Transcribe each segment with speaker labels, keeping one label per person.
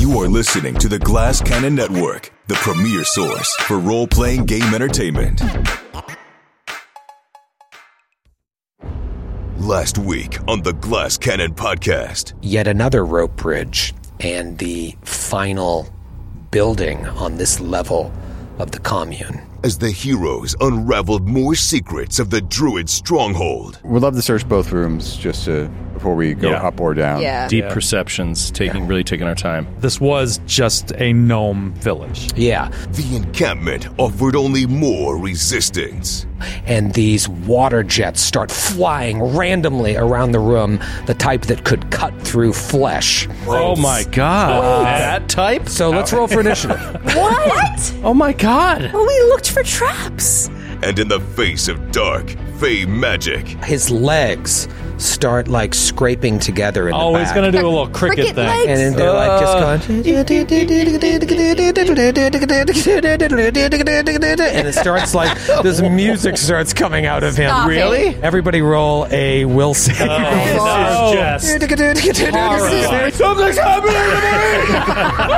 Speaker 1: You are listening to the Glass Cannon Network, the premier source for role playing game entertainment. Last week on the Glass Cannon podcast,
Speaker 2: yet another rope bridge and the final building on this level of the commune.
Speaker 1: as the heroes unraveled more secrets of the Druid stronghold,
Speaker 3: We'd love to search both rooms just to before we go
Speaker 4: Yeah.
Speaker 3: up or down.
Speaker 5: Yeah.
Speaker 4: deep perceptions, taking really taking our time.
Speaker 6: This was just a gnome village.
Speaker 2: Yeah,
Speaker 1: the encampment offered only more resistance.
Speaker 2: and these water jets start flying randomly around the room, the type that could cut through flesh.
Speaker 4: Oh my god, that type!
Speaker 2: So let's roll for initiative.
Speaker 7: What?
Speaker 4: Oh my god,
Speaker 7: Well, we looked for traps.
Speaker 1: And in the face of dark, fey magic,
Speaker 2: His legs start like scraping together in the
Speaker 6: Oh,
Speaker 2: back.
Speaker 6: he's gonna do a little cricket,
Speaker 7: Cricket
Speaker 6: thing. Uh.
Speaker 7: legs.
Speaker 2: and then they're like just going and it starts like this music starts coming out of him
Speaker 7: Stop Really?
Speaker 2: everybody roll a will save
Speaker 6: Oh,
Speaker 4: this is just
Speaker 2: something's happening to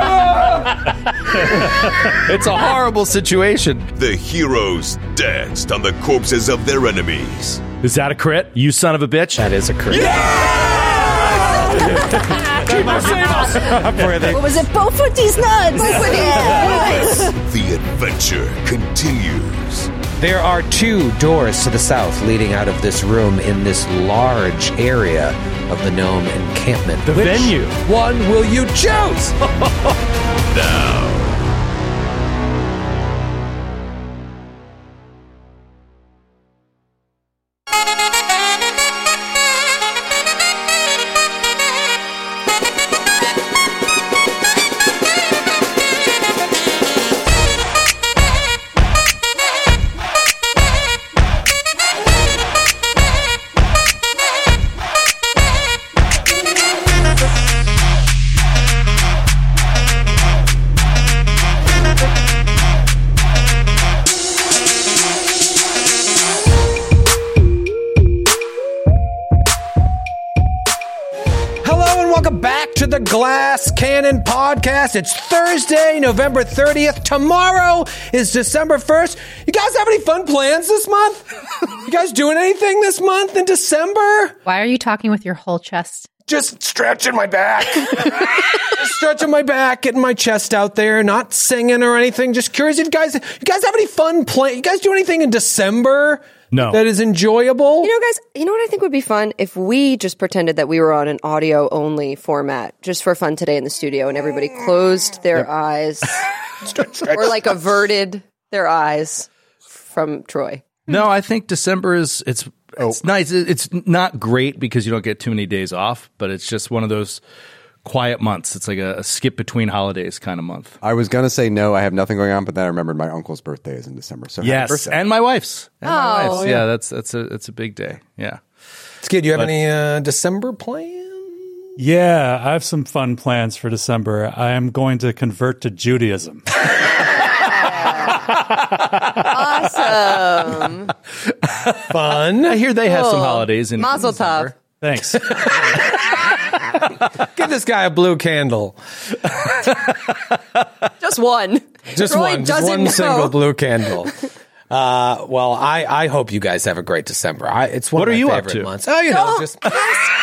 Speaker 2: me
Speaker 4: it's a horrible situation.
Speaker 1: the heroes danced on the corpses of their enemies.
Speaker 4: Is that a crit? You son of a bitch! That is a crit.
Speaker 7: What was it? Both of these nuts. Both of these nuts.
Speaker 1: The adventure continues.
Speaker 2: there are two doors to the south leading out of this room in this large area of the gnome encampment
Speaker 4: The
Speaker 2: Which
Speaker 4: venue.
Speaker 2: one will you choose Hello and welcome back to the Glass Cannon Podcast. It's Thursday, November 30th. Tomorrow is December 1st. You guys have any fun plans this month? You guys doing anything this month in December?
Speaker 8: Why are you talking with your whole chest?
Speaker 2: Just stretching my back. Just stretching my back, getting my chest out there, not singing or anything. Just curious if you guys you guys have any fun plan you guys do anything in December?
Speaker 4: No.
Speaker 2: That is enjoyable?
Speaker 9: You know, guys, you know what I think would be fun if we just pretended that we were on an audio only format just for fun today in the studio and everybody closed their eyes or like averted their eyes from Troy.
Speaker 4: No, I think December is it's it's nice. It- It's not great because you don't get too many days off, but it's just one of those quiet months. It's like a, a skip between holidays kind of month.
Speaker 3: I was gonna say no, I have nothing going on, but then I remembered my uncle's birthday is in December. So happy
Speaker 4: Yes,
Speaker 3: birthday.
Speaker 4: and my wife's. And my
Speaker 7: Oh.
Speaker 4: wife's. Yeah, that's that's a that's a big day. Yeah.
Speaker 2: Skid, do you have any uh, December plans?
Speaker 6: Yeah, I have some fun plans for December. I am going to convert to Judaism.
Speaker 9: Awesome.
Speaker 2: Fun.
Speaker 4: I hear they have
Speaker 7: Oh.
Speaker 4: some holidays in
Speaker 9: Mazel
Speaker 4: December.
Speaker 9: tov.
Speaker 6: Thanks.
Speaker 2: Give this guy a blue candle.
Speaker 9: Just one.
Speaker 2: Just
Speaker 9: Troy
Speaker 2: one. Just
Speaker 9: doesn't
Speaker 2: one
Speaker 9: know.
Speaker 2: single blue candle. Uh, well, I, I hope you guys have a great December. I, it's one
Speaker 4: What
Speaker 2: of
Speaker 4: are
Speaker 2: my
Speaker 4: you up
Speaker 2: favorite
Speaker 4: to?
Speaker 2: months. Oh, you know, just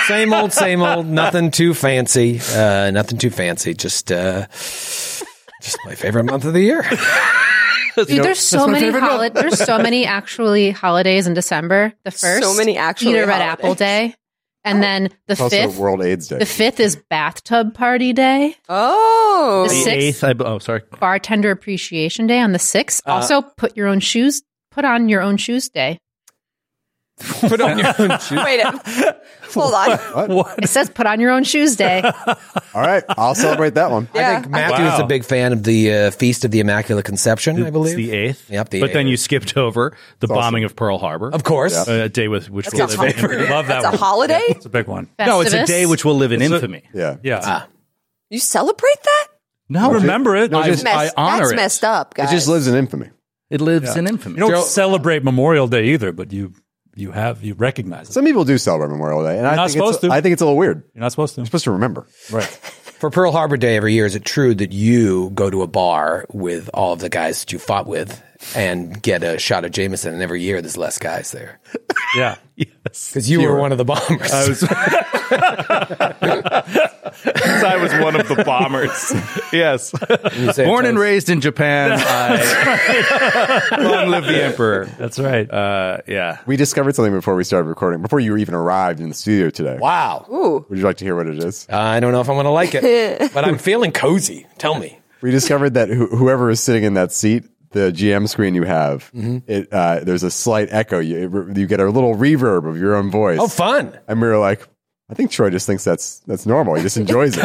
Speaker 2: same old, same old. Nothing too fancy. Uh, nothing too fancy. Just uh, just my favorite month of the year.
Speaker 8: Dude, there's so many holi- there's so many actually holidays in December. The first
Speaker 9: So many actually
Speaker 8: Eat a Red
Speaker 9: holidays.
Speaker 8: Apple Day. And then the
Speaker 3: It's also
Speaker 8: fifth
Speaker 3: World AIDS Day.
Speaker 8: the fifth is bathtub party day. The
Speaker 9: Oh.
Speaker 4: The
Speaker 8: sixth
Speaker 4: eighth. I, oh, sorry.
Speaker 8: bartender
Speaker 9: Uh,
Speaker 8: appreciation day on the sixth. also put your own shoes put on your own shoes day.
Speaker 10: Put on your own shoes.
Speaker 9: Wait, a hold on.
Speaker 8: It says put on your own shoes day.
Speaker 3: All right, I'll celebrate that one.
Speaker 9: Yeah.
Speaker 2: I think Matthew is
Speaker 11: Wow.
Speaker 2: a big fan of the uh, Feast of the Immaculate Conception, I
Speaker 4: It's
Speaker 2: believe.
Speaker 4: the eighth.
Speaker 2: Yep, the
Speaker 4: but then
Speaker 2: eighth.
Speaker 4: you skipped over the bombing of Pearl Harbor.
Speaker 2: Of course.
Speaker 4: a day with which will
Speaker 9: That's a,
Speaker 4: live in infamy.
Speaker 9: holiday.
Speaker 11: Love that
Speaker 9: That's a
Speaker 11: one.
Speaker 9: holiday?
Speaker 11: It's a big one.
Speaker 4: No, it's a
Speaker 8: Festivus.
Speaker 4: day which will live in infamy.
Speaker 3: Yeah.
Speaker 11: Yeah.
Speaker 9: You celebrate that?
Speaker 4: No,
Speaker 11: Remember it.
Speaker 4: No, I,
Speaker 11: It's
Speaker 9: Mess-
Speaker 4: I honor
Speaker 9: that's
Speaker 4: it.
Speaker 9: messed up,
Speaker 3: It
Speaker 9: guys.
Speaker 3: just lives in infamy.
Speaker 4: It lives in infamy.
Speaker 11: You don't celebrate Memorial Day either, but you you have you recognize it.
Speaker 3: Some people do celebrate Memorial Day, and I
Speaker 11: You're not
Speaker 3: think it's-
Speaker 11: supposed to.
Speaker 3: I think it's a little weird. You're
Speaker 11: You're not supposed to.
Speaker 3: supposed to remember.
Speaker 11: Right.
Speaker 2: For Pearl Harbor Day every year, is it true that you go to a bar with all of the guys that you fought with and get a shot of Jameson, and every year there's less guys there?
Speaker 11: Yeah.
Speaker 2: Because you were one of the bombers.
Speaker 4: I was, I was one of the bombers. Yes.
Speaker 2: You say it
Speaker 4: Born and
Speaker 2: twice.
Speaker 4: raised in Japan. I, long live the emperor.
Speaker 11: That's right.
Speaker 4: Uh, yeah.
Speaker 3: We discovered something before we started recording, before you even arrived in the studio today.
Speaker 2: Wow.
Speaker 3: Would you like to hear what it is?
Speaker 2: I don't know if I'm going to like it, but I'm feeling cozy. Tell me.
Speaker 3: We discovered that who whoever is sitting in that seat, the GM screen you have,
Speaker 2: Mm-hmm.
Speaker 3: it uh, there's a slight echo. You, it re- you get a little reverb of your own voice.
Speaker 2: Oh, fun.
Speaker 3: And we were like, I think Troy just thinks that's that's normal. He just enjoys it.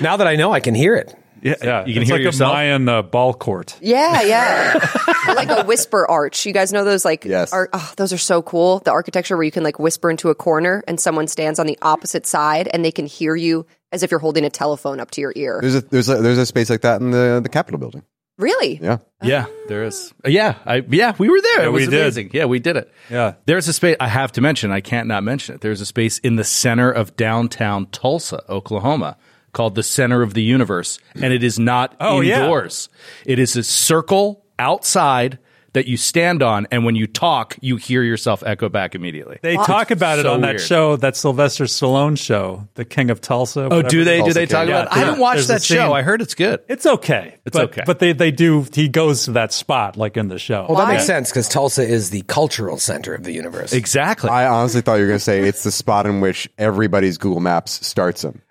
Speaker 2: Now that I know, I can hear it.
Speaker 4: Yeah. You can
Speaker 11: it's
Speaker 4: hear
Speaker 11: like
Speaker 4: yourself.
Speaker 11: a Mayan uh, ball court.
Speaker 9: Yeah, yeah. Or like a whisper arch. You guys know those like
Speaker 3: Yes.
Speaker 9: ar- oh, those are so cool. The architecture where you can like whisper into a corner and someone stands on the opposite side and they can hear you as if you're holding a telephone up to your ear.
Speaker 3: there's a there's a there's a space like that in the the Capitol building.
Speaker 9: really?
Speaker 3: Yeah.
Speaker 4: Yeah, there is. Uh, Yeah, I yeah, we were there.
Speaker 11: Yeah,
Speaker 4: it was
Speaker 11: we did.
Speaker 4: amazing. Yeah, we did it.
Speaker 11: Yeah.
Speaker 4: There's a space I have to mention, I can't not mention it. There's a space in the center of downtown Tulsa, Oklahoma, called the Center of the Universe, and it is not
Speaker 11: Oh, yeah.
Speaker 4: indoors. It is a circle outside that you stand on and when you talk, you hear yourself echo back immediately.
Speaker 11: They talk about it
Speaker 4: so
Speaker 11: on that
Speaker 4: weird.
Speaker 11: show, that Sylvester Stallone show, The King of Tulsa.
Speaker 4: Oh,
Speaker 11: whatever.
Speaker 4: do they? Do
Speaker 3: Tulsa
Speaker 4: they
Speaker 3: King.
Speaker 4: talk
Speaker 11: Yeah,
Speaker 4: about? it? I
Speaker 11: there's-
Speaker 4: didn't watch
Speaker 11: there's a
Speaker 4: that
Speaker 11: scene-
Speaker 4: show. I heard it's good.
Speaker 11: It's okay. It's but,
Speaker 4: okay.
Speaker 11: But they, they do, he goes to that spot like in the show.
Speaker 2: Well, that
Speaker 9: Why?
Speaker 2: makes sense because Tulsa is the cultural center of the universe.
Speaker 4: Exactly.
Speaker 3: I honestly thought you were going to say it's the spot in which everybody's Google Maps starts them.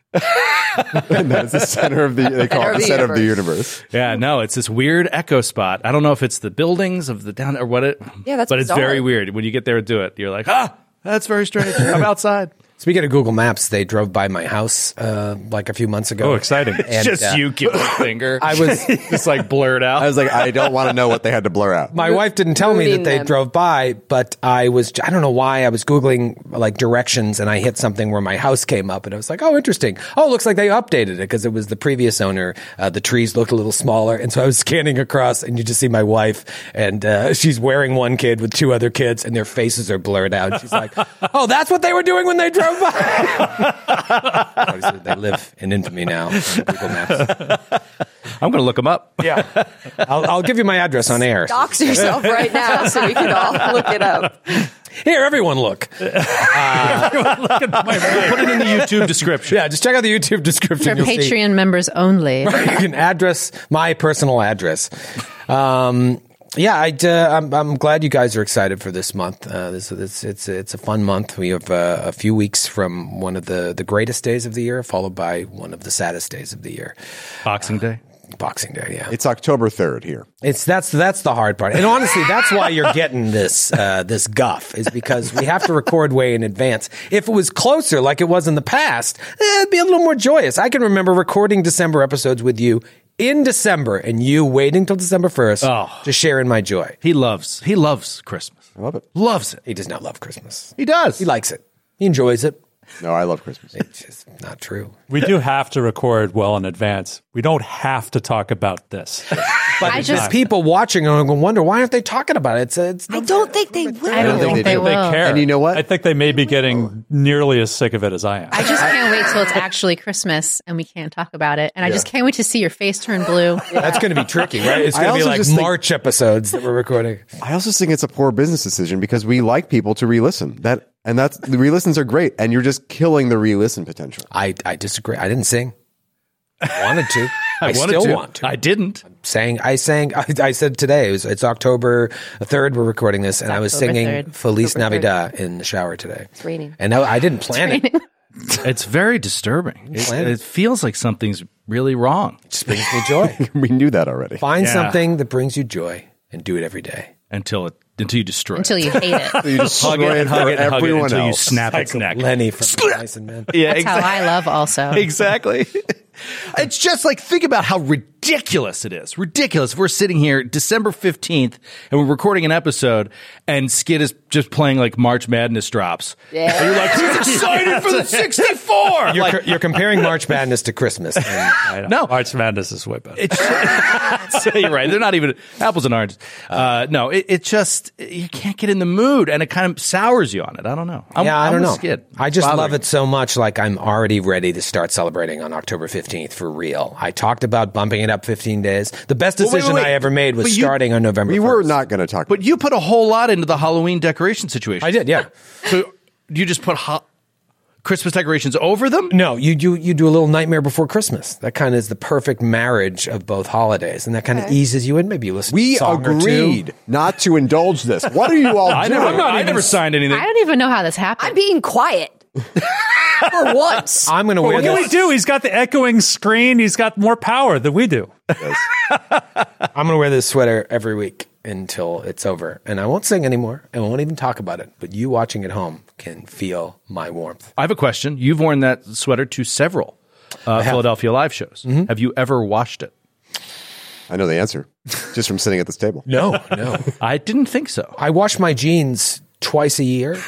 Speaker 3: and that's the center of the they call
Speaker 9: Center of
Speaker 3: it the
Speaker 9: the
Speaker 3: center of the
Speaker 9: universe.
Speaker 3: universe.
Speaker 4: Yeah, no, it's this weird echo spot. I don't know if it's the buildings of the down or what it.
Speaker 9: Yeah, that's
Speaker 4: But it's
Speaker 9: bizarre.
Speaker 4: very weird when you get there and do it. You're like, ah, that's very strange. I'm outside.
Speaker 2: Speaking of Google Maps, they drove by my house uh, like a few months ago.
Speaker 11: Oh, exciting.
Speaker 2: And,
Speaker 4: Just
Speaker 2: uh,
Speaker 4: you giving a finger.
Speaker 2: I was.
Speaker 4: just like blurred out.
Speaker 3: I was like, I don't want to know what they had to blur out.
Speaker 2: My wife didn't tell me
Speaker 9: rooting
Speaker 2: that they
Speaker 9: them.
Speaker 2: drove by, but I was, I don't know why, I was Googling like directions and I hit something where my house came up and I was like, oh, interesting. Oh, it looks like they updated it because it was the previous owner. Uh, the trees looked a little smaller. And so I was scanning across and you just see my wife and uh, she's wearing one kid with two other kids and their faces are blurred out. She's like, oh, that's what they were doing when they drove by. Obviously, they live in infamy now on Google Maps.
Speaker 4: I'm going to look them up. Yeah.
Speaker 2: I'll, I'll give you my address on air.
Speaker 9: Dox yourself right now so we can all look it up.
Speaker 2: Here, everyone look.
Speaker 4: Put it in the YouTube description.
Speaker 2: Yeah, just check out the YouTube
Speaker 8: For
Speaker 2: description. you'll see.
Speaker 8: Patreon members only.
Speaker 2: you can address my personal address. Um, yeah, I, uh, I'm, I'm glad you guys are excited for this month. Uh, this, it's, it's, it's a fun month. We have uh, a few weeks from one of the, the greatest days of the year, followed by one of the saddest days of the year,
Speaker 4: Boxing Day.
Speaker 2: Boxing Day. Yeah,
Speaker 3: It's October 3rd here.
Speaker 2: it's that's that's the hard part, and honestly, that's why you're getting this uh, this guff is because we have to record way in advance. If it was closer, like it was in the past, eh, it'd be a little more joyous. I can remember recording December episodes with you in December, and you waiting till December first to share in my joy.
Speaker 4: Oh. He loves. He loves Christmas. I
Speaker 3: love it.
Speaker 4: Loves it.
Speaker 2: He does not love Christmas.
Speaker 4: He does.
Speaker 2: He likes it. He enjoys it.
Speaker 3: No, I love Christmas.
Speaker 2: It's just not true.
Speaker 11: We do have to record well in advance. We don't have to talk about this.
Speaker 2: But
Speaker 8: I
Speaker 2: I
Speaker 8: just-
Speaker 2: just people watching are going to wonder why aren't they talking about it? It's, it's
Speaker 9: I don't think they will.
Speaker 8: I don't
Speaker 3: think
Speaker 8: think
Speaker 3: they
Speaker 8: they
Speaker 3: do.
Speaker 8: will.
Speaker 11: They care.
Speaker 3: And you know what?
Speaker 11: I think they may be getting nearly as sick of it as I am.
Speaker 8: I just can't wait till it's actually Christmas and we can't talk about it. And I just can't wait to see your face turn blue.
Speaker 2: that's going to be tricky, right? It's
Speaker 3: I
Speaker 2: going to be
Speaker 3: also
Speaker 2: like
Speaker 3: just think-
Speaker 2: March episodes that we're recording.
Speaker 3: I also think it's a poor business decision because we like people to re-listen. That and that's the re-listens are great and you're just killing the re-listen potential.
Speaker 2: I, I disagree. I didn't sing. I wanted to. I,
Speaker 4: wanted
Speaker 2: still
Speaker 4: to.
Speaker 2: want to.
Speaker 4: I didn't.
Speaker 2: sang. I sang. I, I said today. It was, it's October third. We're recording this, and I was
Speaker 8: October
Speaker 2: singing
Speaker 8: 3rd.
Speaker 2: Feliz
Speaker 8: October 3rd.
Speaker 2: Navidad in the shower today. It's
Speaker 9: raining.
Speaker 2: and I, I didn't plan it. It
Speaker 4: It's very disturbing. It,
Speaker 2: Planet.
Speaker 4: it feels like something's really wrong.
Speaker 2: just brings me joy.
Speaker 3: We knew that already.
Speaker 2: Find
Speaker 4: Yeah.
Speaker 2: something that brings you joy and do it every day.
Speaker 4: Until it until you destroy
Speaker 8: Until
Speaker 4: it.
Speaker 8: you hate it.
Speaker 3: you destroy
Speaker 4: hug it
Speaker 3: it
Speaker 4: and hug
Speaker 3: for
Speaker 4: it and hug it
Speaker 3: everyone
Speaker 4: until you
Speaker 3: else.
Speaker 4: snap its neck.
Speaker 2: Lenny from Mice and Men.
Speaker 4: Yeah,
Speaker 8: That's how I love also.
Speaker 4: exactly. it's just like think about how ridiculous it is. Ridiculous. We're sitting here December 15th and we're recording an episode and Skid is just playing like March Madness drops. Yeah. And you're like, he's excited for the 64.
Speaker 2: You're,
Speaker 4: Like,
Speaker 2: co- you're comparing March Madness to Christmas. and I don't-
Speaker 4: no.
Speaker 11: Arch Madness is way better.
Speaker 4: it's- so you're right. They're not even apples and oranges. Uh, no, it, it just you can't get in the mood, and it kind of sours you on it. I don't know. I'm,
Speaker 2: yeah, I
Speaker 4: I'm
Speaker 2: don't
Speaker 4: a
Speaker 2: know.
Speaker 4: Skid.
Speaker 2: I just
Speaker 4: Bothering
Speaker 2: love it so much. Like I'm already ready to start celebrating on October 15th for real. I talked about bumping it up 15 days. The best
Speaker 4: Well, wait,
Speaker 2: decision
Speaker 4: wait, wait.
Speaker 2: I ever made was
Speaker 4: But you-
Speaker 2: starting on November.
Speaker 3: We were
Speaker 2: 1st.
Speaker 3: not going to talk.
Speaker 4: But you put a whole lot into the Halloween decoration situation.
Speaker 2: I did. Yeah.
Speaker 4: So you just put ho- Christmas decorations over them?
Speaker 2: No, you do you do a little Nightmare Before Christmas. That kind of is the perfect marriage of both holidays, and that kind of eases you in. Maybe you listen. to
Speaker 3: we
Speaker 2: a song or two.
Speaker 3: agreed not to indulge this. What are you all doing?
Speaker 4: I never signed anything.
Speaker 8: I don't even know how this happened.
Speaker 9: I'm being quiet for once.
Speaker 2: I'm going to wear
Speaker 11: What can we
Speaker 2: this.
Speaker 11: do? He's got the echoing screen. He's got more power than we do.
Speaker 2: I'm going to wear this sweater every week until it's over, and I won't sing anymore, and I won't even talk about it. But you watching at home can feel my warmth.
Speaker 4: I have a question. You've worn that sweater to several uh, Philadelphia live shows.
Speaker 2: Mm-hmm.
Speaker 4: Have you ever washed it?
Speaker 3: I know the answer just from sitting at this table.
Speaker 2: No, no.
Speaker 4: I didn't think so.
Speaker 2: I wash my jeans twice a year.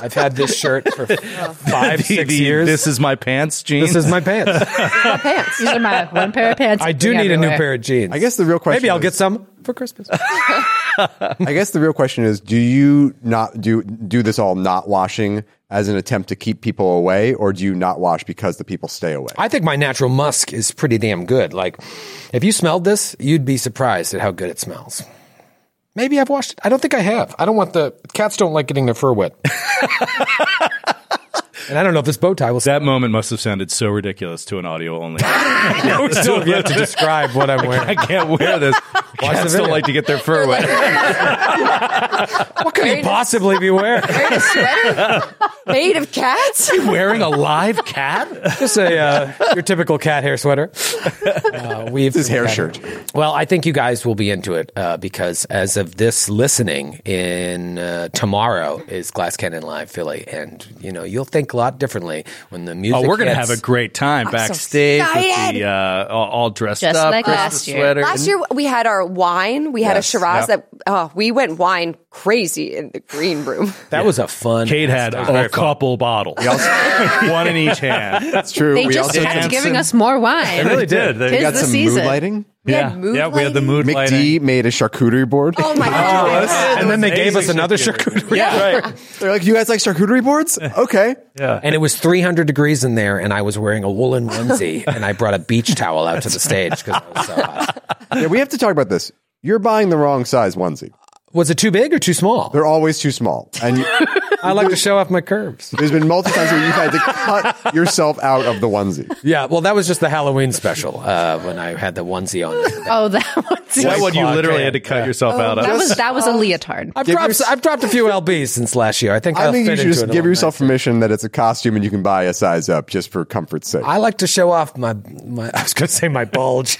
Speaker 2: I've had this shirt for five,
Speaker 4: The-
Speaker 2: six
Speaker 4: the
Speaker 2: years.
Speaker 4: This is my pants, jeans.
Speaker 2: This is my pants.
Speaker 9: My pants.
Speaker 8: These are my one pair of pants.
Speaker 2: I do
Speaker 8: going
Speaker 2: need a new
Speaker 8: everywhere.
Speaker 2: pair of jeans.
Speaker 3: I guess the real question
Speaker 2: Maybe I'll
Speaker 3: is-
Speaker 2: get some for Christmas.
Speaker 3: I guess the real question is: Do you not do do this all not washing as an attempt to keep people away, or do you not wash because the people stay away?
Speaker 2: I think my natural musk is pretty damn good. Like, if you smelled this, you'd be surprised at how good it smells. Maybe I've washed it. I don't think I have. I don't want the cats don't like getting their fur wet. and I don't know if this bow tie will.
Speaker 4: that moment must have sounded so ridiculous to an audio only.
Speaker 2: I still yet to describe what I'm
Speaker 4: I
Speaker 2: wearing.
Speaker 4: can't wear this. Cats
Speaker 2: video.
Speaker 4: don't like to get their fur wet.
Speaker 2: What could you possibly be wearing?
Speaker 9: Wearing a sweater made of cats.
Speaker 4: Wearing a live cat?
Speaker 2: Just a uh, your typical cat hair sweater. Uh, we've
Speaker 3: This is hair shirt.
Speaker 2: Well, I think you guys will be into it uh, because as of this listening in uh, tomorrow is Glass Cannon Live Philly, and you know you'll think a lot differently when the music.
Speaker 4: Oh, we're gonna
Speaker 2: hits.
Speaker 4: have a great time backstage with the
Speaker 9: excited.
Speaker 4: uh, all, all dressed
Speaker 8: Just
Speaker 4: up,
Speaker 8: like
Speaker 4: Christmas
Speaker 8: last year.
Speaker 4: sweater.
Speaker 9: Last year we had our wine. We had
Speaker 4: Yes.
Speaker 9: a Shiraz
Speaker 4: Yep.
Speaker 9: that oh, we went wine crazy in the green room.
Speaker 2: That was a fun.
Speaker 4: Kate had a couple bottles, one in each hand.
Speaker 3: That's true.
Speaker 8: They
Speaker 3: we
Speaker 8: just
Speaker 3: also
Speaker 8: kept
Speaker 4: Dancing.
Speaker 8: giving us more wine.
Speaker 11: They really did. They
Speaker 8: Tis
Speaker 3: got
Speaker 8: the
Speaker 3: some
Speaker 8: season.
Speaker 3: mood lighting.
Speaker 9: We had mood
Speaker 11: Yeah, we had the
Speaker 9: lighting.
Speaker 11: mood lighting.
Speaker 3: McD made a charcuterie board.
Speaker 9: Oh my god!
Speaker 2: and then they gave us
Speaker 11: Amazing
Speaker 2: another
Speaker 11: charcuterie.
Speaker 2: charcuterie.
Speaker 3: They're like, you guys like charcuterie boards? Okay.
Speaker 2: And it was 300 degrees in there, and I was wearing a woolen onesie, and I brought a beach towel out to the stage because it was so hot.
Speaker 3: Yeah, we have to talk about this. You're buying the wrong size onesie.
Speaker 2: Was it too big or too small?
Speaker 3: They're always too small, and you,
Speaker 2: I like to show off my curves.
Speaker 3: there's been multiple times where you've had to cut yourself out of the onesie.
Speaker 2: Yeah, well, that was just the Halloween special uh, when I had the onesie on.
Speaker 8: Oh, that one.
Speaker 4: That one you
Speaker 2: Claw
Speaker 4: literally
Speaker 2: can.
Speaker 4: had to cut yourself out of.
Speaker 8: Oh, That was that was a leotard.
Speaker 2: I've
Speaker 3: Give
Speaker 2: dropped,
Speaker 3: your-
Speaker 2: I've dropped a few lbs since last year. I think
Speaker 3: I
Speaker 2: I'll
Speaker 3: think you
Speaker 2: fit
Speaker 3: should
Speaker 2: into
Speaker 3: just
Speaker 2: it
Speaker 3: give
Speaker 2: all
Speaker 3: yourself
Speaker 2: nice.
Speaker 3: permission that it's a costume and you can buy a size up just for comfort's sake.
Speaker 2: I like to show off my, my I was going to say my bulge.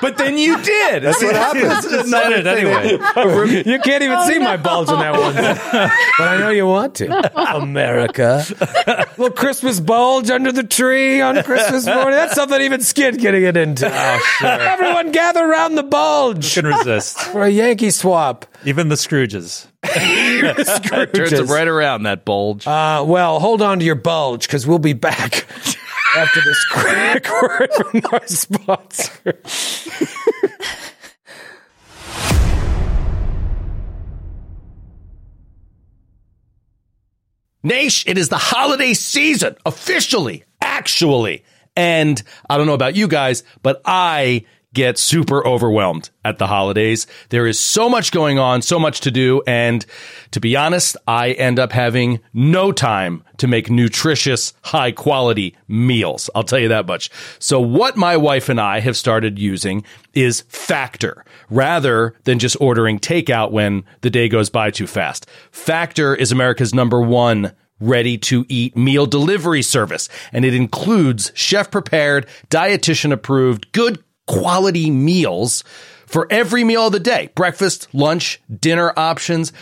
Speaker 4: But then you did. That's
Speaker 3: what happens.
Speaker 4: not Oh, it anyway.
Speaker 2: you can't even see my bulge in that one. but I know you want to. America. Little Christmas bulge under the tree on Christmas morning. That's something even Skid getting it into. Oh, sure. Everyone gather around the bulge
Speaker 11: Can resist.
Speaker 2: for a Yankee swap.
Speaker 11: Even the Scrooges.
Speaker 4: Turns it
Speaker 2: Just-
Speaker 4: right around that bulge.
Speaker 2: Uh, well, hold on to your bulge because we'll be back after this quick word from our sponsor.
Speaker 4: Nash, it is the holiday season, officially, actually. And I don't know about you guys, but I get super overwhelmed at the holidays. There is so much going on, so much to do. And to be honest, I end up having no time to make nutritious, high quality meals. I'll tell you that much. So what my wife and I have started using is Factor rather than just ordering takeout when the day goes by too fast. Factor is America's number one ready to eat meal delivery service, and it includes chef prepared, dietitian approved, good quality meals for every meal of the day breakfast, lunch, dinner options.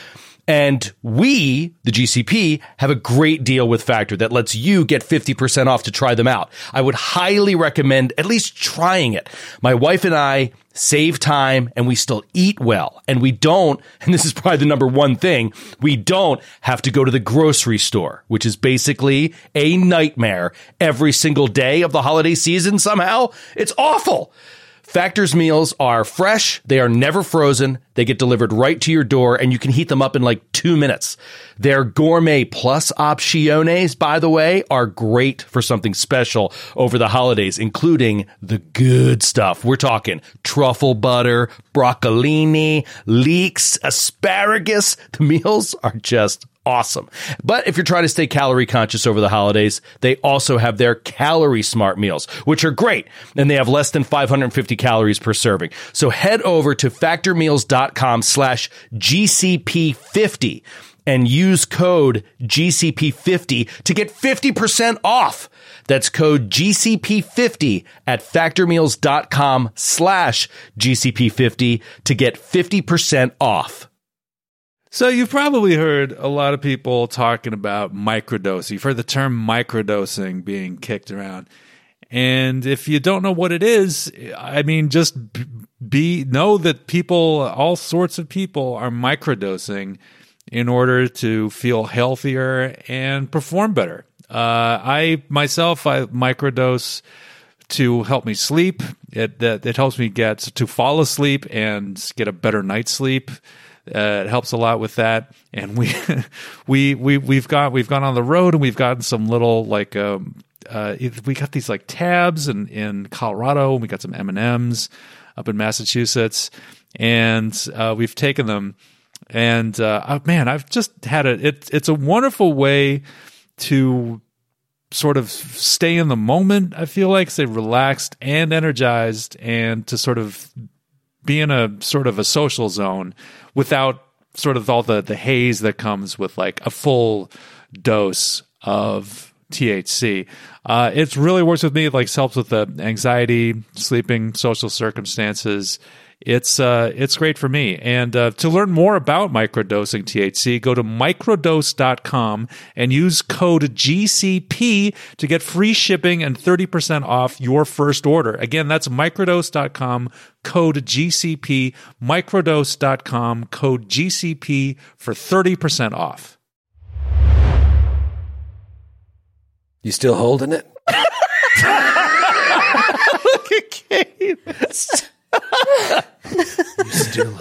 Speaker 4: And we, the GCP, have a great deal with Factor that lets you get 50% off to try them out. I would highly recommend at least trying it. My wife and I save time and we still eat well. And we don't, and this is probably the number one thing, we don't have to go to the grocery store, which is basically a nightmare every single day of the holiday season somehow. It's awful. Factor's meals are fresh, they are never frozen, they get delivered right to your door, and you can heat them up in like two minutes. Their gourmet plus opciones, by the way, are great for something special over the holidays, including the good stuff. We're talking truffle butter, broccolini, leeks, asparagus. The meals are just awesome. But if you're trying to stay calorie conscious over the holidays, they also have their calorie smart meals, which are great. And they have less than 550 calories per serving. So head over to factormeals.com slash GCP50 and use code GCP50 to get 50% off. That's code GCP50 at factormeals.com slash GCP50 to get 50% off.
Speaker 6: So you've probably heard a lot of people talking about microdosing. You've heard the term microdosing being kicked around. And if you don't know what it is, I mean, just be know that people, all sorts of people, are microdosing in order to feel healthier and perform better. Uh, I myself, I microdose to help me sleep. It it, it helps me get to fall asleep and get a better night's sleep. Uh, it helps a lot with that. And we we we we've got we've gone on the road and we've gotten some little like um uh we got these like tabs in in Colorado and we got some M and M's up in Massachusetts and uh, we've taken them. And uh, oh, man, I've just had it. It it's a wonderful way to sort of stay in the moment. I feel like say relaxed and energized, and to sort of be in a sort of a social zone without sort of all the the haze that comes with like a full dose of THC. Uh, it really works with me. It like helps with the anxiety, sleeping, social circumstances. It's uh, it's great for me. And uh, to learn more about microdosing THC, go to microdose.com and use code GCP to get free shipping and 30% off your first order. Again, that's microdose.com, code GCP, microdose.com, code GCP for 30% off.
Speaker 2: You still holding it?
Speaker 4: Look at Kate.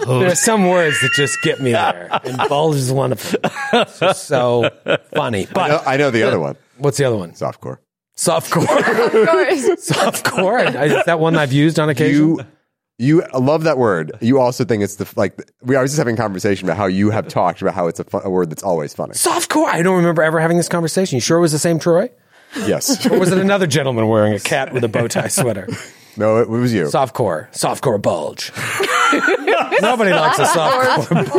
Speaker 4: Oh.
Speaker 2: there are some words that just get me there, and bulge is one of them. It's just so funny. But
Speaker 3: I know, I know the other one.
Speaker 2: What's the other one?
Speaker 3: Softcore.
Speaker 2: Softcore. Softcore. Is that one I've used on occasion?
Speaker 3: You, you love that word. You also think it's the like we are just having a conversation about how you have talked about how it's a, fun, a word that's always funny.
Speaker 2: Softcore. I don't remember ever having this conversation. You sure it was the same Troy?
Speaker 3: Yes.
Speaker 2: or was it another gentleman wearing a cat with a bow tie sweater?
Speaker 3: No, it was you.
Speaker 2: Softcore. Softcore bulge. Nobody likes a softcore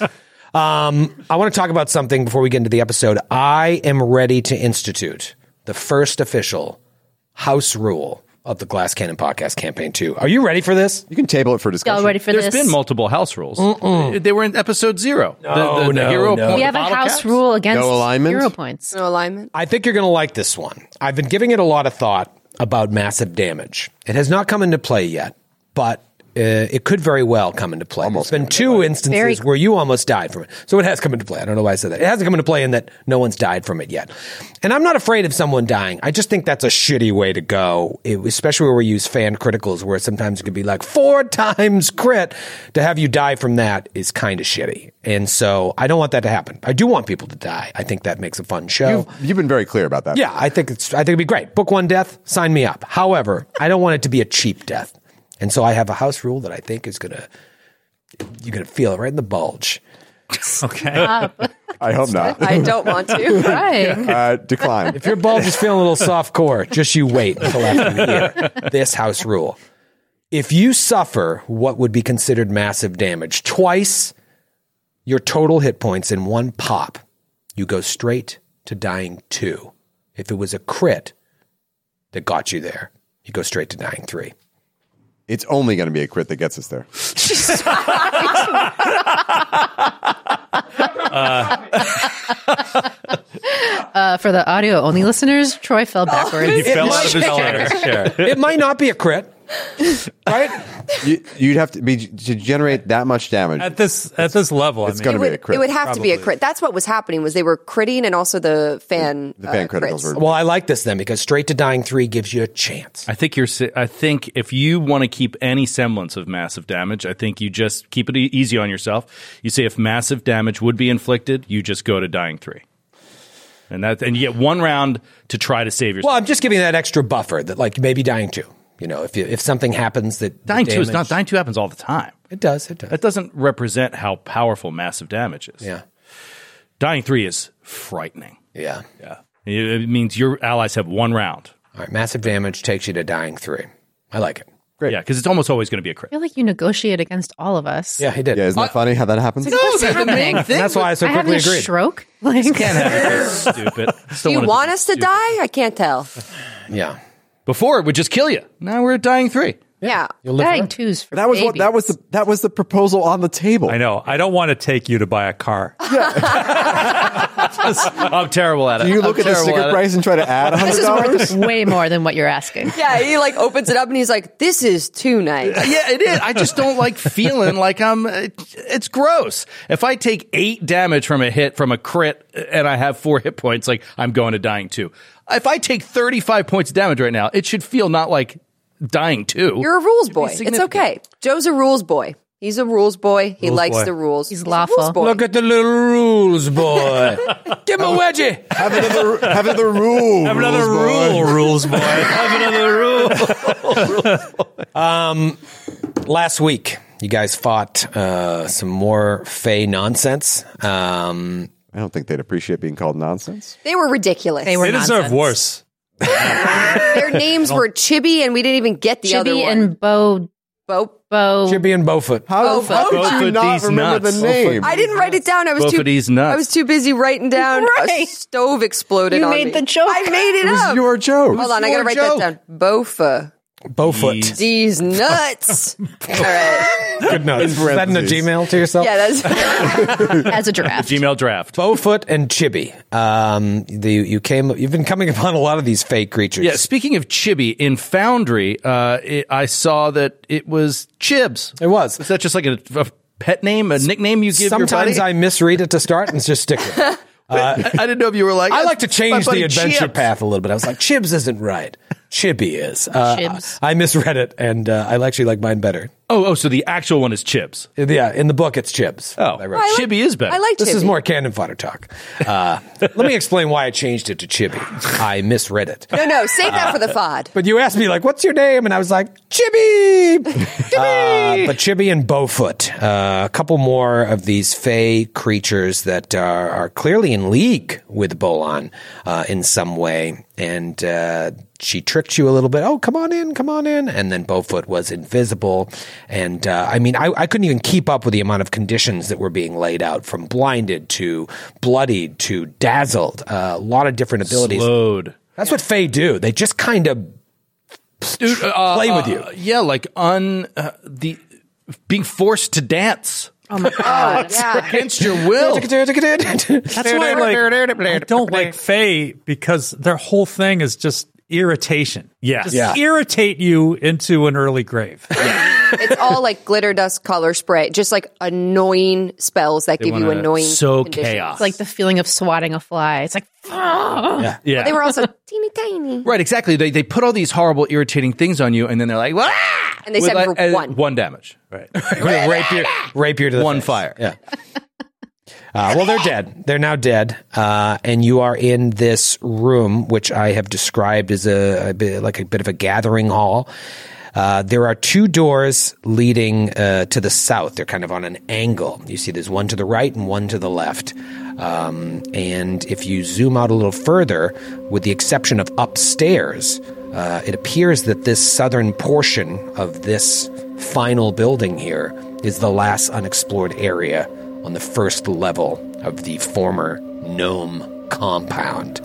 Speaker 2: bulge. Um, I want to talk about something before we get into the episode. I am ready to institute the first official house rule of the Glass Cannon podcast campaign too. Are you ready for this?
Speaker 3: You can table it for discussion.
Speaker 8: Y'all ready for
Speaker 4: There's
Speaker 8: this?
Speaker 4: been multiple house rules.
Speaker 8: Mm-mm.
Speaker 4: They were in episode zero.
Speaker 2: No,
Speaker 4: the, the,
Speaker 2: no,
Speaker 4: the hero
Speaker 2: Oh, no.
Speaker 4: point
Speaker 8: we have a
Speaker 4: bottle
Speaker 8: house
Speaker 4: caps.
Speaker 8: rule against
Speaker 3: No alignment?
Speaker 8: hero points.
Speaker 9: No alignment.
Speaker 2: I think you're going to like this one. I've been giving it a lot of thought about massive damage. It has not come into play yet, but uh, it could very well come into play. Almost There's been two instances
Speaker 8: Very-
Speaker 2: where you almost died from it. So it has come into play. I don't know why I said that. It hasn't come into play in that no one's died from it yet. And I'm not afraid of someone dying. I just think that's a shitty way to go, it, especially where we use fan criticals, where sometimes it could be like four times crit. To have you die from that is kind of shitty. And so I don't want that to happen. I do want people to die. I think that makes a fun show.
Speaker 3: You've, you've been very clear about that.
Speaker 2: Yeah, I think it's I think it'd be great. Book one death, sign me up. However, I don't want it to be a cheap death. And so I have a house rule that I think is gonna you're gonna feel it right in the bulge.
Speaker 3: I hope not.
Speaker 9: I don't want to.
Speaker 8: Right.
Speaker 3: Uh, decline.
Speaker 2: If your bulge is feeling a little soft core, just you wait until after the year. This house rule. If you suffer what would be considered massive damage, twice your total hit points in one pop, you go straight to dying two. If it was a crit that got you there, you go straight to dying three.
Speaker 3: It's only going to be a crit that gets us there.
Speaker 8: Uh, for the audio only listeners, Troy fell backwards.
Speaker 4: He fell out of his chair.
Speaker 2: it might not be a crit.
Speaker 3: You, you'd have to be to generate that much damage.
Speaker 11: At this at this level,
Speaker 3: it's going to be a crit.
Speaker 9: It would have to be a crit. That's what was happening was they were critting and also the fan uh,
Speaker 3: The fan criticals were-
Speaker 2: Well, I like this then because straight to dying three gives you a chance.
Speaker 4: I think you're. si- I think if you want to keep any semblance of massive damage, I think you just keep it e- easy on yourself. You say if massive damage would be inflicted, you just go to dying three, and that and you get one round to try to save yourself.
Speaker 2: Well, I'm just giving that extra buffer that like maybe dying two. You know, if you, if something happens that
Speaker 4: dying two is
Speaker 2: damage-
Speaker 4: not dying two happens all the time.
Speaker 2: It does. It does.
Speaker 4: That doesn't represent how powerful massive damage is.
Speaker 2: Yeah.
Speaker 4: Dying three is frightening.
Speaker 2: Yeah.
Speaker 4: Yeah, it it means your allies have one round.
Speaker 2: All right. Massive damage takes you to dying three. I like it.
Speaker 4: Great. Yeah, because it's almost always going to be a
Speaker 8: I
Speaker 4: crit.
Speaker 8: feel like you negotiate against all of us.
Speaker 2: Yeah, he did. Yeah,
Speaker 3: isn't that funny how that happens?
Speaker 8: It's like, what's
Speaker 4: that's the main
Speaker 8: happening?
Speaker 4: thing.
Speaker 2: That's why I so
Speaker 8: I have
Speaker 2: quickly
Speaker 8: a
Speaker 2: agreed.
Speaker 8: stroke. Like,
Speaker 4: Stupid.
Speaker 9: Do you want us to die? I can't tell.
Speaker 2: yeah.
Speaker 4: Before it would just kill you. Now we're at dying three.
Speaker 9: Yeah.
Speaker 8: dying twos for
Speaker 3: That was what
Speaker 8: babies.
Speaker 3: that was the that was the proposal on the table.
Speaker 11: I know. I don't want to take you to buy a car.
Speaker 4: I'm terrible at it.
Speaker 3: Do you look
Speaker 4: I'm
Speaker 3: at the
Speaker 4: terrible
Speaker 3: sticker
Speaker 4: at it.
Speaker 3: price and try to add
Speaker 8: This
Speaker 3: hundred
Speaker 8: is worth
Speaker 3: dollars?
Speaker 8: way more than what you're asking.
Speaker 9: Yeah, he like opens it up and he's like, "This is too nice."
Speaker 4: Yeah, it is. I just don't like feeling like I'm. It's gross. If I take eight damage from a hit from a crit and I have four hit points, like I'm going to dying two. If I take 35 points of damage right now, it should feel not like dying 2
Speaker 9: You're a rules boy. It's
Speaker 4: significant.
Speaker 9: okay. Joe's a rules boy. He's a rules boy. He likes
Speaker 11: boy.
Speaker 9: the rules.
Speaker 8: He's
Speaker 9: a
Speaker 8: lawful.
Speaker 9: rules boy.
Speaker 2: Look at the little rules, boy. Give him a wedgie.
Speaker 3: have another have another rule. Have
Speaker 11: rules boy. Have another rule.
Speaker 2: Um, Last week, you guys fought uh, some more Fey nonsense. Um,
Speaker 3: I don't think they'd appreciate being called nonsense.
Speaker 9: they were ridiculous.
Speaker 8: They were
Speaker 11: They deserve
Speaker 8: nonsense.
Speaker 11: worse.
Speaker 9: Their names were Chibi, and we didn't even get the other
Speaker 8: Chibi
Speaker 9: one.
Speaker 8: and Bo
Speaker 9: Bo.
Speaker 8: Bo.
Speaker 2: Chippy and Bowfoot.
Speaker 3: How,
Speaker 9: Oh,
Speaker 3: how
Speaker 4: fuck.
Speaker 3: did you
Speaker 4: Both of
Speaker 3: not
Speaker 4: these
Speaker 3: remember
Speaker 4: nuts.
Speaker 3: the name?
Speaker 9: I didn't write it down. I was
Speaker 4: Both
Speaker 9: too
Speaker 4: of these nuts.
Speaker 9: I was too busy writing down. A
Speaker 8: Right.
Speaker 9: stove exploded.
Speaker 8: You
Speaker 9: on
Speaker 8: made
Speaker 9: me.
Speaker 8: the joke.
Speaker 9: I made it,
Speaker 3: It was
Speaker 9: up.
Speaker 3: your joke.
Speaker 9: Hold on, I gotta
Speaker 4: your
Speaker 9: write
Speaker 4: joke.
Speaker 9: that down. Bofa.
Speaker 2: Bowfoot.
Speaker 9: These nuts. All right.
Speaker 2: Good notes. Is that in a
Speaker 3: parentheses.
Speaker 2: Gmail to yourself?
Speaker 9: Yeah, that's
Speaker 8: as a giraffe.
Speaker 4: Gmail draft.
Speaker 2: Bowfoot and Chibi. Um, the, you came. You've been coming upon a lot of these fake creatures.
Speaker 4: Yeah, speaking of chibi, in Foundry, uh, it, I saw that it was Chibs.
Speaker 2: It was.
Speaker 4: Is that just like a, a pet name, a nickname you give
Speaker 2: Sometimes
Speaker 4: your
Speaker 2: I
Speaker 4: buddy?
Speaker 2: misread it to start and just stick with it.
Speaker 4: I, I didn't know if you were like.
Speaker 2: I like to
Speaker 4: "My
Speaker 2: change
Speaker 4: buddy
Speaker 2: the adventure
Speaker 4: Chibs."
Speaker 2: path a little bit. I was like, Chibs isn't right. Chibi is. Uh,
Speaker 8: Chibs.
Speaker 2: I misread it, and uh, I actually like mine better.
Speaker 4: Oh, oh, so the actual one is Chibs.
Speaker 2: Yeah, in the book, it's Chibs.
Speaker 4: Oh,
Speaker 2: I wrote.
Speaker 4: Chibi is better.
Speaker 9: I like
Speaker 2: This is
Speaker 9: Chibi.
Speaker 2: more cannon fodder talk. Uh, let me explain why I changed it to Chibi. I misread it.
Speaker 9: No, no, save that for
Speaker 7: Uh,
Speaker 9: the FOD.
Speaker 2: But you asked me like, "What's your name?" and I was like, "Chibi." Uh, but Chibi and Bowfoot, uh, a couple more of these Fey creatures that are, are clearly in league with Bolon uh, in some way, and uh, she tricked you a little bit. Oh, come on in, come on in, and then Bowfoot was invisible, and uh, I mean, I, I couldn't even keep up with the amount of conditions that were being laid out, from blinded to bloodied to dazzled. Uh, a lot of different abilities.
Speaker 4: Load.
Speaker 2: That's what Faye do. They just kind of
Speaker 4: Dude, uh,
Speaker 2: play with
Speaker 4: uh,
Speaker 2: you.
Speaker 4: yeah, like un uh, the being forced to dance
Speaker 8: Oh my god.
Speaker 4: against your will.
Speaker 11: That's why like, I don't like Faye because their whole thing is just irritation.
Speaker 4: Yeah.
Speaker 11: Just
Speaker 4: Yeah.
Speaker 11: irritate you into an early grave.
Speaker 9: It's all like glitter dust, color spray, just like annoying spells that give you
Speaker 4: wanna
Speaker 9: annoying.
Speaker 4: sow
Speaker 9: conditions.
Speaker 4: chaos.
Speaker 8: It's like the feeling of swatting a fly. It's like, yeah.
Speaker 4: yeah,
Speaker 9: Oh, They were also teeny tiny.
Speaker 4: right. Exactly. They they put all these horrible, irritating things on you, and then they're like, "Wah!"
Speaker 9: And they
Speaker 4: With
Speaker 9: said
Speaker 4: like-
Speaker 9: for
Speaker 4: and
Speaker 9: one.
Speaker 4: one damage,
Speaker 2: rapier, rapier to the
Speaker 4: one
Speaker 2: face.
Speaker 4: fire.
Speaker 2: Yeah. Uh, well, they're dead. They're now dead, uh, and you are in this room, which I have described as a, a bit, like a bit of a gathering hall. Uh, there are two doors leading uh, to the south. They're kind of on an angle. You see, there's one to the right and one to the left. Um, and if you zoom out a little further, with the exception of upstairs, uh, it appears that this southern portion of this final building here is the last unexplored area on the first level of the former gnome compound.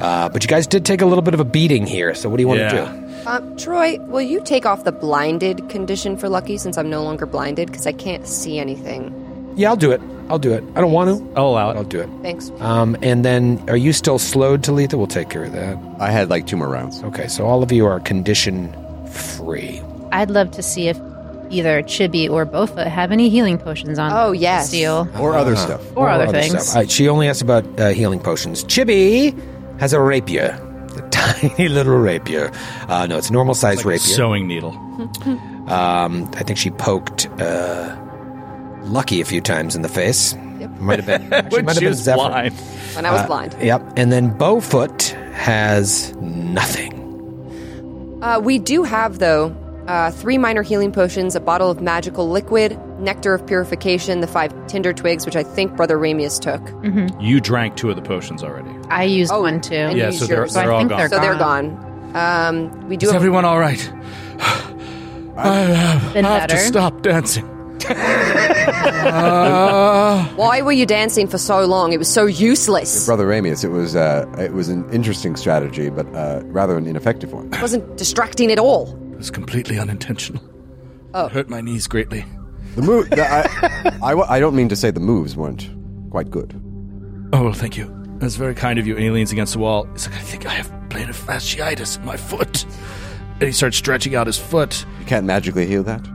Speaker 2: Uh, but you guys did take a little bit of a beating here, so what do you want
Speaker 6: Yeah.
Speaker 2: to do?
Speaker 9: Um, Troy, will you take off the blinded condition for Lucky since I'm no longer blinded because I can't see anything?
Speaker 2: Yeah, I'll do it. I'll do it. I don't want to. I'll allow it. I'll do it.
Speaker 9: Thanks.
Speaker 2: Um, and then, are you still slowed, Talitha? We'll take care of that. I had like two more rounds. Okay, so all of you are condition free.
Speaker 8: I'd love to see if either Chibi or Bofa have any healing potions on.
Speaker 9: Oh, yes.
Speaker 8: Steel.
Speaker 2: Uh-huh. Or
Speaker 8: other stuff. Or other things.
Speaker 2: stuff. Uh, she only asks about uh, healing potions. Chibi has a rapier, a tiny little rapier. Uh, no, it's a normal sized rapier.
Speaker 4: sewing needle.
Speaker 2: Um, I think she poked uh, Lucky a few times in the face. Might have been. actually,
Speaker 9: When
Speaker 2: might have
Speaker 9: she
Speaker 2: been
Speaker 9: was
Speaker 2: Zephyr.
Speaker 9: blind. When I was
Speaker 2: Uh,
Speaker 9: blind.
Speaker 2: Yep. And then Bowfoot has nothing.
Speaker 9: Uh, we do have, though, uh, three minor healing potions, a bottle of magical liquid, nectar of purification, the five tinder twigs, which I think Brother Ramius took. Oh,
Speaker 8: hmm
Speaker 4: You drank two of the potions already.
Speaker 8: I used one too.
Speaker 4: Yeah, so they're-
Speaker 8: So I
Speaker 4: they're all
Speaker 8: think
Speaker 4: gone.
Speaker 8: They're
Speaker 9: so
Speaker 8: gone.
Speaker 9: they're gone. Um, we do
Speaker 4: Is
Speaker 9: have
Speaker 4: everyone all right? I have,
Speaker 9: Been
Speaker 4: have to
Speaker 9: better.
Speaker 4: stop dancing. Uh,
Speaker 9: Why were you dancing for so long? It was so useless.
Speaker 3: Brother Ramius, it was uh, it was an interesting strategy, but uh, rather an ineffective one.
Speaker 9: It wasn't distracting at all.
Speaker 4: it was completely unintentional.
Speaker 9: Oh.
Speaker 4: It hurt my knees greatly.
Speaker 3: The move, the, I, I, wa- I don't mean to say the moves weren't quite good.
Speaker 4: Oh, well, thank you. That's very kind of you. And he leans against the wall. He's like, I think I have plantar fasciitis in my foot. And he starts stretching out his foot.
Speaker 3: You can't magically heal that.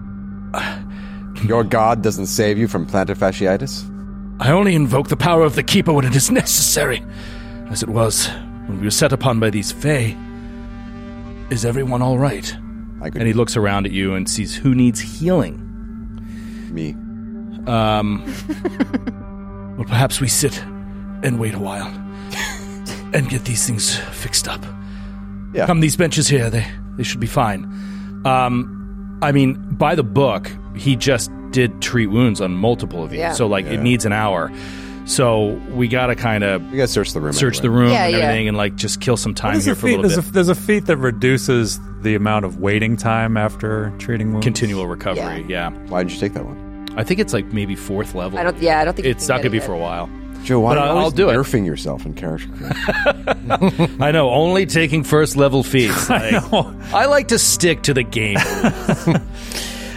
Speaker 3: Your god doesn't save you from plantar fasciitis.
Speaker 4: I only invoke the power of the Keeper when it is necessary, as it was when we were set upon by these Fey. Is everyone all right? and he looks around at you and sees who needs healing.
Speaker 3: Me.
Speaker 4: Um. well, perhaps we sit and wait a while and get these things fixed up.
Speaker 3: Yeah.
Speaker 4: Come, these benches here. They they should be fine. Um, I mean, by the book, he just did treat wounds on multiple of you,
Speaker 9: Yeah.
Speaker 4: so like
Speaker 9: Yeah.
Speaker 4: it needs an hour. So we gotta kind of we
Speaker 3: gotta search the room,
Speaker 4: search
Speaker 11: anyway.
Speaker 4: the room,
Speaker 9: Yeah,
Speaker 4: and
Speaker 9: yeah.
Speaker 4: everything, and like just kill some time
Speaker 11: There's
Speaker 4: here
Speaker 11: a,
Speaker 4: for a
Speaker 11: feat,
Speaker 4: little
Speaker 11: there's,
Speaker 4: bit.
Speaker 11: a, there's a feat that reduces the amount of waiting time after treating wounds.
Speaker 4: Continual recovery, yeah.
Speaker 3: Why did you take that one?
Speaker 4: I think it's like maybe fourth level.
Speaker 9: I don't- yeah, I don't think you
Speaker 4: it's
Speaker 9: can
Speaker 4: not
Speaker 9: get
Speaker 4: gonna be
Speaker 9: it yet.
Speaker 4: for a while.
Speaker 3: Joe, why
Speaker 4: But
Speaker 3: are you
Speaker 4: I'll
Speaker 3: always
Speaker 4: do it.
Speaker 3: nerfing yourself in character?
Speaker 4: I know, only taking first level feats. Like, I, like to stick to the game.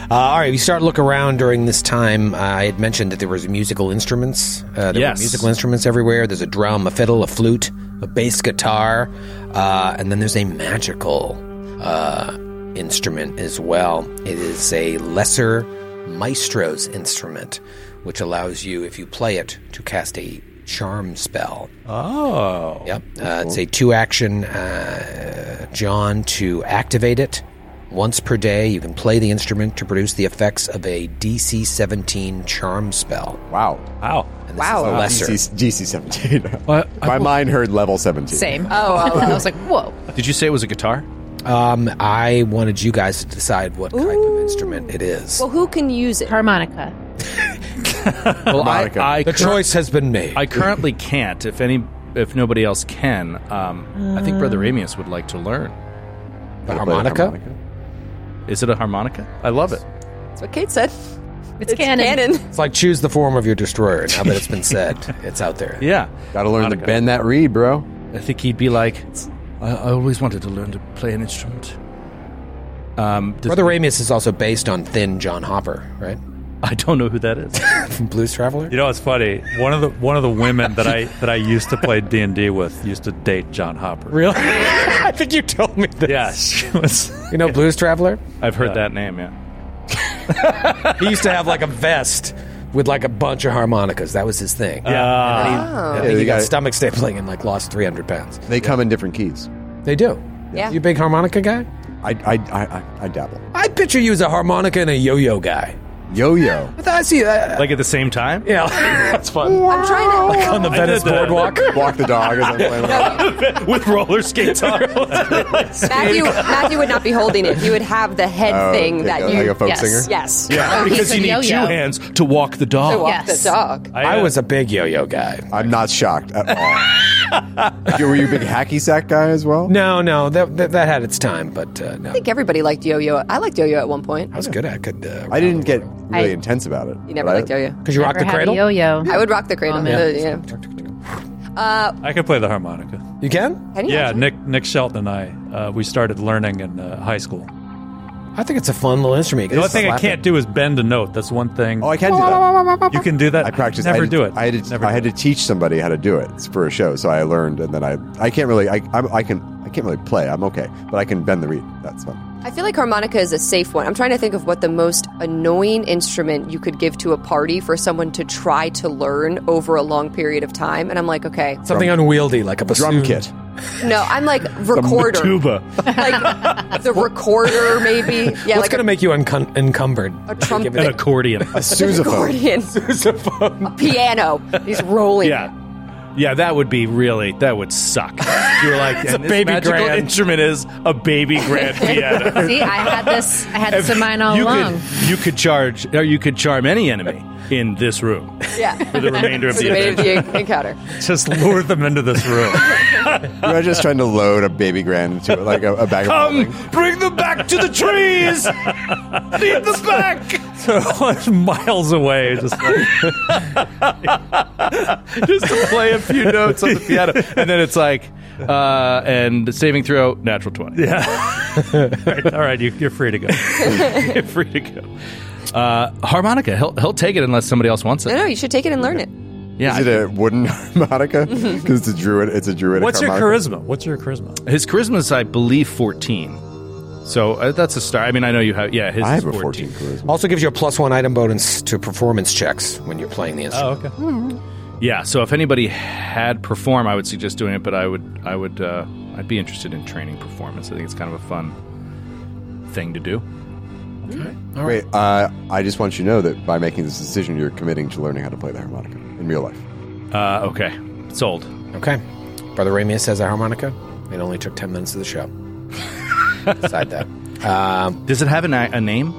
Speaker 2: Uh, all right, you start to look around during this time. Uh, I had mentioned that there was musical instruments. Uh, there
Speaker 4: Yes.
Speaker 2: were musical instruments everywhere. There's a drum, a fiddle, a flute, a bass guitar, uh, and then there's a magical uh, instrument as well. It is a lesser maestro's instrument, which allows you, if you play it, to cast a charm spell.
Speaker 11: Oh.
Speaker 2: Yep. Uh, it's a two action, uh, John, to activate it. Once per day, you can play the instrument to produce the effects of a DC 17 charm spell.
Speaker 3: Wow.
Speaker 11: Wow.
Speaker 2: And this
Speaker 9: Wow.
Speaker 2: Is a lesser.
Speaker 3: DC, DC 17. My mind heard level 17.
Speaker 8: Same. Oh, well, I was like, whoa.
Speaker 4: Did you say it was a guitar?
Speaker 2: Um, I wanted you guys to decide what type of instrument it is.
Speaker 9: Well, who can use it?
Speaker 8: Harmonica.
Speaker 4: Well, I, I
Speaker 2: The choice has been made.
Speaker 4: I currently can't. If any, if nobody else can, um, I think
Speaker 8: Uh.
Speaker 4: Brother
Speaker 9: Mm.
Speaker 4: Amius would like to learn.
Speaker 2: The harmonica?
Speaker 4: Is it a harmonica? I love it.
Speaker 9: That's what Kate said.
Speaker 8: It's, canon.
Speaker 2: It's like choose the form of your destroyer. Now that it's been said, it's out there.
Speaker 4: Yeah.
Speaker 3: Gotta learn to bend that reed, bro.
Speaker 4: I think he'd be like, I, I always wanted to learn to play an instrument. Um, does-
Speaker 2: Brother Ramius is also based on Thin John Hopper, right?
Speaker 4: I don't know who that is.
Speaker 2: From Blues Traveler?
Speaker 11: You know, it's funny. One of the one of the women that I that I used to play D and D with used to date John Hopper.
Speaker 2: Really? I think you told me this.
Speaker 11: Yeah, she was.
Speaker 2: You know Blues Traveler?
Speaker 4: I've heard that name, yeah.
Speaker 2: he used to have like a vest with like a bunch of harmonicas. That was his thing.
Speaker 4: Yeah.
Speaker 2: And then he,
Speaker 9: Oh.
Speaker 2: I
Speaker 3: Yeah,
Speaker 2: think
Speaker 3: they
Speaker 2: he got
Speaker 3: got-
Speaker 2: stomach stapling and like lost 300 pounds.
Speaker 3: They come in different keys.
Speaker 2: They do.
Speaker 9: Yeah.
Speaker 2: You a big harmonica guy?
Speaker 3: I, I, I, I, I dabble.
Speaker 2: I picture you as a harmonica and a yo-yo guy.
Speaker 3: Yo-yo.
Speaker 2: But I see
Speaker 9: uh,
Speaker 2: that.
Speaker 4: Like at the same time?
Speaker 2: Yeah, that's
Speaker 4: fun.
Speaker 9: I'm trying to.
Speaker 2: Like on the
Speaker 4: I did
Speaker 2: Venice
Speaker 4: that.
Speaker 2: boardwalk.
Speaker 3: Walk the dog as I'm playing.
Speaker 4: With roller skates on.
Speaker 9: Matthew, Matthew would not be holding it. He would have the head
Speaker 3: Oh,
Speaker 9: thing
Speaker 3: like
Speaker 9: that
Speaker 3: a-
Speaker 9: you.
Speaker 3: like a folk
Speaker 9: yes,
Speaker 3: singer?
Speaker 9: Yes.
Speaker 4: Yeah,
Speaker 9: Oh, he's
Speaker 4: because
Speaker 9: a
Speaker 4: you need two
Speaker 9: yo-yo.
Speaker 4: hands to walk the dog.
Speaker 9: To walk
Speaker 8: Yes.
Speaker 9: the dog.
Speaker 2: I was a big yo-yo guy.
Speaker 3: I'm not shocked at all. You- Were you a big hacky sack guy as well?
Speaker 2: No, no, that that, that had its time, but uh, no,
Speaker 9: I think everybody liked yo-yo. I liked yo-yo at one point.
Speaker 2: I was good. I could. Uh,
Speaker 3: I didn't get really
Speaker 8: I-
Speaker 3: intense about it.
Speaker 9: You never
Speaker 3: but I-
Speaker 9: liked yo-yo.
Speaker 2: because you rocked the
Speaker 8: Never had a
Speaker 2: cradle.
Speaker 8: Yo-yo.
Speaker 9: I would rock the cradle.
Speaker 8: Oh, man.
Speaker 9: Yeah. Uh,
Speaker 6: I can play the harmonica.
Speaker 2: You can?
Speaker 9: Can you
Speaker 6: yeah,
Speaker 9: actually?
Speaker 6: Nick Nick Shelton and I uh, we started learning in uh, high school.
Speaker 2: I think it's a fun little instrument.
Speaker 6: The only thing I can't do is bend a note. That's one thing. Oh,
Speaker 3: I can do that.
Speaker 6: You can do that.
Speaker 3: I practiced.
Speaker 6: Never
Speaker 3: I had,
Speaker 6: do it.
Speaker 3: I had, to, I had to teach somebody how to do it for a show, so I learned, and then I I can't really I I'm, I can I can't really play. I'm okay, but I can bend the reed. That's fun.
Speaker 9: I feel like harmonica is a safe one. I'm trying to think of what the most annoying instrument you could give to a party for someone to try to learn over a long period of time. And I'm like, okay.
Speaker 2: Something unwieldy like a
Speaker 3: drum kit.
Speaker 9: No, I'm like recorder. like the recorder, maybe. Yeah,
Speaker 2: What's
Speaker 9: like
Speaker 2: going to make you uncum- encumbered?
Speaker 9: a trumpet.
Speaker 2: An
Speaker 4: accordion.
Speaker 2: A
Speaker 9: accordion. A piano. He's rolling.
Speaker 4: Yeah. Yeah, that would be really, that would suck. You were like,
Speaker 6: It's
Speaker 4: and
Speaker 6: a
Speaker 4: this
Speaker 6: baby
Speaker 4: magical
Speaker 6: grand.
Speaker 4: instrument is a baby grand piano.
Speaker 8: See, I had this. I had this in mind all
Speaker 4: you
Speaker 8: along.
Speaker 4: Could, you could charge, or you could charm any enemy in this room.
Speaker 9: Yeah.
Speaker 4: For the remainder of
Speaker 9: For
Speaker 4: the
Speaker 9: remainder of the encounter.
Speaker 6: Just lure them into this room.
Speaker 3: You know, just trying to load a baby grand into it, like a, a bag of
Speaker 4: Come, bring them back to the trees. Lead them back.
Speaker 6: So it's miles away, just like,
Speaker 4: just to play a few notes on the piano, and then it's like, uh, and saving throw, natural twenty.
Speaker 6: Yeah. all right, you, you're free to go.
Speaker 4: you're free to go. Uh, harmonica, he'll he'll take it unless somebody else wants
Speaker 9: No,
Speaker 4: it.
Speaker 9: no, you should take it and learn it.
Speaker 4: Yeah,
Speaker 3: Is it a wooden harmonica? Because it's a druid. It's a druid.
Speaker 6: What's your
Speaker 3: harmonica.
Speaker 6: charisma? What's your charisma?
Speaker 4: His charisma is, I believe, fourteen. So uh, that's a star. I mean, I know you have. Yeah, his
Speaker 3: I
Speaker 4: is
Speaker 3: have a 14
Speaker 4: 14.
Speaker 3: charisma.
Speaker 2: Also gives you a plus one item bonus to performance checks when you're playing the instrument.
Speaker 6: Oh, okay.
Speaker 4: Yeah. So if anybody had perform, I would suggest doing it. But I would, I would, uh, I'd be interested in training performance. I think it's kind of a fun thing to do.
Speaker 3: Wait, uh, I just want you to know that by making this decision, you're committing to learning how to play the harmonica in real life.
Speaker 4: Uh, okay, sold.
Speaker 2: Okay. Brother Ramius has a harmonica. It only took 10 minutes of the show. Beside that. Um,
Speaker 4: Does it have an, a name?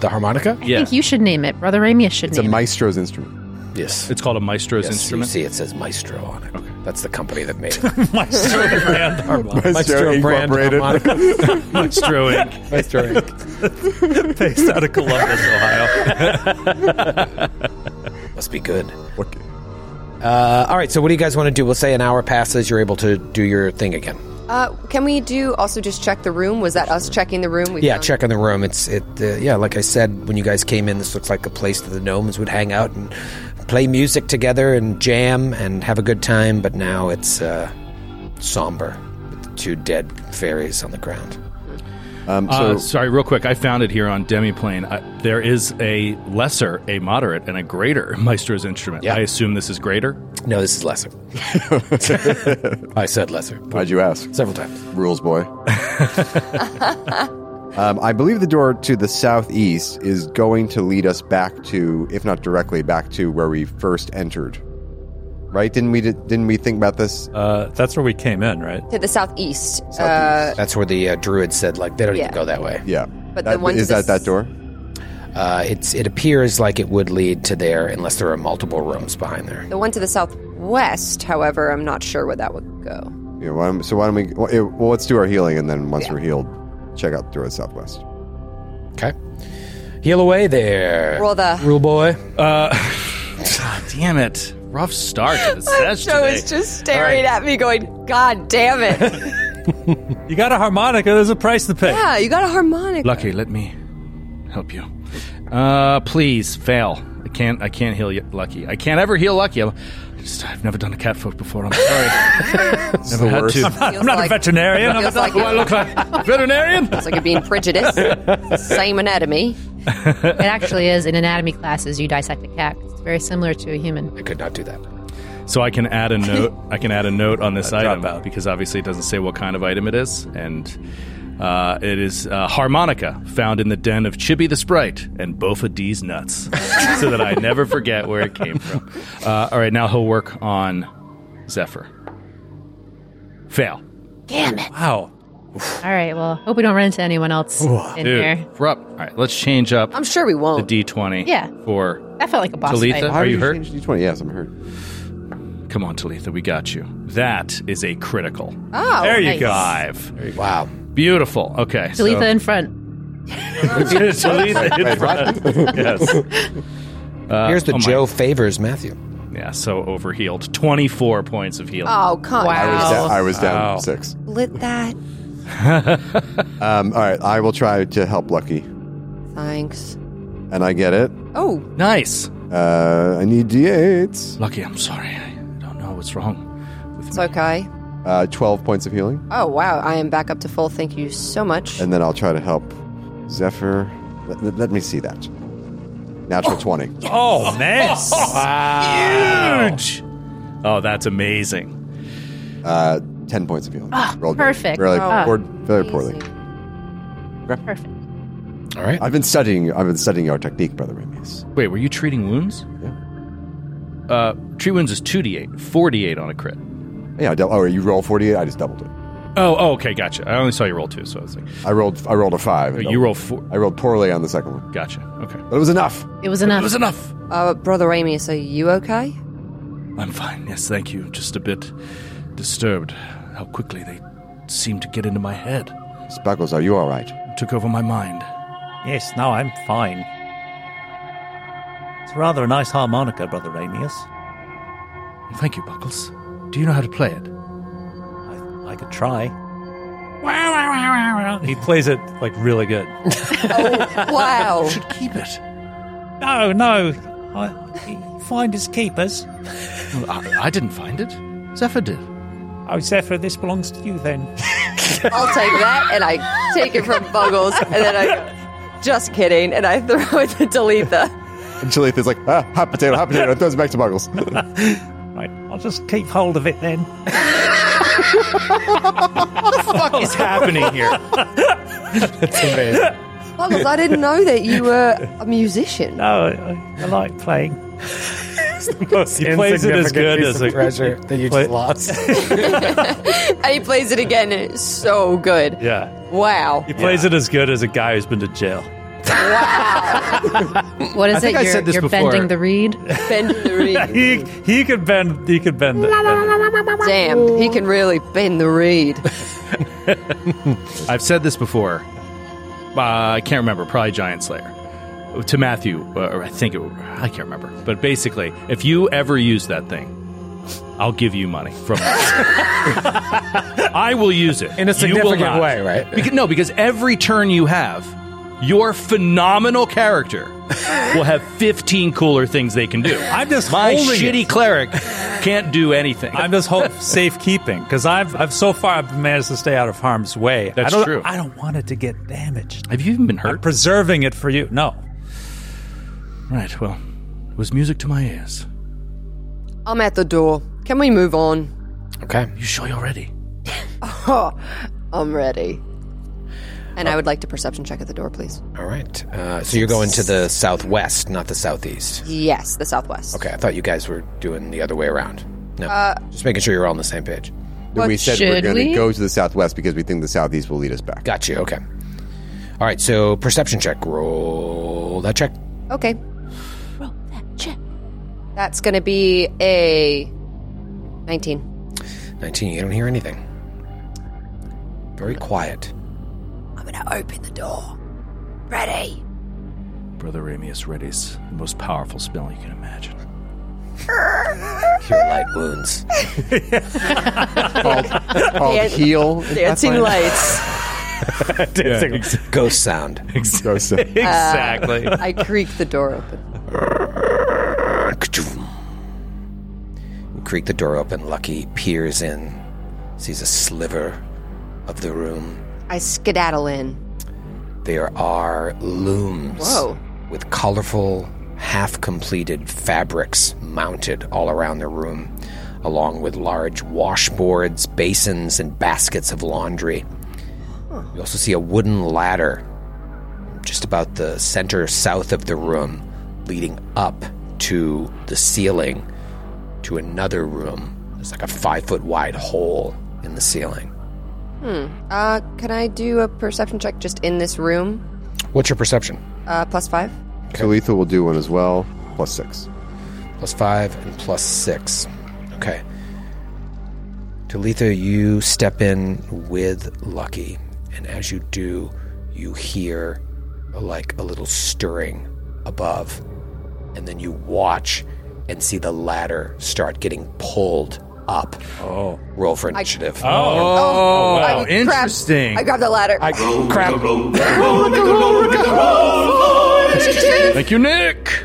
Speaker 2: the harmonica?
Speaker 8: I think you should name it. Brother Ramius should
Speaker 3: It's a
Speaker 8: name it.
Speaker 3: maestro's instrument.
Speaker 2: Yes.
Speaker 4: It's called a maestro's
Speaker 2: yes.
Speaker 4: instrument.
Speaker 2: You see, it says Maestro on it.
Speaker 4: Okay.
Speaker 2: That's the company that made it.
Speaker 3: Maestro
Speaker 2: brand
Speaker 3: Incorporated.
Speaker 2: harmonica.
Speaker 4: Maestro Inc.
Speaker 2: Maestro Inc.
Speaker 6: Based out of Columbus, Ohio.
Speaker 2: Must be good.
Speaker 3: What-
Speaker 2: Uh, all right, so what do you guys want to do? We'll say an hour passes, you're able to do your thing again.
Speaker 9: Uh, can we do also just check the room? Was that us checking the room? We
Speaker 2: Yeah,
Speaker 9: found-
Speaker 2: check in the room. It's it. Uh, yeah, like I said, when you guys came in, this looks like a place that the gnomes would hang out and play music together and jam and have a good time. But now it's uh, somber, with the two dead fairies on the ground.
Speaker 3: Um, so,
Speaker 4: Uh, sorry, real quick. I found it here on Demiplane. I, there is a lesser, a moderate, and a greater maestro's instrument.
Speaker 2: Yeah.
Speaker 4: I assume this is greater.
Speaker 2: No, this is lesser. I said lesser
Speaker 3: why'd you ask?
Speaker 2: several times.
Speaker 3: Rules boy. um, I believe the door to the southeast is going to lead us back to, if not directly back to where we first entered. Right? Didn't we? Didn't we think about this?
Speaker 6: Uh, that's where we came in, right?
Speaker 9: To the southeast. Uh,
Speaker 3: Southeast.
Speaker 2: That's where the uh, druid said, like they don't
Speaker 9: Yeah.
Speaker 2: even go that way.
Speaker 3: yeah.
Speaker 9: but the
Speaker 3: that,
Speaker 9: one to
Speaker 3: is
Speaker 9: the
Speaker 3: that that
Speaker 9: s-
Speaker 3: door?
Speaker 2: Uh, it's it appears like it would lead to there, unless there are multiple rooms behind there.
Speaker 9: Uh, the one to the southwest, however, I'm not sure where that would go.
Speaker 3: Yeah, why don't, so why don't we? Well, eh, well, let's do our healing, and then once we're healed, check out through the southwest.
Speaker 2: Okay, heal away there,
Speaker 9: Roll the-
Speaker 2: rule boy.
Speaker 4: Ah, Uh, damn it. Rough start to the session. eh?
Speaker 9: Joe
Speaker 4: today.
Speaker 9: is just staring at me, going, "God damn it!
Speaker 6: You got a harmonica. There's a price to pay.
Speaker 9: yeah, you got a harmonica."
Speaker 4: Lucky, let me help you. Uh, please fail. I can't. I can't heal you, Lucky. I can't ever heal Lucky. I'm just, I've never done a cat foot before. I'm sorry. never had
Speaker 3: worst.
Speaker 4: to.
Speaker 9: Feels
Speaker 6: I'm not
Speaker 9: like-
Speaker 6: a veterinarian. I'm
Speaker 9: Feels
Speaker 6: not-
Speaker 9: like
Speaker 4: Who I
Speaker 9: it,
Speaker 4: look like? Veterinarian?
Speaker 9: it's like it being prejudiced. Same anatomy.
Speaker 8: It actually is in anatomy classes. You dissect a cat. It's very similar to a human.
Speaker 2: I could not do that.
Speaker 4: So I can add a note. I can add a note on this item
Speaker 6: dropout.
Speaker 4: because obviously it doesn't say what kind of item it is, and uh, it is uh, harmonica found in the den of Chibi the Sprite and Bofa D's nuts, so that I never forget where it came from. Uh, all right, now he'll work on Zephyr. Fail,
Speaker 6: Wow.
Speaker 8: All right. Well, hope we don't run into anyone else in
Speaker 4: dude.
Speaker 8: here.
Speaker 4: We're up. All right, let's change up
Speaker 9: I'm sure we
Speaker 4: the
Speaker 9: won't.
Speaker 4: D twenty.
Speaker 8: Yeah.
Speaker 4: For
Speaker 8: That felt like a boss
Speaker 4: Talitha?
Speaker 8: fight.
Speaker 4: Are you hurt?
Speaker 3: Change D20? Yes, I'm hurt.
Speaker 4: come on, Talitha, we got you. That is a critical
Speaker 9: oh,
Speaker 6: There you
Speaker 8: nice.
Speaker 6: go.
Speaker 4: five.
Speaker 2: Wow.
Speaker 4: Beautiful. Okay. so-
Speaker 8: Talitha in front.
Speaker 4: Talitha in front. yes.
Speaker 2: Here's the
Speaker 4: oh my-
Speaker 2: Joe favors Matthew.
Speaker 4: Yeah, so overhealed. 24 points of healing.
Speaker 9: Oh, come
Speaker 3: I was,
Speaker 9: on.
Speaker 3: da- I was down
Speaker 4: Wow.
Speaker 3: six.
Speaker 9: Lit that.
Speaker 3: Um, all right, I will try to help Lucky,
Speaker 9: Thanks.
Speaker 3: and I get it.
Speaker 9: Oh.
Speaker 4: Nice.
Speaker 3: Uh, I need d8s.
Speaker 4: Lucky, I'm sorry. I don't know what's wrong.
Speaker 9: It's okay.
Speaker 3: Uh, Twelve points of healing,
Speaker 9: Oh, wow. I am back up to full. Thank you so much.
Speaker 3: and then I'll try to help Zephyr. Let, let- let me see that. Natural twenty.
Speaker 4: Oh, nice. wow.
Speaker 6: Huge.
Speaker 4: Oh, that's amazing.
Speaker 3: Uh, Ten points of healing.
Speaker 8: Ah,
Speaker 3: Rolled
Speaker 8: perfect.
Speaker 3: Really,
Speaker 8: Oh.
Speaker 3: poor- very poorly.
Speaker 8: Perfect.
Speaker 3: All right. I've been studying. I've been studying your technique, brother Ramius.
Speaker 4: Wait, were you treating wounds? Yeah. Uh, treat wounds is 2d8, 48 on a crit.
Speaker 3: Yeah. I dou- oh, you roll forty-eight. I just doubled it.
Speaker 4: Oh, oh, okay, gotcha. I only saw you roll two, so I was like,
Speaker 3: I rolled. I rolled a five.
Speaker 4: Oh, you rolled four.
Speaker 3: I rolled poorly on the second one.
Speaker 4: Gotcha. Okay.
Speaker 3: But it was enough.
Speaker 9: It was enough.
Speaker 4: It was enough.
Speaker 9: Uh, Brother Ramius, are you okay?
Speaker 4: I'm fine. Yes, thank you. Just a bit disturbed how quickly they seem to get into my head.
Speaker 3: Sparkles, are you all right?
Speaker 4: Took over my mind.
Speaker 12: Yes, no, I'm fine. It's rather a nice harmonica, Brother Ramius.
Speaker 4: Thank you, Buckles. Do you know how to play it?
Speaker 12: I, I could try. He plays it like really good.
Speaker 9: Oh, Wow.
Speaker 4: should keep it.
Speaker 12: No, no. I, find his keepers.
Speaker 4: Well, I, I didn't find it. Zephyr did.
Speaker 12: Oh, Zephyr, this belongs to you then.
Speaker 9: I'll take that, and I take it from Buggles, and then I go, just kidding, and I throw it to Talitha.
Speaker 3: And Chalitha's like, ah, hot potato, hot potato. and throws it back to Buggles.
Speaker 12: Right, I'll just keep hold of it then.
Speaker 9: what the fuck
Speaker 4: is happening here?
Speaker 12: That's amazing.
Speaker 9: Buggles, I didn't know that you were a musician.
Speaker 12: No, I, I like playing.
Speaker 11: He plays it as good as a
Speaker 2: treasure that you just lost.
Speaker 9: and he plays it again, and it's so good.
Speaker 11: Yeah.
Speaker 9: Wow.
Speaker 11: He plays it as good as a guy who's been to jail.
Speaker 8: What is
Speaker 11: I
Speaker 8: it?
Speaker 11: think I
Speaker 8: You're,
Speaker 11: said this
Speaker 8: you're
Speaker 11: before.
Speaker 8: bending the reed.
Speaker 9: Bending the reed.
Speaker 11: he he could bend he could bend the
Speaker 9: Damn, he can really bend the reed.
Speaker 4: I've said this before. Uh, I can't remember. Probably Giant Slayer. To Matthew, uh, or I think it. I can't remember. But basically, if you ever use that thing, I'll give you money from. I will use it
Speaker 2: In a
Speaker 4: You will
Speaker 2: significant
Speaker 4: not.
Speaker 2: way, right?
Speaker 4: Beca- no, because every turn you have, your phenomenal character will have fifteen cooler things they can do.
Speaker 11: I'm just
Speaker 4: my
Speaker 11: holding it.
Speaker 4: shitty cleric can't do anything.
Speaker 11: I'm just hope safekeeping because I've I've so far I've managed to stay out of harm's way.
Speaker 4: That's
Speaker 11: I don't,
Speaker 4: true.
Speaker 11: I don't want it to get damaged.
Speaker 4: Have you even been hurt?
Speaker 11: I'm preserving it for you. No.
Speaker 4: Right. Well, it was music to my ears.
Speaker 9: I'm at the door. Can we move on? Oh,
Speaker 2: Okay.
Speaker 4: You sure you're ready?
Speaker 9: I'm ready. And I would like to perception check at the door, please.
Speaker 2: All right. Uh, so you're going to the southwest, not the southeast.
Speaker 9: Yes, the southwest.
Speaker 2: Okay, I thought you guys were doing the other way around. No,
Speaker 9: Uh,
Speaker 2: just making sure you're all on the same page.
Speaker 9: But
Speaker 3: we said we're
Speaker 9: should
Speaker 3: going
Speaker 9: we?
Speaker 3: to go to the southwest because we think the southeast will lead us back.
Speaker 2: Got you. Okay. All right. So perception check. Roll that check.
Speaker 9: Okay. Roll that check. That's going to be a 19.
Speaker 2: Nineteen. You don't hear anything. Very quiet.
Speaker 9: I'm going to open the door. Ready.
Speaker 4: Brother Ramius readies the most powerful spell you can imagine.
Speaker 2: Cure light wounds.
Speaker 3: Called
Speaker 9: Dan-
Speaker 3: heal.
Speaker 9: Dancing lights.
Speaker 2: Ghost sound. Uh,
Speaker 3: Ghost sound.
Speaker 4: Exactly.
Speaker 9: Uh, I creak the door open.
Speaker 2: You creak the door open. Lucky peers in, sees a sliver of the room.
Speaker 9: I skedaddle in.
Speaker 2: There are looms
Speaker 9: Whoa.
Speaker 2: with colorful, half completed fabrics mounted all around the room, along with large washboards, basins, and baskets of laundry. You also see a wooden ladder just about the center south of the room, leading up to the ceiling to another room. There's like a five foot wide hole in the ceiling.
Speaker 9: Hmm. Uh, can I do a perception check just in this room?
Speaker 2: What's your perception?
Speaker 9: Uh, plus five?
Speaker 3: Chalitha will do one as well. Plus six.
Speaker 2: plus five and plus six. Okay. Talitha, you step in with Lucky, and as you do, you hear like a little stirring above, and then you watch and see the ladder start getting pulled up. Oh. Roll for initiative.
Speaker 6: Oh. Oh, wow.
Speaker 9: I- crap. I grabbed the ladder. Oh,
Speaker 2: I crap.
Speaker 4: Thank you, Nick.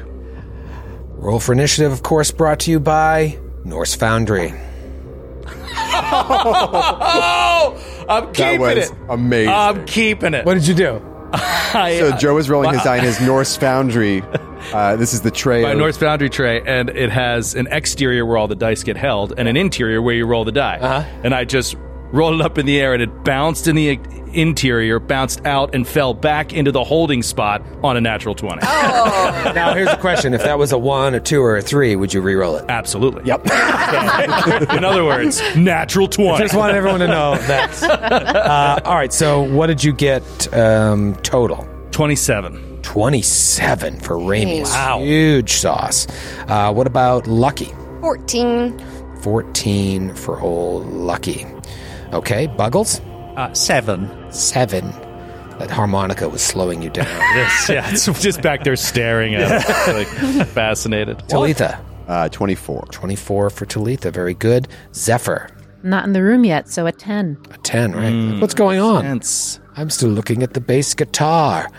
Speaker 2: Roll for initiative, of course, brought to you by Norse Foundry.
Speaker 4: oh, I'm
Speaker 3: That
Speaker 4: keeping
Speaker 3: was
Speaker 4: it.
Speaker 3: amazing.
Speaker 4: I'm keeping it.
Speaker 2: What did you do?
Speaker 4: I, uh,
Speaker 3: so Joe is rolling his
Speaker 4: Wow.
Speaker 3: eye in his Norse foundry. Uh, this is the tray.
Speaker 4: by
Speaker 3: of-
Speaker 4: Norse Foundry tray, and it has an exterior where all the dice get held, and an interior where you roll the die.
Speaker 2: Uh-huh.
Speaker 4: And I just rolled it up in the air, and it bounced in the interior, bounced out, and fell back into the holding spot on a natural twenty.
Speaker 2: Now, here's the question if that was a one, a two, or a three, would you re roll it?
Speaker 4: Absolutely.
Speaker 2: Yep.
Speaker 4: in other words, natural twenty.
Speaker 2: Just wanted everyone to know that. Uh, all right, so what did you get um, total?
Speaker 4: 27.
Speaker 2: 27 for Raimi's.
Speaker 9: Jeez. Wow.
Speaker 2: Huge sauce. Uh, what about Lucky?
Speaker 9: 14.
Speaker 2: 14 for old Lucky. Okay, Buggles?
Speaker 12: Uh, seven.
Speaker 2: Seven. That harmonica was slowing you down.
Speaker 4: Yes, yeah, it's just back there staring at us, like fascinated.
Speaker 2: Talitha?
Speaker 3: Uh, 24.
Speaker 2: 24 for Talitha. Very good. Zephyr?
Speaker 8: I'm not in the room yet, so a 10.
Speaker 2: 10, right?
Speaker 4: Hmm.
Speaker 2: What's going on? I'm still looking at the bass guitar.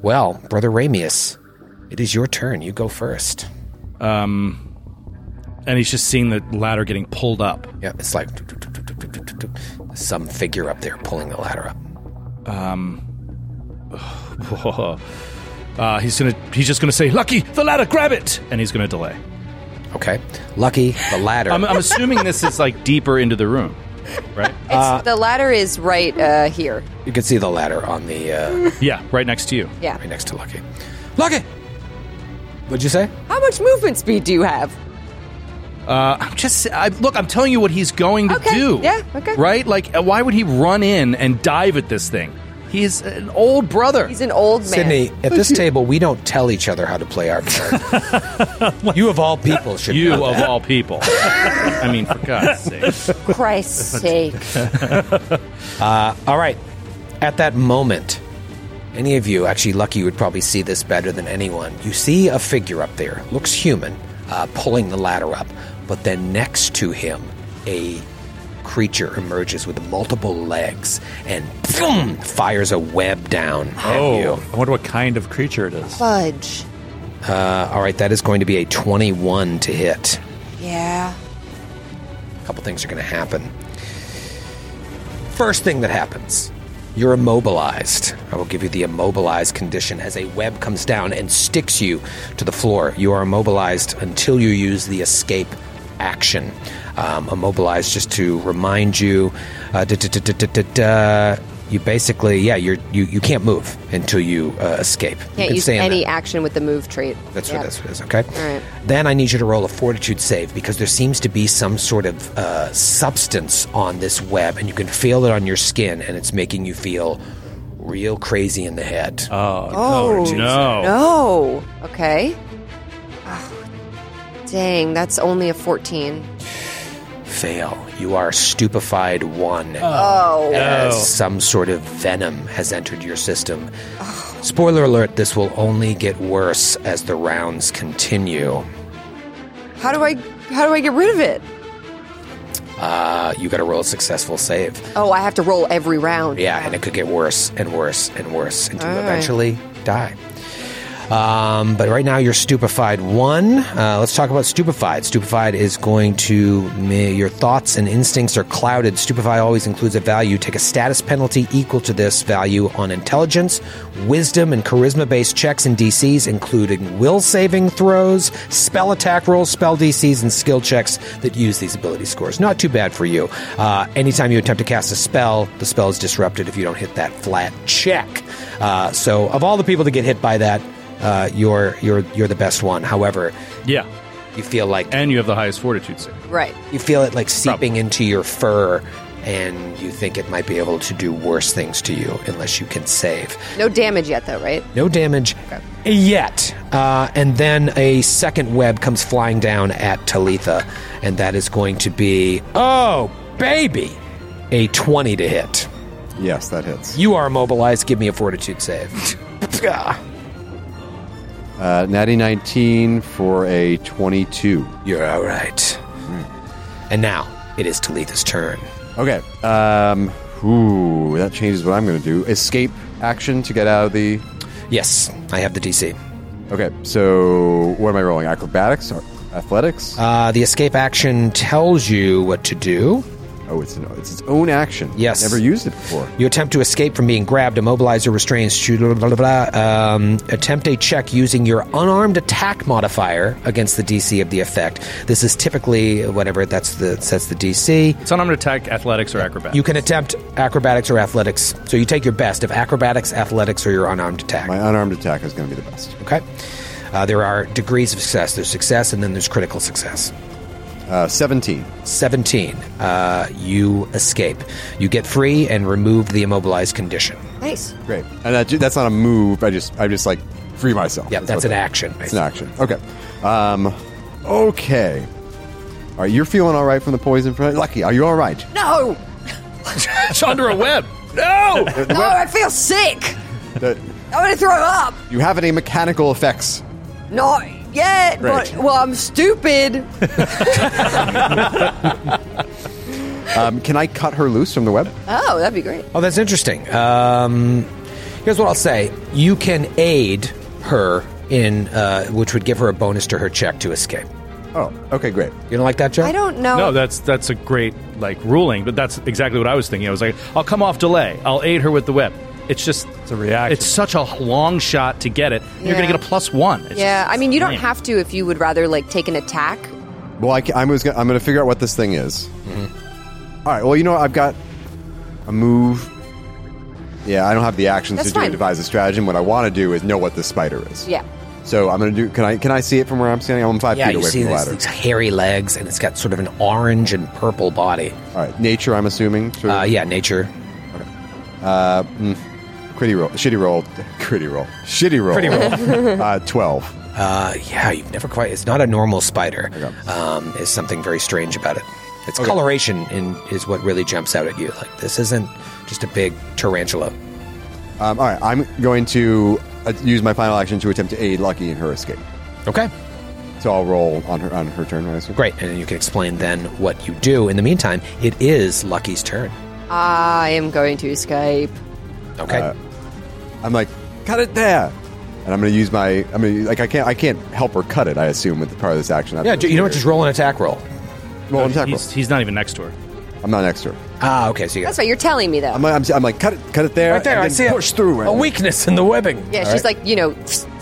Speaker 2: Well, Brother Ramius, it is your turn. You go first.
Speaker 4: Um, and he's just seeing the ladder getting pulled up.
Speaker 2: Yeah, it's like some figure up there pulling the ladder up.
Speaker 4: Um, uh, he's gonna. He's just gonna say, "Lucky, the ladder, grab it!" And he's gonna delay.
Speaker 2: Okay, Lucky, the ladder.
Speaker 4: I'm, I'm assuming this is like deeper into the room, right?
Speaker 9: It's, the ladder is right uh, here.
Speaker 2: Uh, You can see the ladder on the uh,
Speaker 4: yeah, right next to you.
Speaker 9: Yeah.
Speaker 2: right next to Lucky. Lucky, what'd you say?
Speaker 9: How much movement speed do you have?
Speaker 4: Uh, I'm just. I, look, I'm telling you what he's going to
Speaker 9: Okay,
Speaker 4: do.
Speaker 9: yeah, okay.
Speaker 4: Right? Like, uh, why would he run in and dive at this thing? He's an old brother.
Speaker 9: He's an old man.
Speaker 2: Sydney, at this table, we don't tell each other how to play our card. you of all people should.
Speaker 4: you
Speaker 2: know
Speaker 4: of
Speaker 2: that.
Speaker 4: all people. I mean, for God's sake.
Speaker 9: Christ's sake.
Speaker 2: Uh, all right. At that moment, any of you, actually, Lucky would probably see this better than anyone. You see a figure up there, looks human, uh, pulling the ladder up, but then next to him, a creature emerges with multiple legs and boom, fires a web down at you.
Speaker 6: Oh, I wonder what kind of creature it is.
Speaker 9: Fudge.
Speaker 2: Uh, all right, that is going to be a 21 to hit.
Speaker 9: Yeah.
Speaker 2: A couple things are going to happen. First thing that happens, you're immobilized. I will give you the immobilized condition as a web comes down and sticks you to the floor. You are immobilized until you use the escape action. Um, immobilized, just to remind you, uh, da, da, da, da, da, da, da, you basically, yeah, you're, you you can't move until you uh, escape. you
Speaker 9: Can't
Speaker 2: can
Speaker 9: use
Speaker 2: stay in
Speaker 9: any
Speaker 2: there.
Speaker 9: action with the move trait.
Speaker 2: That's
Speaker 9: Yeah.
Speaker 2: what that's what it is. Okay.
Speaker 9: All right.
Speaker 2: Then I need you to roll a fortitude save because there seems to be some sort of uh, substance on this web, and you can feel it on your skin, and it's making you feel real crazy in the head.
Speaker 9: Oh,
Speaker 4: No.
Speaker 9: No. Okay. Oh, dang, that's only a 14.
Speaker 2: Fail. You are stupefied one.
Speaker 9: Oh.
Speaker 2: As some sort of venom has entered your system.
Speaker 9: Oh.
Speaker 2: Spoiler alert, this will only get worse as the rounds continue.
Speaker 9: How do I how do I get rid of it?
Speaker 2: Uh, you got to roll a successful save.
Speaker 9: Oh, I have to roll every round.
Speaker 2: Yeah, and it could get worse and worse and worse until you
Speaker 9: All right.
Speaker 2: eventually die. Um, but right now you're stupefied one. Uh, let's talk about stupefied. Stupefied is going to ma- your thoughts and instincts are clouded. Stupefied always includes a value. Take a status penalty equal to this value on intelligence, wisdom, and charisma based checks and DCs, including will saving throws, spell attack rolls, spell DCs, and skill checks that use these ability scores. Not too bad for you. Uh, anytime you attempt to cast a spell, the spell is disrupted if you don't hit that flat check. Uh, so, of all the people that get hit by that, uh, you're you're you're the best one. However,
Speaker 4: Yeah.
Speaker 2: you feel like
Speaker 4: And you have the highest fortitude save.
Speaker 9: Right.
Speaker 2: you feel it like seeping into your fur, and you think it might be able to do worse things to you unless you can save.
Speaker 9: No damage yet though, right?
Speaker 2: No damage yet. Uh, and then a second web comes flying down at Talitha, and that is going to be oh baby, a twenty to hit.
Speaker 3: Yes, that hits.
Speaker 2: You are immobilized. Give me a fortitude save. Ah.
Speaker 3: Uh, natty 19 for a 22.
Speaker 2: You're all right. And now it is Talitha's turn.
Speaker 3: Okay. Um, ooh, that changes what I'm going to do. Escape action to get out of the.
Speaker 2: Yes, I have the DC.
Speaker 3: Okay, so what am I rolling? Acrobatics or athletics?
Speaker 2: Uh, the escape action tells you what to do.
Speaker 3: Oh, it's an, it's its own action.
Speaker 2: Yes.
Speaker 3: Never used it before.
Speaker 2: You attempt to escape from being grabbed, immobilized, or restrained. Shoot, blah, blah, blah, blah. Um, attempt a check using your unarmed attack modifier against the DC of the effect. This is typically whatever that's the sets the DC.
Speaker 4: It's unarmed attack, athletics, or acrobatics.
Speaker 2: You can attempt acrobatics or athletics. So you take your best of acrobatics, athletics, or your unarmed attack.
Speaker 3: My unarmed attack is going to be the best.
Speaker 2: Okay. Uh, there are degrees of success. There's success, and then there's critical success.
Speaker 3: Uh, 17.
Speaker 2: 17. Uh, you escape. You get free and remove the immobilized condition.
Speaker 9: Nice.
Speaker 3: Great. And that, that's not a move. I just I just like free myself.
Speaker 2: Yeah, that's
Speaker 3: what
Speaker 2: an
Speaker 3: that-
Speaker 2: action,
Speaker 3: It's an action. Okay. Um, okay. All right, you're feeling all right from the poison. Right? Lucky, are you all right?
Speaker 13: No!
Speaker 4: it's under a web. No!
Speaker 3: Uh,
Speaker 13: No, I feel sick!
Speaker 3: The-
Speaker 13: I want to throw up!
Speaker 3: uh, you have any mechanical effects?
Speaker 13: Not yet,
Speaker 3: Great.
Speaker 13: but, well, I'm stupid.
Speaker 3: Um, can I cut her loose from the web?
Speaker 9: Oh, that'd be great.
Speaker 2: Oh, that's interesting. Um, here's what I'll say: you can aid her in, uh, which would give her a bonus to her check to escape.
Speaker 3: Oh, okay, great.
Speaker 2: You don't like that, Joe?
Speaker 9: I don't know.
Speaker 4: No, that's that's a great like ruling, but that's exactly what I was thinking. I was like, I'll come off delay. I'll aid her with the whip. It's just it's a reaction. It's such a long shot to get it. You're
Speaker 9: Yeah.
Speaker 4: going to get a plus one. It's
Speaker 9: yeah,
Speaker 4: just-
Speaker 9: I mean, you don't
Speaker 4: lame.
Speaker 9: have to if you would rather like take an attack.
Speaker 3: Well, I am gonna, I'm going to figure out what this thing is.
Speaker 2: Mm-hmm.
Speaker 3: All right. Well, you know what? I've got a move. Yeah, I don't have the actions
Speaker 9: That's
Speaker 3: to do
Speaker 9: fine.
Speaker 3: and devise a stratagem. What I want to do is know what this spider is.
Speaker 9: Yeah.
Speaker 3: So I'm going to do. Can I can I see it from where I'm standing? I'm five
Speaker 2: yeah,
Speaker 3: feet
Speaker 2: you
Speaker 3: away
Speaker 2: see
Speaker 3: from the
Speaker 2: these,
Speaker 3: ladder.
Speaker 2: these hairy legs, and it's got sort of an orange and purple body.
Speaker 3: All right. Nature. I'm assuming. Sure.
Speaker 2: Uh, yeah, nature.
Speaker 3: Uh, mm, Critty roll. Shitty roll. Critty roll. Shitty roll.
Speaker 2: Critty
Speaker 3: uh, Twelve.
Speaker 2: Uh, yeah, you've never quite. It's not a normal spider. Um, there's something very strange about it. Its coloration in, is what really jumps out at you. Like this isn't just a big tarantula.
Speaker 3: Um, all right. I'm going to uh, use my final action to attempt to aid Lucky in her escape.
Speaker 2: Okay.
Speaker 3: So I'll roll on her on her turn. I assume.
Speaker 2: Great, and then you can explain then what you do. In the meantime, it is Lucky's turn.
Speaker 9: I am going to escape.
Speaker 2: Okay.
Speaker 3: Uh, I'm like, cut it there. And I'm going to use my. I mean, like I can't. I can't help her cut it. I assume with the part of this action.
Speaker 2: yeah, you know what? Just roll an attack roll.
Speaker 3: roll an attack roll.
Speaker 4: He's, he's not even next to her.
Speaker 3: I'm not next to her.
Speaker 2: Ah, okay. So you
Speaker 9: That's what you're telling me though.
Speaker 3: I'm, I'm, I'm like, cut it, cut it there.
Speaker 2: Right there,
Speaker 3: and
Speaker 2: I
Speaker 3: then
Speaker 2: see it.
Speaker 3: Push through.
Speaker 2: a weakness in the webbing.
Speaker 9: yeah, she's like you know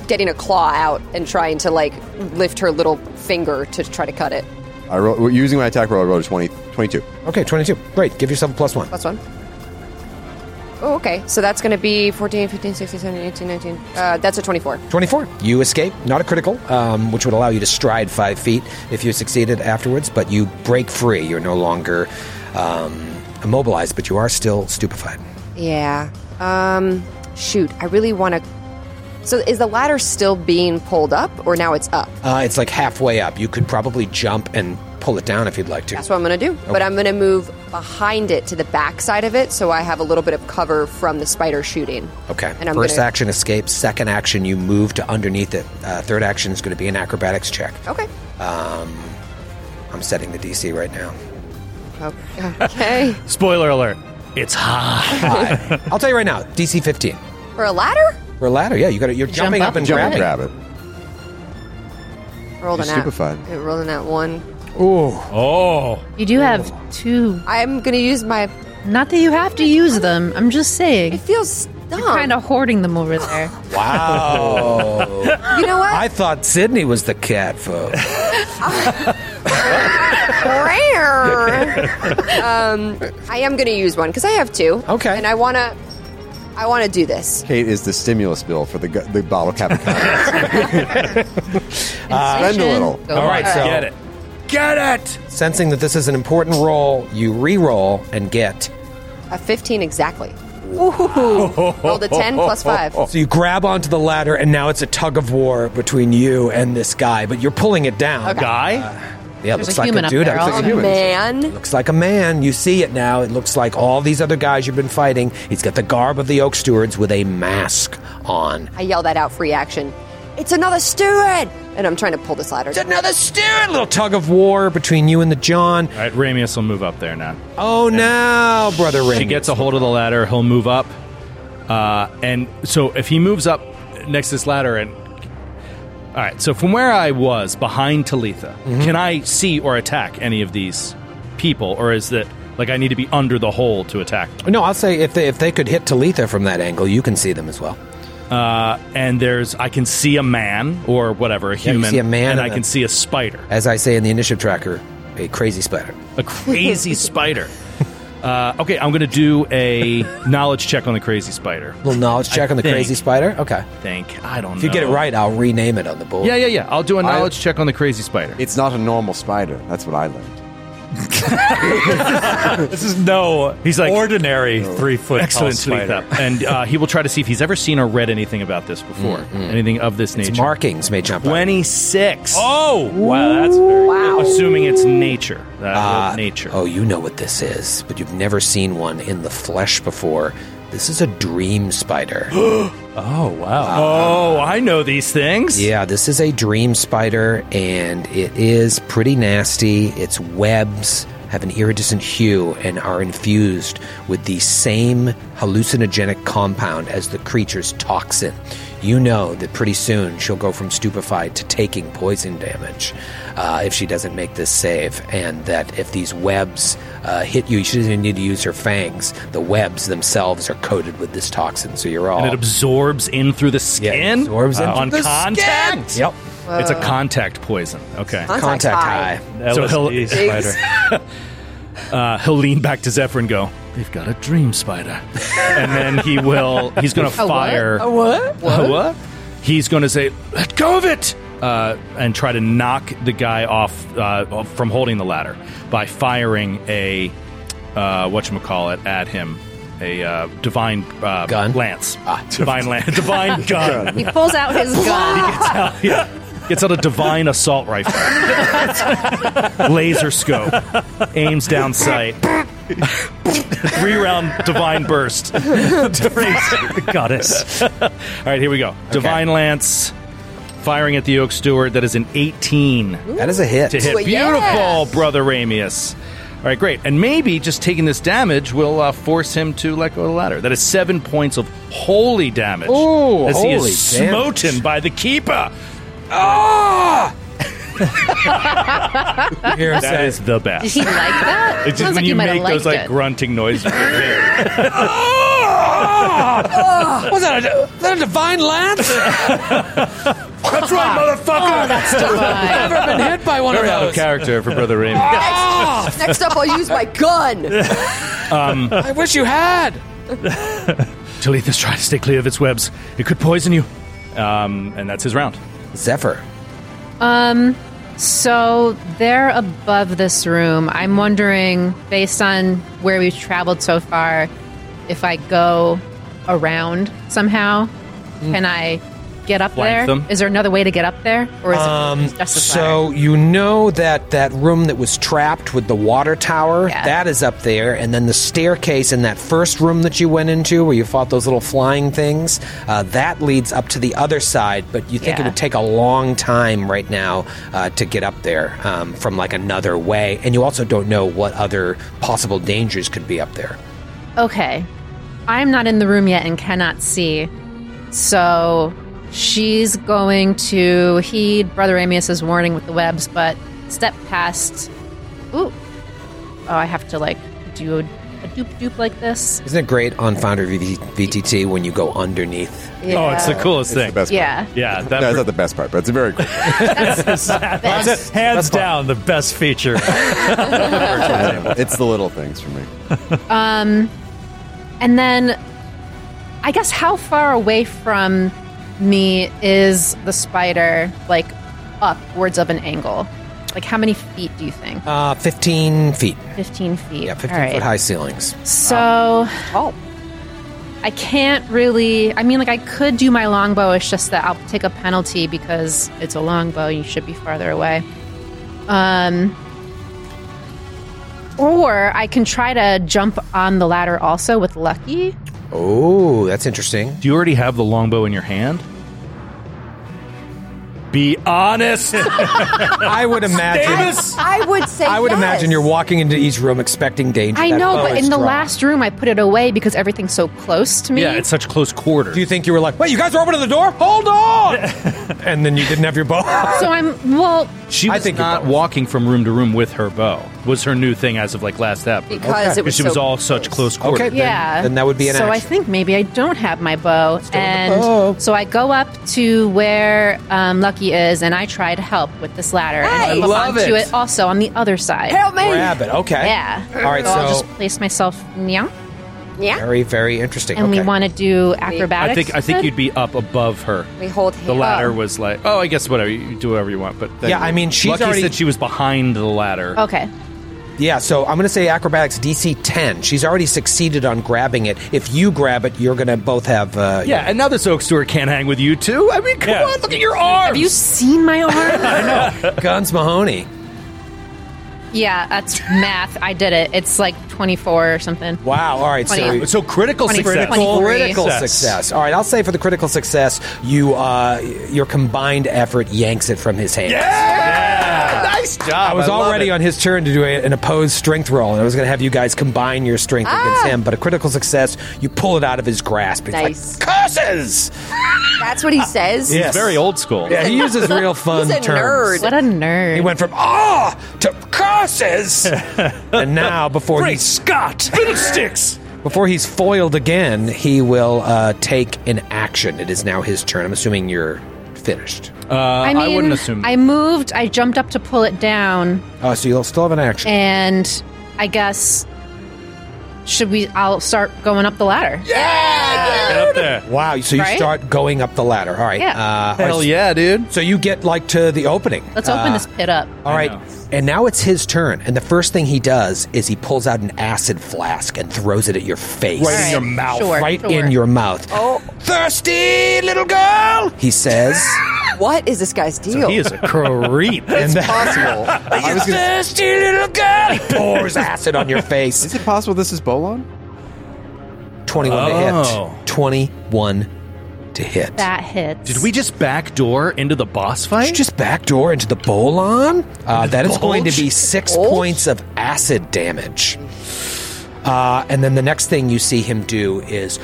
Speaker 9: getting a claw out and trying to like lift her little finger to try to cut it.
Speaker 3: I roll, using my attack roll. I rolled a 20, 22.
Speaker 2: okay, twenty-two. Great. Give yourself a plus one.
Speaker 9: Plus one. Oh, okay. So that's going to be 14, 15, 16, 17, 18, 19. Uh, that's a 24.
Speaker 2: 24. You escape, not a critical, um, which would allow you to stride five feet if you succeeded afterwards, but you break free. You're no longer um, immobilized, but you are still stupefied.
Speaker 9: Yeah. Um, shoot. I really want to. So is the ladder still being pulled up or now it's up?
Speaker 2: Uh, it's like halfway up. You could probably jump and pull it down if you'd like to.
Speaker 9: That's what I'm going to do. But I'm going to move behind it to the back side of it so I have a little bit of cover from the spider shooting.
Speaker 2: Okay.
Speaker 9: And I'm
Speaker 2: 1st
Speaker 9: gonna-
Speaker 2: action escape. Second action, you move to underneath it. Uh, third action is going to be an acrobatics check.
Speaker 9: Okay.
Speaker 2: Um, I'm setting the DC right now.
Speaker 9: Okay.
Speaker 4: Spoiler alert. It's high.
Speaker 2: Hi. I'll tell you right now, DC 15
Speaker 9: For a ladder?
Speaker 2: for a ladder. Yeah, you got to, You're
Speaker 9: Jump
Speaker 2: jumping
Speaker 9: up
Speaker 2: up and
Speaker 3: Jump
Speaker 2: grabbing.
Speaker 3: and grab it.
Speaker 9: Rolled an
Speaker 3: You're
Speaker 9: at-
Speaker 3: stupefied.
Speaker 9: It rolled an at one.
Speaker 4: Oh.
Speaker 8: You do have two.
Speaker 9: I'm going to use my.
Speaker 8: Not that you have to use them. I'm just saying.
Speaker 9: It feels
Speaker 8: You're kind of hoarding them over there.
Speaker 2: Wow.
Speaker 9: You know what?
Speaker 2: I thought Sydney was the cat folk.
Speaker 9: um, I am going to use one because I have two.
Speaker 2: Okay.
Speaker 9: And I want to. I want to do this.
Speaker 3: Kate is the stimulus bill for the gu- the bottle cap. of condoms. Spend a little.
Speaker 2: All right, so
Speaker 4: Get it.
Speaker 2: get it. Sensing that this is an important role, you re-roll and get.
Speaker 9: A fifteen exactly. Ooh. Rolled a ten plus five.
Speaker 2: So you grab onto the ladder, and now it's a tug of war between you and this guy, but you're pulling it down. Uh,
Speaker 4: Guy?
Speaker 2: Yeah, it
Speaker 8: There's
Speaker 2: looks
Speaker 8: a
Speaker 2: like
Speaker 8: human
Speaker 2: a
Speaker 8: up
Speaker 2: dude.
Speaker 8: there
Speaker 2: It looks like a
Speaker 8: also.
Speaker 2: human. Oh,
Speaker 9: Oh, Man.
Speaker 2: Looks like a man. You see it now. It looks like all these other guys you've been fighting. He's got the garb of the Oak Stewards with a mask on.
Speaker 9: I yell that out. Free action. It's another steward! And I'm trying to pull this ladder. It's
Speaker 2: another steward! A little tug of war between you and the John.
Speaker 4: All right, Ramius will move up there now.
Speaker 2: Oh, now, brother
Speaker 4: She
Speaker 2: Ramius.
Speaker 4: gets a hold of the ladder. He'll move up, uh, and so if he moves up next to this ladder, and all right, so from where I was behind Talitha,
Speaker 2: Mm-hmm.
Speaker 4: can I see or attack any of these people, or is that like I need to be under the hole to attack?
Speaker 2: No, I'll say if they, if they could hit Talitha from that angle, you can see them as well.
Speaker 4: Uh, and there's I can see a man or whatever a
Speaker 2: Yeah, you
Speaker 4: human,
Speaker 2: see a
Speaker 4: and
Speaker 2: man and
Speaker 4: I
Speaker 2: a-
Speaker 4: can see a spider,
Speaker 2: As I say in the initiative tracker, a crazy spider.
Speaker 4: a crazy spider. Uh, okay, I'm gonna do a knowledge check on the crazy spider.
Speaker 2: little knowledge check on the
Speaker 4: think-
Speaker 2: crazy spider. Okay.
Speaker 4: Think I don't.
Speaker 2: If you
Speaker 4: know.
Speaker 2: get it right, I'll rename it on the board.
Speaker 4: Yeah, yeah, yeah. I'll do a knowledge check on the crazy spider.
Speaker 3: It's not a normal spider. That's what I learned.
Speaker 4: this is no. He's like ordinary three foot
Speaker 14: Excellent sleep
Speaker 4: excellent spider, and uh, he will try to see if he's ever seen or read anything about this before, anything of this nature.
Speaker 2: Mm-hmm. markings may jump.
Speaker 4: Twenty six. Oh wow, that's very wow. Assuming it's nature.
Speaker 2: Ah, nature. Oh, you know what this is, but you've never seen one in the flesh before. This is a dream spider.
Speaker 4: oh wow. oh, I know these things.
Speaker 2: Yeah, this is a dream spider, and it is pretty nasty. Its webs have an iridescent hue and are infused with the same hallucinogenic compound as the creature's toxin. You know that pretty soon she'll go from stupefied to taking poison damage uh, if she doesn't make this save, and that if these webs uh, hit you, she doesn't even need to use her fangs. The webs themselves are coated with this toxin, so you're all.
Speaker 4: And it absorbs in through the skin.
Speaker 2: absorbs in
Speaker 4: on
Speaker 2: through the
Speaker 4: contact.
Speaker 2: skin! Yep.
Speaker 4: It's a
Speaker 2: Whoa.
Speaker 4: contact poison. Okay.
Speaker 2: Contact Contact high. high.
Speaker 4: So he'll
Speaker 2: LSD spider.
Speaker 4: Uh, he'll lean back to Zephyr and go, "They've got a dream spider," and then he will. He's going to
Speaker 7: A what?
Speaker 4: fire.
Speaker 7: A what?
Speaker 4: A
Speaker 7: What?
Speaker 4: what? He's going to say, "Let go of it," uh, and try to knock the guy off uh, from holding the ladder by firing a uh, what call it at him. A uh, divine uh, gun lance, divine lance, divine gun.
Speaker 8: He pulls out his gun.
Speaker 4: yeah. Gets out a divine assault rifle, laser scope, aims down sight. Three round divine burst. Goddess. All right, here we go. Divine lance, firing at the oak steward. That is an eighteen.
Speaker 2: That is a hit.
Speaker 4: To hit,
Speaker 2: Ooh,
Speaker 4: beautiful,
Speaker 2: yes.
Speaker 4: brother Ramius. All right, great. And maybe just taking this damage will uh, force him to let go of the ladder. That is seven points of holy damage.
Speaker 7: Ooh,
Speaker 4: as he
Speaker 7: holy
Speaker 4: is
Speaker 7: damage.
Speaker 4: smoten by the keeper. Ah!
Speaker 7: hear him
Speaker 4: that
Speaker 7: say-
Speaker 4: is the best.
Speaker 8: Did he like that?
Speaker 4: It's
Speaker 8: Sounds
Speaker 4: just
Speaker 8: like
Speaker 4: when
Speaker 8: he
Speaker 4: you
Speaker 8: might have
Speaker 4: make those like
Speaker 8: liked it.
Speaker 4: grunting noises.
Speaker 2: Ah! was that a, was that a divine lance?
Speaker 7: That's
Speaker 8: Ah.
Speaker 7: right,
Speaker 8: Oh,
Speaker 7: motherfucker.
Speaker 2: that's divine. Never been hit by one
Speaker 4: Very
Speaker 2: of
Speaker 4: out
Speaker 2: those. Ah!
Speaker 4: of character for Brother Raymond.
Speaker 9: Next, next up, I'll use my gun.
Speaker 4: Um,
Speaker 2: I wish you had.
Speaker 4: Talitha's trying to stay clear of its webs. It could poison you. Um, and that's his round.
Speaker 2: Zephyr.
Speaker 8: Um, so they're above this room. I'm wondering, based on where we've traveled so far, if I go around somehow, can I get up
Speaker 2: Hmm. Flank
Speaker 8: there? Is
Speaker 2: them.
Speaker 8: there another way to get up there, or is
Speaker 2: Um,
Speaker 8: it just a fire?
Speaker 2: so you know that that room that was trapped with the water tower that is up there, and then the staircase in that first room that you went into where you fought those little flying things uh, that leads up to the other side. But you think it
Speaker 8: Yeah.
Speaker 2: would take a long time right now uh, to get up there um, from like another way, and you also don't know what other possible dangers could be up there.
Speaker 8: Okay. I'm not in the room yet and cannot see. So she's going to heed Brother Amius's warning with the webs, but step past. Ooh. Oh, I have to like do a, a dupe dupe like this.
Speaker 2: Isn't it great on Founder VT- VTT when you go underneath?
Speaker 8: Yeah. Oh, it's the
Speaker 4: coolest
Speaker 2: thing.
Speaker 3: best
Speaker 8: Yeah.
Speaker 4: Yeah,
Speaker 3: That's not the best part, but it's a very cool.
Speaker 15: Hands down, the best feature.
Speaker 3: it's the little things for me.
Speaker 8: Um, and then I guess how far away from me is the spider, like upwards of an angle? Like how many feet do you think?
Speaker 2: Uh, 15 feet.
Speaker 8: 15 feet.
Speaker 2: Yeah, 15
Speaker 8: All right.
Speaker 2: foot high ceilings.
Speaker 16: Um,
Speaker 8: So, oh, I can't really. I mean, like I could do my longbow. It's just that I'll take a penalty because it's a longbow. You should be farther away. Um, or I can try to jump on the ladder also with lucky.
Speaker 2: Oh, that's interesting.
Speaker 4: Do you already have the longbow in your hand?
Speaker 17: Be honest.
Speaker 2: I would imagine.
Speaker 16: I would say.
Speaker 2: I would
Speaker 16: yes.
Speaker 2: imagine you're walking into each room expecting danger.
Speaker 8: I
Speaker 2: That
Speaker 8: know,
Speaker 2: bow
Speaker 8: but
Speaker 2: is
Speaker 8: in the
Speaker 2: drawn.
Speaker 8: last room, I put it away because everything's so close to me.
Speaker 2: Yeah,
Speaker 4: it's such close quarters.
Speaker 2: Do you think you were like, wait, you guys are opening the door? Hold on! and then you didn't have your bow.
Speaker 8: so I'm well.
Speaker 4: She was not walking from room to room with her bow. Was her new thing as of like last step
Speaker 8: Because it was
Speaker 4: she was
Speaker 8: so
Speaker 4: all such close quarters.
Speaker 8: yeah. so I think maybe I don't have my bow, Oh. and so I go up to where um, Lucky is, and I try to help with this ladder.
Speaker 2: Hey!
Speaker 8: and
Speaker 2: I
Speaker 8: up
Speaker 2: love
Speaker 8: onto
Speaker 2: it.
Speaker 8: it. Also on the other side.
Speaker 2: Help me! Grab it, okay.
Speaker 8: Yeah.
Speaker 2: All right,
Speaker 8: I'll
Speaker 2: so-
Speaker 8: just place myself. Yeah. Yeah.
Speaker 2: Very, very interesting.
Speaker 8: And
Speaker 4: okay.
Speaker 8: we want to do acrobatics.
Speaker 4: I think I think
Speaker 8: then?
Speaker 4: you'd be up above her.
Speaker 8: We hold
Speaker 4: the
Speaker 8: hand-
Speaker 4: ladder
Speaker 8: Oh.
Speaker 4: was like oh I guess whatever you do whatever you want but
Speaker 2: Yeah, I mean, she's
Speaker 4: Lucky
Speaker 2: already-
Speaker 4: said she was behind the ladder.
Speaker 8: Okay.
Speaker 2: Yeah, so I'm going to say acrobatics DC 10. She's already succeeded on grabbing it. If you grab it, you're going to both have. Uh,
Speaker 4: Yeah, and now this Oak Steward can't hang with you two. I mean, come
Speaker 2: Yeah.
Speaker 4: on, look at your arms.
Speaker 8: Have you seen my arm?
Speaker 2: Guns Mahoney.
Speaker 8: yeah, that's math. I did it. It's like 24 or something.
Speaker 2: Wow. All right. So,
Speaker 8: 20.
Speaker 2: so critical
Speaker 8: 20,
Speaker 2: success.
Speaker 8: 23.
Speaker 2: Critical success. All right. I'll say for the critical success, you uh, your combined effort yanks it from his hand.
Speaker 4: nice job.
Speaker 2: I was
Speaker 4: love
Speaker 2: already
Speaker 4: it.
Speaker 2: on his turn to do a- an opposed strength roll, and I was going to have you guys combine your strength against him. But a critical success, you pull it out of his grasp. He's like,
Speaker 7: Nice.
Speaker 2: curses.
Speaker 7: That's what he says.
Speaker 2: Yes. very
Speaker 4: old school.
Speaker 2: Yeah, he uses real fun
Speaker 7: He's a nerd.
Speaker 2: terms.
Speaker 7: What
Speaker 8: a nerd.
Speaker 2: He went from ah to curses, and now before he's
Speaker 4: Scott fiddlesticks.
Speaker 2: before he's foiled again, he will uh, take an action. It is now his turn. I'm assuming you're finished.
Speaker 4: Uh, I,
Speaker 8: mean,
Speaker 2: wouldn't assume.
Speaker 8: I moved. I jumped up to pull it down,
Speaker 2: oh, so you'll still have an action.
Speaker 8: and I guess should we? I'll start going up the ladder.
Speaker 4: Get up there.
Speaker 2: Wow. So you
Speaker 8: Right?
Speaker 2: start going up the ladder. All right.
Speaker 8: Yeah.
Speaker 2: Uh,
Speaker 4: Hell
Speaker 2: all right.
Speaker 4: yeah, dude.
Speaker 2: So you get like to the opening.
Speaker 8: Let's open
Speaker 2: Uh,
Speaker 8: this pit up.
Speaker 2: All right. And now it's his turn. And the first thing he does is he pulls out an acid flask and throws it at your face.
Speaker 4: Right in All your right. mouth. Sure,
Speaker 2: right
Speaker 4: sure.
Speaker 2: in your mouth.
Speaker 7: Oh,
Speaker 2: thirsty little girl. He says.
Speaker 7: What is this guy's deal?
Speaker 4: He is a creep.
Speaker 2: and then-
Speaker 3: Possible. I was gonna,
Speaker 2: thirsty little girl. He pours acid on your face.
Speaker 3: is it possible this is Bolon?
Speaker 2: 21
Speaker 4: Oh.
Speaker 2: to hit. 21 to hit.
Speaker 8: That hits.
Speaker 4: Did we just backdoor into the boss fight?
Speaker 2: Just backdoor into the bolon. Uh, that is going to
Speaker 4: bulge?
Speaker 2: be six points of acid damage. Uh, and then the next thing you see him do is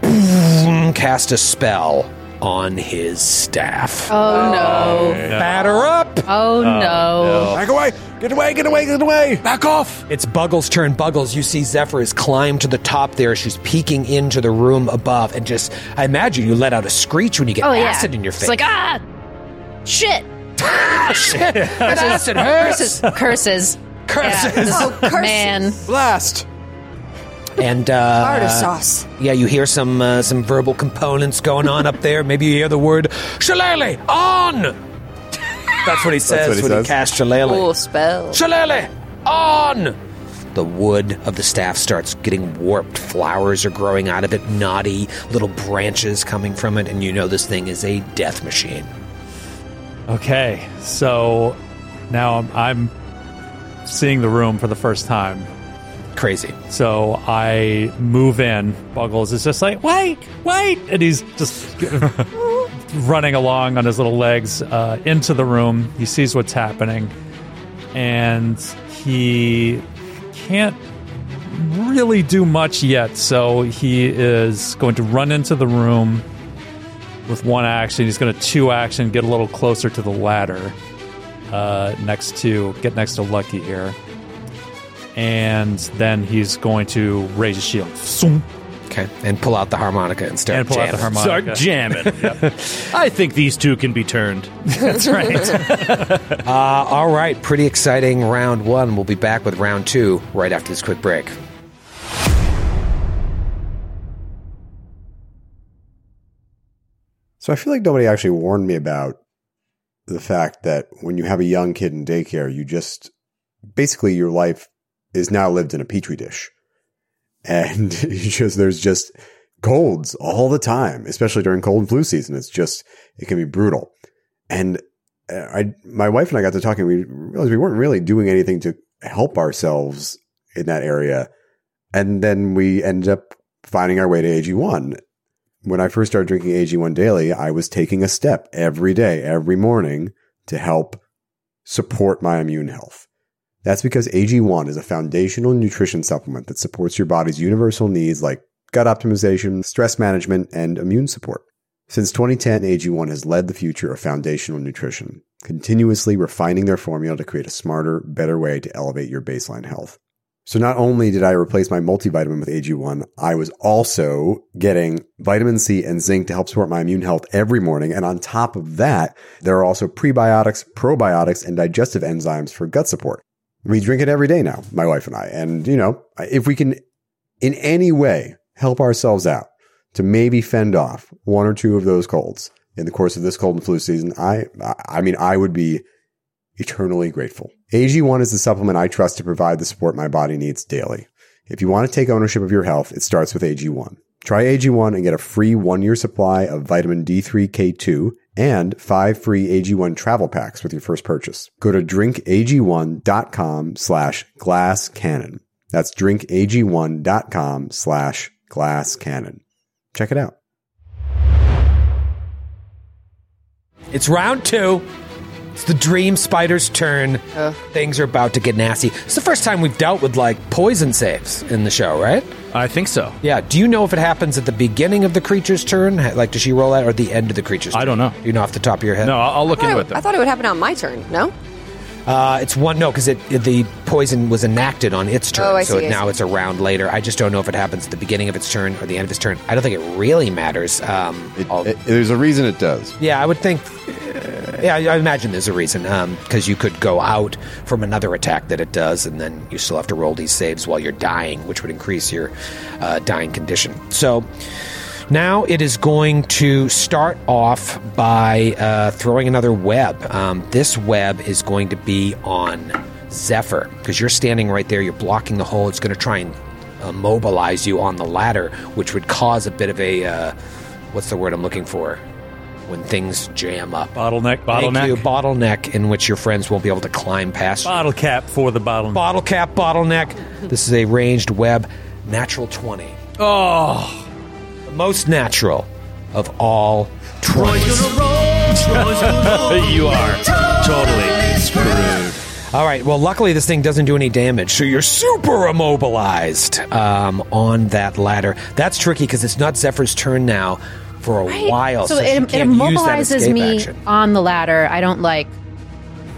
Speaker 2: boom, cast a spell on his staff.
Speaker 8: Oh no!
Speaker 2: Batter up!
Speaker 8: Oh no!
Speaker 3: Back away! Get away! Get away! Get away!
Speaker 2: Back off! It's Buggles' turn. Buggles, you see Zephyr has climbed to the top there. She's peeking into the room above, and just, I imagine you let out a screech when you get
Speaker 8: oh yeah!
Speaker 2: acid in your
Speaker 8: It's
Speaker 2: face.
Speaker 8: like ah, shit.
Speaker 2: shit! acid
Speaker 8: curses, curses,
Speaker 2: Curses.
Speaker 8: Yeah, this-
Speaker 7: Oh, curses.
Speaker 8: Man,
Speaker 3: Blast!
Speaker 2: And uh,
Speaker 7: Tartar sauce.
Speaker 2: Yeah, you hear some uh, some verbal components going on up there. Maybe you hear the word "shillelagh" on. That's what he says
Speaker 3: what he
Speaker 2: when
Speaker 3: says.
Speaker 2: he casts shillelagh.
Speaker 7: Cool spell.
Speaker 2: Shillelagh on. The wood of the staff starts getting warped. Flowers are growing out of it, knotty little branches coming from it, and you know this thing is a death machine.
Speaker 6: Okay, so now I'm, I'm seeing the room for the first time.
Speaker 2: Crazy.
Speaker 6: So I move in. Buggles is just like, wait, wait. And he's just running along on his little legs uh, into the room. He sees what's happening. And he can't really do much yet. So he is going to run into the room with one action. He's going to two action, get a little closer to the ladder uh, next to, get next to Lucky here and then he's going to raise his shield Zoom,
Speaker 2: Okay, and pull out the harmonica and start
Speaker 6: and pull out the
Speaker 2: jamming.
Speaker 6: harmonica.
Speaker 4: Start jamming. I think these two can be turned.
Speaker 6: That's right.
Speaker 2: Uh, all right, pretty exciting round one. We'll be back with round two right after this quick break.
Speaker 3: So I feel like nobody actually warned me about the fact that when you have a young kid in daycare, you just basically your life is now lived in a petri dish. And you just there's just colds all the time, especially during cold and flu season. It's just it can be brutal. And uh, I my wife and I got to talking, we realized we weren't really doing anything to help ourselves in that area. And then we ended up finding our way to AG1 when I first started drinking AG1 daily, I was taking a step every day, every morning to help support my immune health. That's because AG1 is a foundational nutrition supplement that supports your body's universal needs like gut optimization, stress management, and immune support. Since 2010, AG1 has led the future of foundational nutrition, continuously refining their formula to create a smarter, better way to elevate your baseline health. So not only did I replace my multivitamin with AG1, I was also getting vitamin C and zinc to help support my immune health every morning. And on top of that, there are also prebiotics, probiotics, and digestive enzymes for gut support. We drink it every day now, my wife and I. And, you know, if we can in any way help ourselves out to maybe fend off one or two of those colds in the course of this cold and flu season, I, I mean, I would be eternally grateful. AG1 is the supplement I trust to provide the support my body needs daily. If you want to take ownership of your health, it starts with AG1. Try AG1 and get a free one year supply of vitamin D3K2 and five free AG1 travel packs with your first purchase. Go to drinkag1.com slash glass cannon. That's drinkag1.com slash glass cannon. Check it out.
Speaker 2: It's round two. It's the dream spider's turn. Things are about to get nasty. It's the first time we've dealt with like poison saves in the show, right?
Speaker 7: I think so.
Speaker 2: Yeah. Do you know if it happens at the beginning of the creature's turn? Like, does she roll out or the end of the creature's turn? I
Speaker 7: don't know.
Speaker 2: You know off the top of your head?
Speaker 7: No, I'll, I'll look
Speaker 9: I,
Speaker 7: into it
Speaker 9: I thought it would happen on my turn. No,
Speaker 2: Uh, it's one no because it, it- the poison was enacted on its turn,
Speaker 9: Oh, I
Speaker 2: so
Speaker 9: see,
Speaker 2: it,
Speaker 9: I
Speaker 2: now
Speaker 9: see.
Speaker 2: it's a round later. I just don't know if it happens at the beginning of its turn or the end of its turn. I don't think it really matters. Um,
Speaker 3: there's a reason it does.
Speaker 2: Yeah, I would think. uh, yeah, I, I imagine there's a reason because you could go out from another attack that it does, and then you still have to roll these saves while you're dying, which would increase your uh, dying condition. So. Now it is going to start off by uh, throwing another web. Um, this web is going to be on Zephyr because you're standing right there. You're blocking the hole. It's going to try and uh, mobilize you on the ladder, which would cause a bit of a uh, what's the word I'm looking for when things jam up.
Speaker 12: Bottleneck,
Speaker 2: Thank
Speaker 12: bottleneck.
Speaker 2: you. bottleneck in which your friends won't be able to climb past.
Speaker 12: Bottle cap for the bottleneck.
Speaker 2: Bottle cap, bottleneck. This is a ranged web, natural twenty.
Speaker 12: Oh.
Speaker 2: The most natural of all twenties.
Speaker 7: you are totally screwed.
Speaker 2: All right. Well, luckily this thing doesn't do any damage, so you're super immobilized um, on that ladder. That's tricky because it's not Zephyr's turn now for a while.
Speaker 8: so,
Speaker 2: she
Speaker 8: it, it
Speaker 2: can't use that
Speaker 8: immobilizes
Speaker 2: escape
Speaker 8: me
Speaker 2: action.
Speaker 8: on the ladder. I don't like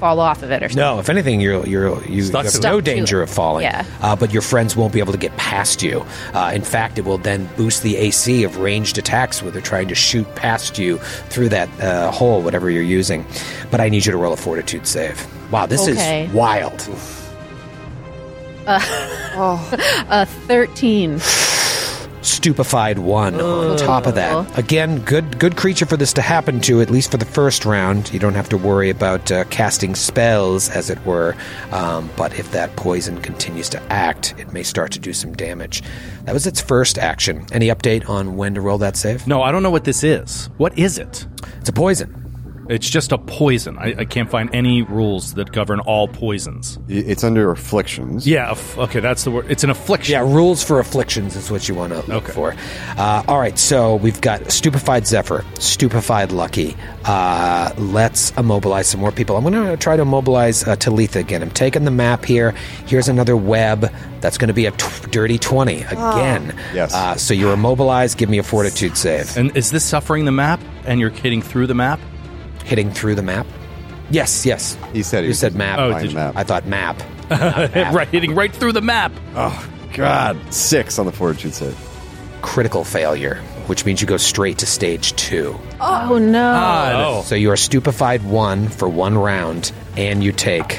Speaker 8: fall off of it or something.
Speaker 2: No, if anything, you're you're you
Speaker 8: Stuck
Speaker 2: have
Speaker 8: to
Speaker 2: no
Speaker 8: it.
Speaker 2: danger of falling.
Speaker 8: Yeah.
Speaker 2: Uh, but your friends won't be able to get past you. Uh, in fact, it will then boost the AC of ranged attacks where they're trying to shoot past you through that uh, hole, whatever you're using. But I need you to roll a Fortitude save. Wow, this
Speaker 8: Okay.
Speaker 2: is wild.
Speaker 8: Uh, oh. uh, 13.
Speaker 2: Stupefied one on
Speaker 8: Ooh.
Speaker 2: top of that. Again, good good creature for this to happen to, at least for the first round. You don't have to worry about uh, casting spells, as it were. Um, but if that poison continues to act, it may start to do some damage. That was its first action. Any update on when to roll that save?
Speaker 7: No, I don't know what this is. What is it?
Speaker 2: It's a poison.
Speaker 7: It's just a poison. I, I can't find any rules that govern all poisons.
Speaker 3: It's under afflictions.
Speaker 7: Yeah. aff- okay, that's the word. It's an affliction.
Speaker 2: Yeah, rules for afflictions is what you want to look for. Uh, all right, so we've got Stupefied Zephyr, Stupefied Lucky. Uh, let's immobilize some more people. I'm going to try to immobilize uh, Talitha again. I'm taking the map here. Here's another web. That's going to be a t- dirty 20 again. Yes. Uh, so you're immobilized. Give me a fortitude save.
Speaker 7: And is this suffering the map? And you're hitting through the map?
Speaker 2: Hitting through the map? Yes, yes.
Speaker 3: He said
Speaker 2: he You said map.
Speaker 7: Oh, did you?
Speaker 2: I thought map.
Speaker 7: right, hitting right through the map.
Speaker 3: Oh, God. Six on the fortitude save.
Speaker 2: Critical failure, which means you go straight to stage two.
Speaker 8: Oh, no.
Speaker 2: So you are stupefied one for one round, and you take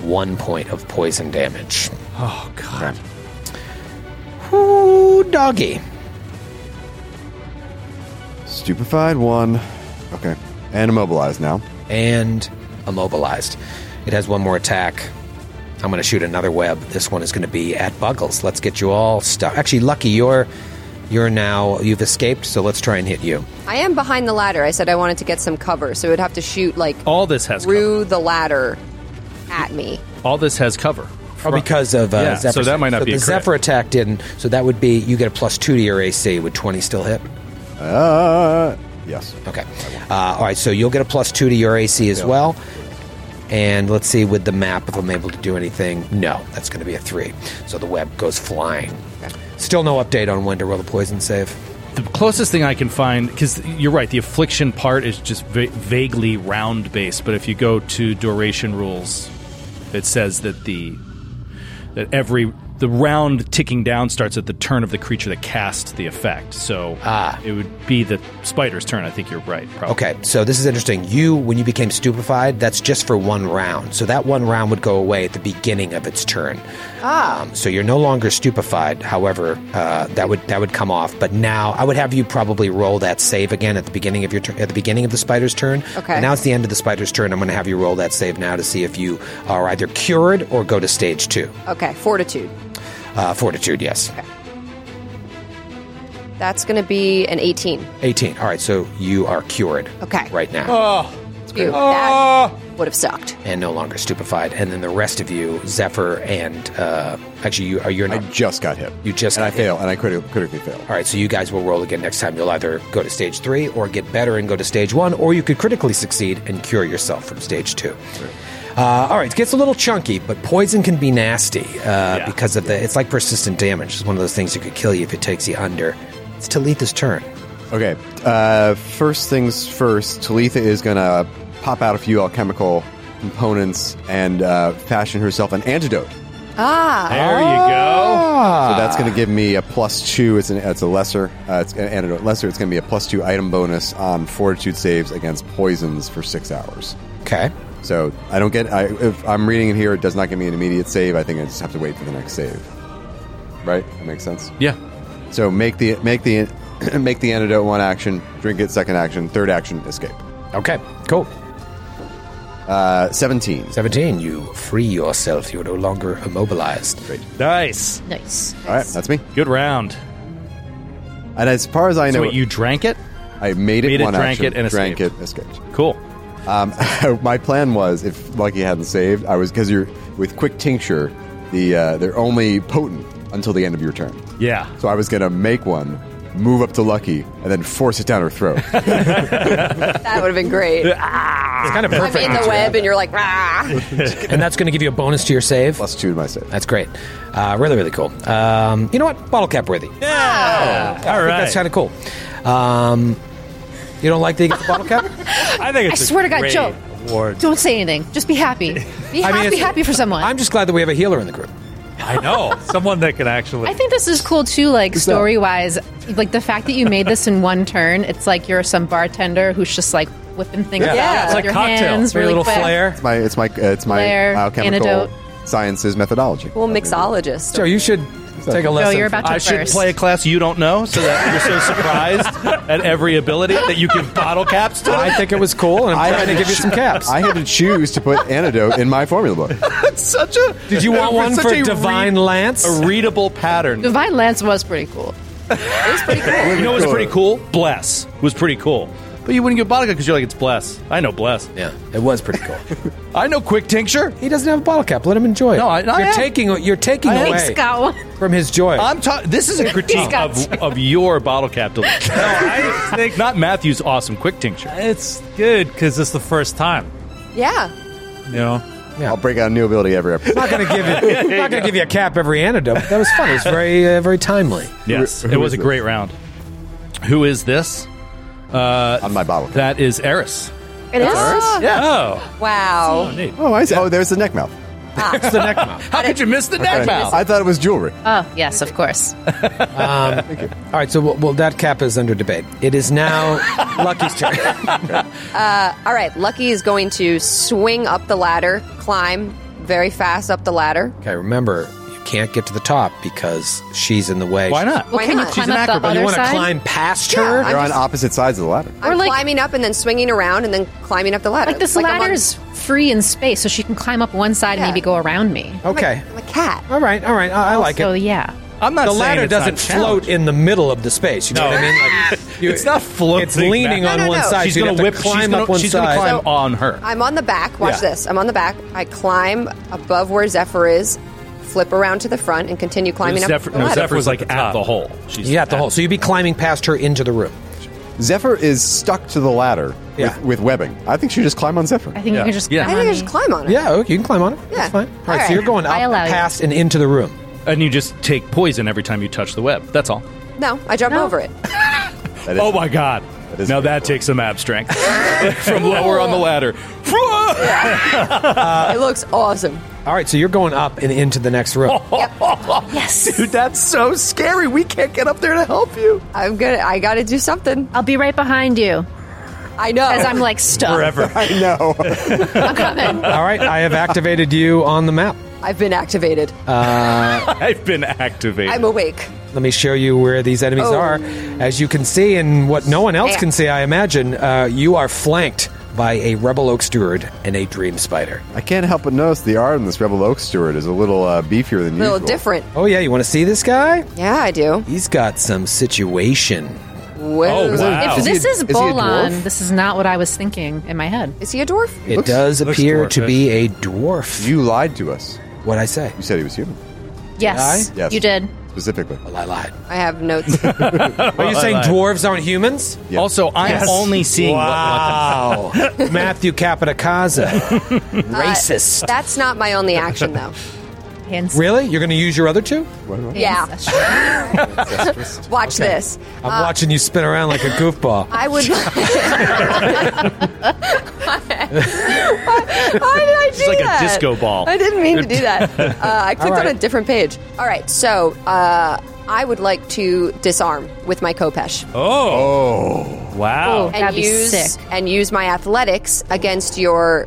Speaker 2: one point of poison damage.
Speaker 9: Ah.
Speaker 7: Oh, God.
Speaker 2: Ooh, doggy.
Speaker 3: Stupefied one. Okay. And immobilized now.
Speaker 2: And immobilized. It has one more attack. I'm going to shoot another web. This one is going to be at Buggles. Let's get you all stuck. Actually, Lucky, you're you're now you've escaped, so let's try and hit you.
Speaker 9: I am behind the ladder. I said I wanted to get some cover, so it would have to shoot like
Speaker 7: All this has
Speaker 9: through the ladder at me.
Speaker 7: All this has cover.
Speaker 2: Oh, because of uh,
Speaker 7: Yeah,
Speaker 2: Zephyr.
Speaker 7: so that might not be a
Speaker 2: the
Speaker 7: crit.
Speaker 2: Zephyr attack didn't. So that would be you get a plus two to your AC. Would twenty still hit?
Speaker 3: Uh, yes.
Speaker 2: Okay. Uh, all right, so you'll get a plus two to your AC as well. And let's see with the map if I'm able to do anything. No, that's going to be a three. So the web goes flying. Still no update on when to roll a poison save.
Speaker 4: The closest thing I can find, because you're right, the affliction part is just va- vaguely round based. But if you go to duration rules, it says that the that every the round ticking down starts at the turn of the creature that cast the effect. So
Speaker 2: Ah.
Speaker 4: it would be the spider's turn. I think you're right. Probably.
Speaker 2: Okay, so this is interesting. You, when you became stupefied, that's just for one round. So that one round would go away at the beginning of its turn.
Speaker 13: Ah.
Speaker 2: Um, so you're no longer stupefied. However, uh, that would that would come off. But now I would have you probably roll that save again at the beginning of your tur- at the beginning of the spider's turn.
Speaker 9: Okay.
Speaker 2: And now it's the end of the spider's turn. I'm going to have you roll that save now to see if you are either cured or go to stage two.
Speaker 9: Okay, fortitude.
Speaker 2: Uh, fortitude, yes.
Speaker 9: That's going to be an 18.
Speaker 2: 18. All right, so you are cured.
Speaker 9: Okay.
Speaker 2: Right now.
Speaker 9: Dude, that would have sucked.
Speaker 2: and no longer stupefied. And then the rest of you, Zephyr and uh, actually, you are you're not. I
Speaker 3: just got hit.
Speaker 2: You just and I
Speaker 3: fail, and I critically critically fail.
Speaker 2: All right, so you guys will roll again next time. You'll either go to stage three or get better and go to stage one, or you could critically succeed and cure yourself from stage two. Uh, all right, it gets a little chunky, but poison can be nasty uh, because of the. It's like persistent damage. It's one of those things that could kill you if it takes you under. It's Talitha's turn.
Speaker 3: Okay. Uh, first things first, Talitha is going to pop out a few alchemical components and uh, fashion herself an antidote.
Speaker 13: Ah.
Speaker 3: There you So that's going to give me a plus two. It's, an, it's a lesser. Uh, it's an antidote lesser. It's going to be a plus two item bonus on fortitude saves against poisons for six hours.
Speaker 2: Okay.
Speaker 3: So I don't get. I, if I'm reading it here, it does not give me an immediate save. I think I just have to wait for the next save. Right? That makes sense.
Speaker 4: Yeah.
Speaker 3: So make the make the make the antidote one action, drink it second action, third action escape.
Speaker 2: Okay. Cool.
Speaker 3: Uh, 17.
Speaker 2: 17. You free yourself. You're no longer immobilized. Great.
Speaker 4: Nice.
Speaker 8: Nice.
Speaker 3: All right, that's me.
Speaker 4: Good round.
Speaker 3: And as far as I
Speaker 4: So
Speaker 3: know,
Speaker 4: wait, you drank it.
Speaker 3: I made it
Speaker 4: Made it,
Speaker 3: one
Speaker 4: drank
Speaker 3: action,
Speaker 4: it, and
Speaker 3: drank it, escaped.
Speaker 4: Cool.
Speaker 3: Um, my plan was if Lucky hadn't saved, I was because you're with quick tincture, the uh, they're only potent until the end of your turn.
Speaker 4: Yeah.
Speaker 3: So I was gonna make one, move up to Lucky, and then force it down her throat.
Speaker 9: That would have been great. it's Ah.
Speaker 2: kind of perfect.
Speaker 9: I'm in the web and you're like, rah.
Speaker 2: and that's going to give you a bonus to your save.
Speaker 3: Plus two to my save.
Speaker 2: That's great. Uh, really, really cool. Um, you know what? Bottle cap worthy. Yeah. I think That's kind of cool. Um, you don't like that you get the bottle cap? I
Speaker 8: think it's I a swear to God, great Joe.
Speaker 2: Award.
Speaker 8: Don't say anything. Just be happy. Be,
Speaker 2: I mean,
Speaker 8: happy. be
Speaker 2: it's-
Speaker 8: happy for someone.
Speaker 2: I'm just glad that we have a healer in the group.
Speaker 12: I know someone that can actually.
Speaker 8: I think this is cool too, like story wise. Like the fact that you made this in one turn, it's like you're some bartender who's just like whipping things
Speaker 3: Yeah.
Speaker 8: up
Speaker 3: Yeah.
Speaker 8: with
Speaker 3: It's like
Speaker 8: your
Speaker 3: cocktail.
Speaker 8: hands
Speaker 3: Very
Speaker 8: really
Speaker 3: little
Speaker 8: quick.
Speaker 3: flair. It's my it's my uh, it's my
Speaker 8: Flair,
Speaker 3: alchemical
Speaker 8: antidote.
Speaker 3: sciences methodology.
Speaker 9: Well, mixologist.
Speaker 2: Joe, you should
Speaker 3: take a
Speaker 8: lesson you're about to
Speaker 4: I should
Speaker 8: burst.
Speaker 4: play a class you don't know, so that you're so surprised at every ability that you give bottle caps to.
Speaker 2: I think it was cool, and I'm trying to give you some caps.
Speaker 3: I had to choose to put antidote in my formula book.
Speaker 4: That's such a.
Speaker 2: Did you want one
Speaker 4: such
Speaker 2: for
Speaker 4: a
Speaker 2: Divine Lance?
Speaker 4: A readable pattern.
Speaker 8: Divine Lance was pretty cool.
Speaker 4: you know what's pretty cool? Bless was pretty cool. But you wouldn't give bottle cap because you're like, it's bless. I know bless.
Speaker 2: Yeah, it was pretty cool.
Speaker 4: I know quick tincture.
Speaker 2: He doesn't have a bottle cap. Let him enjoy it.
Speaker 4: No, I- I
Speaker 2: you're
Speaker 4: am.
Speaker 2: taking you're taking
Speaker 4: I am.
Speaker 2: away
Speaker 4: He's got
Speaker 2: from his joy.
Speaker 4: I'm ta- This is a critique of, of your bottle cap delivery. no, I think not Matthew's awesome quick tincture.
Speaker 12: It's good because it's the first time.
Speaker 9: Yeah.
Speaker 12: You know,
Speaker 3: I'll break out a new ability every episode.
Speaker 2: not going to give it. I'm not going to give you a cap every antidote. but That was fun. It was very uh, very timely.
Speaker 4: Yes,
Speaker 2: Who- who
Speaker 4: it was
Speaker 2: is
Speaker 4: a
Speaker 2: this?
Speaker 4: great round. Who is this? Uh,
Speaker 3: On my bottle.
Speaker 4: That is Eris.
Speaker 9: It is?
Speaker 4: Yeah.
Speaker 2: Oh.
Speaker 9: Wow.
Speaker 3: Oh, I see. Oh, there's the neck mouth.
Speaker 2: It's the neck mouth.
Speaker 4: How could you miss the
Speaker 3: Okay. I thought it was jewelry.
Speaker 8: Oh, yes, of course.
Speaker 2: Um, All right, so well, well, that cap is under debate. It is now Lucky's turn.
Speaker 9: Uh, all right, Lucky is going to swing up the ladder, climb very fast up the ladder.
Speaker 2: Okay, remember, you can't get to the top because she's in the way.
Speaker 9: Why not? Well, Why can you not? climb up the
Speaker 2: You
Speaker 9: other
Speaker 2: wanna
Speaker 9: side?
Speaker 2: climb past
Speaker 9: Yeah,
Speaker 2: her?
Speaker 9: I'm They're on just-
Speaker 3: opposite sides of the ladder.
Speaker 9: I'm climbing up and then swinging around and then climbing up the ladder.
Speaker 8: Like this
Speaker 9: a
Speaker 8: ladder
Speaker 9: monkey.
Speaker 8: is free in space, so she can climb up one side and maybe go around me.
Speaker 2: Okay.
Speaker 9: I'm a cat.
Speaker 2: All right, all right. I, I like it.
Speaker 8: So yeah.
Speaker 4: I'm
Speaker 2: the ladder doesn't float in the middle of the space. You know what I mean? Like, you-
Speaker 4: it's not floating.
Speaker 2: It's leaning
Speaker 4: back.
Speaker 2: on one side.
Speaker 4: She's
Speaker 2: so you'd
Speaker 4: gonna whip.
Speaker 2: have to Climb
Speaker 4: she's gonna,
Speaker 2: up one
Speaker 4: she's
Speaker 2: side.
Speaker 4: gonna climb on her.
Speaker 9: I'm on the back. Watch
Speaker 4: Yeah.
Speaker 9: this. I'm on the back. I climb above where Zephyr is, flip around to the front, and continue climbing up. the ladder.
Speaker 4: Zephyr's like at the hole. She's
Speaker 2: yeah, at the hole. So you'd be climbing past her into the room.
Speaker 3: Zephyr is stuck to the ladder
Speaker 2: Yeah.
Speaker 3: with, with webbing. I think she just climb on Zephyr.
Speaker 8: I think you can just. Climb
Speaker 9: I think I should climb on it.
Speaker 2: Yeah, okay, you can climb on it.
Speaker 9: Yeah.
Speaker 2: That's fine. All right,
Speaker 9: Alright.
Speaker 2: so you're going
Speaker 9: I
Speaker 2: up
Speaker 9: allow you.
Speaker 2: past and into the room.
Speaker 4: And you just take poison every time you touch the web. That's all.
Speaker 9: No, I jump over it.
Speaker 4: Oh my god. now that takes some ab strength from lower on the ladder.
Speaker 9: it looks awesome.
Speaker 2: Uh, All right, so you're going up and into the next
Speaker 7: Oh,
Speaker 2: room.
Speaker 9: Yes.
Speaker 3: Dude, that's so scary. We can't get up there to help you.
Speaker 9: I'm gonna. I gotta do something.
Speaker 8: I'll be right behind you.
Speaker 9: I know.
Speaker 8: Because I'm like stuck.
Speaker 3: I know.
Speaker 8: I'm coming.
Speaker 2: All right, I have activated you on the map.
Speaker 9: I've been activated.
Speaker 2: Uh,
Speaker 4: I've been activated.
Speaker 9: I'm awake.
Speaker 2: Let me show you where these enemies
Speaker 9: Oh.
Speaker 2: are. As you can see, and what no one else can see, I imagine, uh, you are flanked by a Rebel Oak Steward and a Dream Spider.
Speaker 3: I can't help but notice the art in this Rebel Oak Steward is a little uh, beefier than
Speaker 9: A little
Speaker 3: usual.
Speaker 9: different.
Speaker 2: Oh, yeah, you want to see this guy?
Speaker 9: Yeah, I do.
Speaker 2: He's got some situation.
Speaker 9: Whoa.
Speaker 2: Oh, wow.
Speaker 8: If this
Speaker 2: Is he a-
Speaker 8: is
Speaker 2: is he a
Speaker 8: Bolan,
Speaker 2: dwarf?
Speaker 8: this is not what I was thinking in my head.
Speaker 9: Is he a dwarf?
Speaker 2: It does appear to be a dwarf.
Speaker 3: You lied to us.
Speaker 2: What I say?
Speaker 3: You said he was human.
Speaker 8: Yes,
Speaker 3: Did I? Yes.
Speaker 8: you did.
Speaker 3: Specifically.
Speaker 2: Well, I lied.
Speaker 9: I have notes.
Speaker 2: Are you saying dwarves aren't humans?
Speaker 4: Also, I'm
Speaker 2: Yes.
Speaker 4: only seeing
Speaker 2: Wow. Matthew Capitacasa.
Speaker 9: Uh,
Speaker 2: Racist.
Speaker 9: that's not my only action though.
Speaker 2: Really? You're going to use your other two?
Speaker 9: yeah. Watch this. Uh,
Speaker 2: I'm watching you spin around like a goofball.
Speaker 9: I would. Why did I do
Speaker 2: It's like a
Speaker 9: that?
Speaker 2: disco ball.
Speaker 9: I didn't mean to do that. Uh, I clicked
Speaker 2: All right.
Speaker 9: on a different page. All right, so uh, I would like to disarm with my Kopesh.
Speaker 4: Oh. Wow.
Speaker 9: and use and use my athletics against your